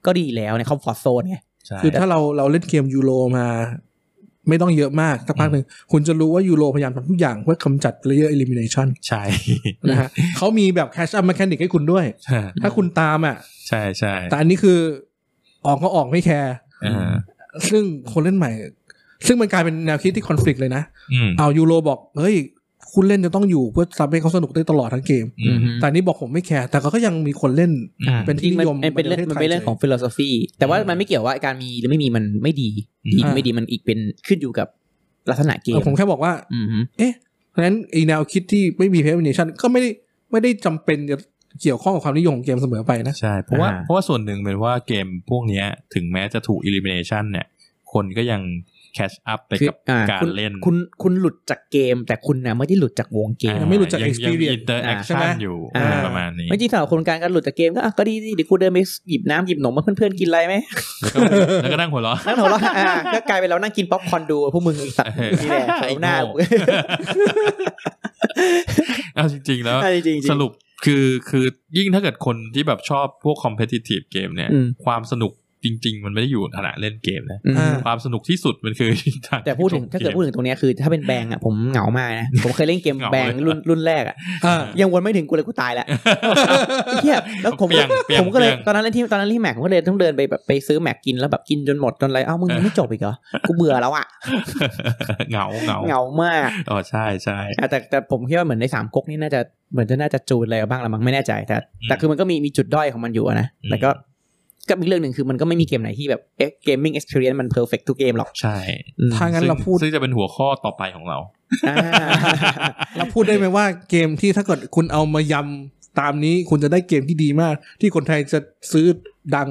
[SPEAKER 3] ก็ดีแล้วในคอมฟอร์ทโซนไง
[SPEAKER 2] ใช่
[SPEAKER 1] คือถ้าเราเราเล่นเกมยูโรมา ไม่ต้องเยอะมากสักพักหนึ่งคุณจะรู้ว่ายูโรพยายามทำทุกอย่างเพื่อกำจัด player elimination
[SPEAKER 2] ใช่
[SPEAKER 1] นะฮะเขามีแบบ cash up mechanic ให้คุณด้วย ถ้าคุณตามอ่ะ
[SPEAKER 2] ใช่ใช่
[SPEAKER 1] แต่อันนี้คือออกก็ออกไม่แคร์
[SPEAKER 2] อ่า
[SPEAKER 1] ซึ่งคนเล่นใหม่ ซึ่งมันกลายเป็นแนวคิดที่คอน FLICT เลยนะ
[SPEAKER 2] อืม
[SPEAKER 1] เอายูโรบอก เฮ้ย คุณเล่นจะต้องอยู่เพื่อทำให้เขาสนุกได้ตลอดทั้งเกม
[SPEAKER 2] อืม
[SPEAKER 1] แต่อันนี้บอกผมไม่แคร์ แต่เขาก็ยังมีคนเล่น
[SPEAKER 2] อ่า
[SPEAKER 1] เป็นที่นิยม
[SPEAKER 3] จริงๆนเป็นเรื่อง
[SPEAKER 1] ในประ
[SPEAKER 3] มัน
[SPEAKER 1] เทศไทย
[SPEAKER 3] เป็นเรื่องของฟิโลโซฟีแต่ว่ามันไม่เกี่ยวว่าการมีหรือไม่มีมันไม่ดีดีหรือไม่ดีมันอีกเป็นขึ้นอยู่กับลักษณะเก
[SPEAKER 1] เอ
[SPEAKER 3] ม
[SPEAKER 1] อผมแค่บอกว่า
[SPEAKER 3] อืม
[SPEAKER 1] เอ๊ะเพราะฉะนั้นไอีแนวคิดที่ไม่มีเพลย์เนชั่นก็ไม่ได้ไม่ได้จำเป็นจะเกี่ยวข้องกับความนิยมของเกมเสมอไปนะ
[SPEAKER 2] ใช่เพราะว่า
[SPEAKER 1] อ่า
[SPEAKER 2] เพราะว่าส่วนหนึ่งเป็นว่าเกมพวกเนี้ย ถึงแม้จะถูก elimination เนี่ย คนก็ยัง catch up ไป
[SPEAKER 3] คือ
[SPEAKER 2] กับ
[SPEAKER 3] อ่า
[SPEAKER 2] การ
[SPEAKER 3] คุณ
[SPEAKER 2] เล่น
[SPEAKER 3] คุณคุณหลุดจากเกม แต่คุณนะไม่ได้หลุดจากวงเกม
[SPEAKER 1] อ่า ไม่รู้จัก
[SPEAKER 2] ยังยังมี
[SPEAKER 1] experience ใช่ไหม
[SPEAKER 2] interaction อยู่
[SPEAKER 3] อ่า
[SPEAKER 2] ประมาณนี้
[SPEAKER 3] ไม่จริงสำหรับคนการการหลุดจากเกมก็อ่ะก็ดีดีเดี๋ยวกูเดินไปหยิบน้ำหยิบขนมมาเพื่อนๆกินอะไรไหม
[SPEAKER 2] แล้วก็แล้วก็นั่งหัวเราะ
[SPEAKER 3] นั่งหัวเราะอ่าก็กลายเป็นเรานั่งกินป๊อปคอร์นดูพวกมึงไอีสัตว์
[SPEAKER 2] เออ
[SPEAKER 3] นี่แหละ
[SPEAKER 2] ใช่
[SPEAKER 3] เอาหน้ากู
[SPEAKER 2] เอาจริง ๆ แล้ว
[SPEAKER 3] ใช่จริงๆจริง
[SPEAKER 2] สรุปคือคือยิ่งถ้าเกิดคนที่แบบชอบพวก competitive เกมเนี่ย
[SPEAKER 3] อืม
[SPEAKER 2] ความสนุกจริง ๆ มันไม่ได้อยู่ขณะเล่นเกมนะ
[SPEAKER 3] อืม
[SPEAKER 1] อ่า
[SPEAKER 2] ความสนุกที่สุดมันคือาร
[SPEAKER 3] แต่พูดถึง
[SPEAKER 2] ชม
[SPEAKER 3] ถ้าเกิด
[SPEAKER 2] ม
[SPEAKER 3] พูดถึงตรงเนี้ยคือถ้าเป็นแบงก์อ่ะผมเหงามากนะ ผมเคยเล่นเกม
[SPEAKER 2] เหงา
[SPEAKER 3] แบง
[SPEAKER 2] เลย
[SPEAKER 3] ก์รุ่นรุ่นแรกอ่ะ
[SPEAKER 1] อ่า
[SPEAKER 3] ยังวนไม่ถึงกูเลยกูตายแล้ว ไอ้เหี้ยแล้วผม
[SPEAKER 2] เปลี่ยนเปลี่ยน
[SPEAKER 3] ผมก็เลย
[SPEAKER 2] เปลี่ยน
[SPEAKER 3] ตอนนั้นเล่นที่ตอนนั้นที่แม็กผมก็เลยต้องเดินไปแบบไปซื้อแม็กกินแล้วแบบกินจนหมดจนอะไรเอ้ามึงยังไม่จบอีกเหรอกูเบื่อแล้วอ่ะ
[SPEAKER 2] เหงาเหงา
[SPEAKER 3] เหงามาก
[SPEAKER 2] อ๋อใช่ใช่
[SPEAKER 3] อ่ะแต่แต่ผมคิดว่าเหมือนในสามก๊กนี่น่าจะเหมือนจะน่าจะจูนอะไรบ้างละมั้งไม่แน่ใจแต่
[SPEAKER 2] อืม
[SPEAKER 3] แต่คือมันก็มีมีจุดด้อยของมันอยู่อะนะ
[SPEAKER 2] อืม
[SPEAKER 3] แต่ก็ก็อีกเรื่องหนึ่งคือมันก็ไม่มีเกมไหนที่แบบเอ๊ะเกมมิ่งเอ็กซ์เพรียมันเพอร์เฟกทุกเกมหรอก
[SPEAKER 2] ใช่
[SPEAKER 3] อืม
[SPEAKER 1] ถ้างั้น
[SPEAKER 2] ซึ่
[SPEAKER 1] เราพูด
[SPEAKER 2] ซึ่งจะเป็นหัวข้อต่อไป ของเรา
[SPEAKER 3] อ่า
[SPEAKER 1] เราพูดได้ไหมว่าเกมที่ถ้าเกิดคุณเอามายำตามนี้คุณจะได้เกมที่ดีมาก ที่คนไทยจะซื้อดัง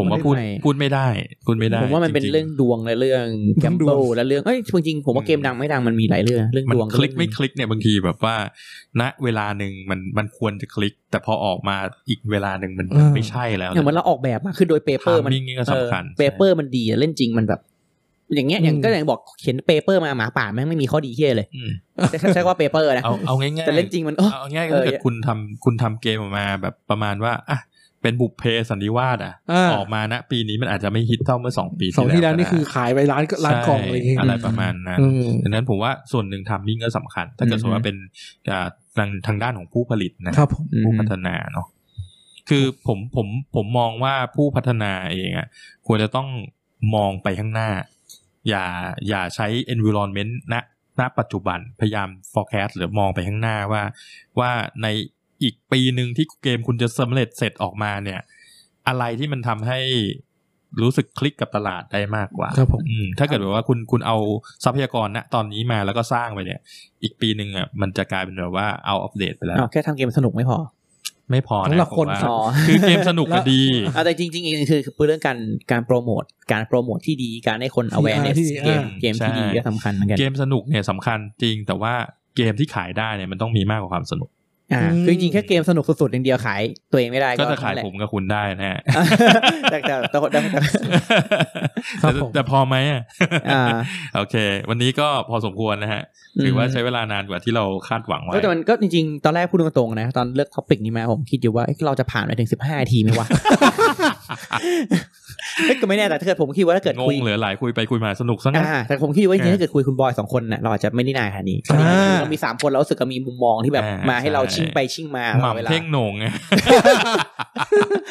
[SPEAKER 2] ผมว่าพูดพูดไม่ได้พูด ไม่ได้
[SPEAKER 3] ผมว่ามันเป็น
[SPEAKER 2] จๆ
[SPEAKER 3] เรื่องดวงและเรื่อง
[SPEAKER 1] เรื่
[SPEAKER 3] แก
[SPEAKER 1] อง
[SPEAKER 3] ม
[SPEAKER 1] ดว
[SPEAKER 3] โบ
[SPEAKER 1] ง
[SPEAKER 3] และเรื่องเอ้ยจริงๆผมว่าเกมดังไม่ดังมันมีหลายเรื่องเรื่อง
[SPEAKER 2] มัน
[SPEAKER 3] ดวง
[SPEAKER 2] คลิกไม่
[SPEAKER 3] เรื่อง
[SPEAKER 2] คลิกเนี่ยบางทีแบบว่า ณเวลาหนึ่งมันมันควรจะคลิก แต่พอออกมาอีกเวลาหนึ่งมัน
[SPEAKER 1] เออ
[SPEAKER 2] ไม่ใช่แล้ว
[SPEAKER 3] อย่างเหมือนเราออกแบบมาคือโดยเปเปอร์มัน
[SPEAKER 2] นนี่ก็สำคัญ
[SPEAKER 3] เปเปอร์มันดีอะเล่นจริงมันแบบ อย่างเงี้ยอย่าง
[SPEAKER 1] อืม
[SPEAKER 3] ก็อย่างบอกเขียนเปเปอร์มาหมาป่าแม่งไม่มีข้อดีเที่ยเลย
[SPEAKER 2] อืม
[SPEAKER 3] แต่ใช้ใช้ว่าเปเปอร์นะ
[SPEAKER 2] เอาเอาง่ายๆ
[SPEAKER 3] แต่เล่นจริงมันโอ้
[SPEAKER 2] เอาง่ายๆ
[SPEAKER 3] เออ
[SPEAKER 2] ถ้าเกิดคุณทำคุณทำเกมออกมาแบบประมาณว่าอ่ะ เป็นบุพเพสันนิวาสอ่ะ
[SPEAKER 1] อ่า
[SPEAKER 2] ออกมาณปีนี้มันอาจจะไม่ฮิตเท่าเมื่อสองปี
[SPEAKER 1] สองที่แล้วนี่คือ
[SPEAKER 2] ก็
[SPEAKER 1] ขายไปร้านก็
[SPEAKER 2] ได้
[SPEAKER 1] ร้านกล่องอะไรอย่างเงี้ย
[SPEAKER 2] ใช่อะไรประมาณนั้น
[SPEAKER 1] อืม
[SPEAKER 2] ดังนั้นผมว่าส่วนหนึ่งทามมิ่งก็สำคัญ ถ้าเกิด
[SPEAKER 3] อืม
[SPEAKER 2] สมมติว่าเป็นอ่าทางทางด้านของผู้ผลิตนะครับ
[SPEAKER 1] ผม
[SPEAKER 3] อืม
[SPEAKER 2] ผู้พัฒนาเนาะคือผมผมผมมองว่าผู้พัฒนาเองอ่ะควรจะต้องมองไปข้างหน้า อย่าอย่าใช้ environment ณณปัจจุบันพยายาม forecast หรือมองไปข้างหน้าว่า ว่าในอีกปีหนึ่งที่เกมคุณจะสำเร็จเสร็จออกมาเนี่ย อะไรที่มันทำให้รู้สึกคลิกกับตลาดได้มากกว่า
[SPEAKER 1] ครับผม
[SPEAKER 2] อืมถ้าเกิดแบบว่าคุณคุณเอาทรัพยากรณตอนนี้มาแล้วก็สร้างไปเนี่ย อีกปีหนึ่งอ่ะมันจะกลายเป็นแบบว่าเอาอัปเดตไปแล้ว
[SPEAKER 3] เอาแค่ทำเกมสนุกไม่พอ
[SPEAKER 2] ไม่พอ
[SPEAKER 1] สำ
[SPEAKER 2] นะ
[SPEAKER 1] หรับ
[SPEAKER 2] ผม
[SPEAKER 1] คน
[SPEAKER 2] ว่า
[SPEAKER 1] สอง
[SPEAKER 2] คือเกมสนุกก็ดี
[SPEAKER 3] เอาแต่จริงๆอีกคือคือเรื่องการการโปรโมทการโปรโมทที่ดีการให้คน
[SPEAKER 1] PR
[SPEAKER 3] awareness
[SPEAKER 1] ที่ดี
[SPEAKER 3] เกม
[SPEAKER 1] อ่า
[SPEAKER 3] เกมที่ดี
[SPEAKER 2] ใช่
[SPEAKER 3] ก็สำคัญเหมือนกัน
[SPEAKER 2] เกมสนุกเนี่ยสำคัญจริง แต่ว่าเกมที่ขายได้เนี่ยมันต้องมีมากกว่าความสนุก
[SPEAKER 3] อ่าคือจริงๆแค่เกมสนุกสุดๆอย่างเดียวขายตัวเองไม่ได้
[SPEAKER 2] ก็จะขาย
[SPEAKER 3] นั่นแหละ
[SPEAKER 2] ผมกับคุณได้นะฮะ
[SPEAKER 3] แต่แต่แต่แต่แต่
[SPEAKER 1] ครับผม
[SPEAKER 2] แต่แต่พอไหมอ่ะ
[SPEAKER 3] อ่า
[SPEAKER 2] โอเค วันนี้ก็พอสมควรนะฮะถือว่าใช้เวลานานกว่าที่เราคาดหวังไว้
[SPEAKER 3] ก็แต่มันก็จริงๆ ตอนแรกพูดตรงๆนะ ตอนเลือกท็อปิกนี้มาผมคิดอยู่ว่าเอ๊ะเราจะผ่านไปถึงสิบห้านาทีไหมวะ เอ้ยก็ไม่แน่แต่ถ้าเกิดผมคิดว่าถ้าเกิด
[SPEAKER 2] ง
[SPEAKER 3] คุย
[SPEAKER 2] งเหลือหลายคุยไปคุยมาสนุกซะงั้น
[SPEAKER 3] อ่าแต่ผมคิดว่าจริงๆ
[SPEAKER 2] อ่า
[SPEAKER 3] ถ้าเกิดคุยคุณบอยสองคนน่ะเราอาจจะไม่ได้นายขนาดนี้
[SPEAKER 1] อ่า
[SPEAKER 3] เรามีสามคนเรารู้สึกว่ามีมุมมองที่แบบ
[SPEAKER 2] อ่าม
[SPEAKER 3] มาให้เรา
[SPEAKER 2] ใช่
[SPEAKER 3] ชิ่งไปชิ่งมา
[SPEAKER 2] ห
[SPEAKER 3] ตลอดเว
[SPEAKER 2] ม่ำ
[SPEAKER 3] ลา
[SPEAKER 2] เท่งโหน่งไง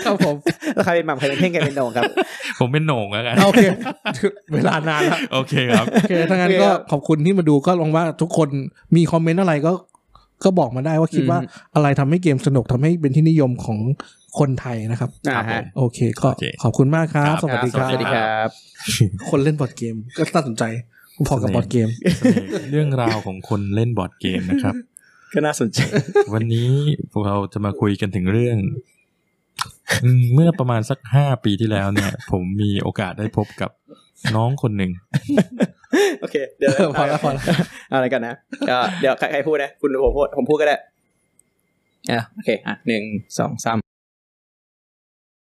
[SPEAKER 1] ครับผม
[SPEAKER 3] แล้วใครเป็นหม่ำใครเป็นเท่งใครเป็นโหนงครับ
[SPEAKER 2] ผมเป็นโหน่งแล้วกัน
[SPEAKER 1] โอเค เวลานานแล้ว
[SPEAKER 2] โอเคครับ
[SPEAKER 1] โอเคถ้างั้นก็ขอบคุณที่มาดูก็ลองว่าทุกคนมีคอมเมนต์อะไรก็ ก็บอกมาได้ว่าคิดว่า
[SPEAKER 3] อืม
[SPEAKER 1] อะไรทำให้เกมสนุกทำให้เป็นที่นิยมของคนไทยนะครับ
[SPEAKER 3] อ่าฮะ
[SPEAKER 1] โอเคก็
[SPEAKER 2] โอเค
[SPEAKER 1] ขอบคุณมากครับ
[SPEAKER 2] ครับ
[SPEAKER 1] สวัสดีค
[SPEAKER 2] ครั
[SPEAKER 1] รั
[SPEAKER 2] บบ สวัสดีครับ
[SPEAKER 3] บ
[SPEAKER 1] คนเล่นบอร์ดเกมก็น่าสนใจพอกับบอร์ดเกม
[SPEAKER 2] เรื่องราวของคนเล่นบอร์ดเกมนะครับ
[SPEAKER 3] ก็น่าสนใจ
[SPEAKER 2] วันนี้พวกเราจะมาคุยกันถึงเรื่อง อืมเมื่อประมาณสักห้าปีที่แล้วเนี่ย ผมมีโอกาสได้พบกับน้องคนหนึ่ง
[SPEAKER 3] โอเค เดี๋ยว
[SPEAKER 1] พอแล้วพอแล้ว
[SPEAKER 3] เอาอะไรกันนะเอ่อเดี๋ยวใครใครพูดนะ คุณผมพูดผมพูดก็ได้อ่ะโอเค อ่ะหนึ่งสองสาม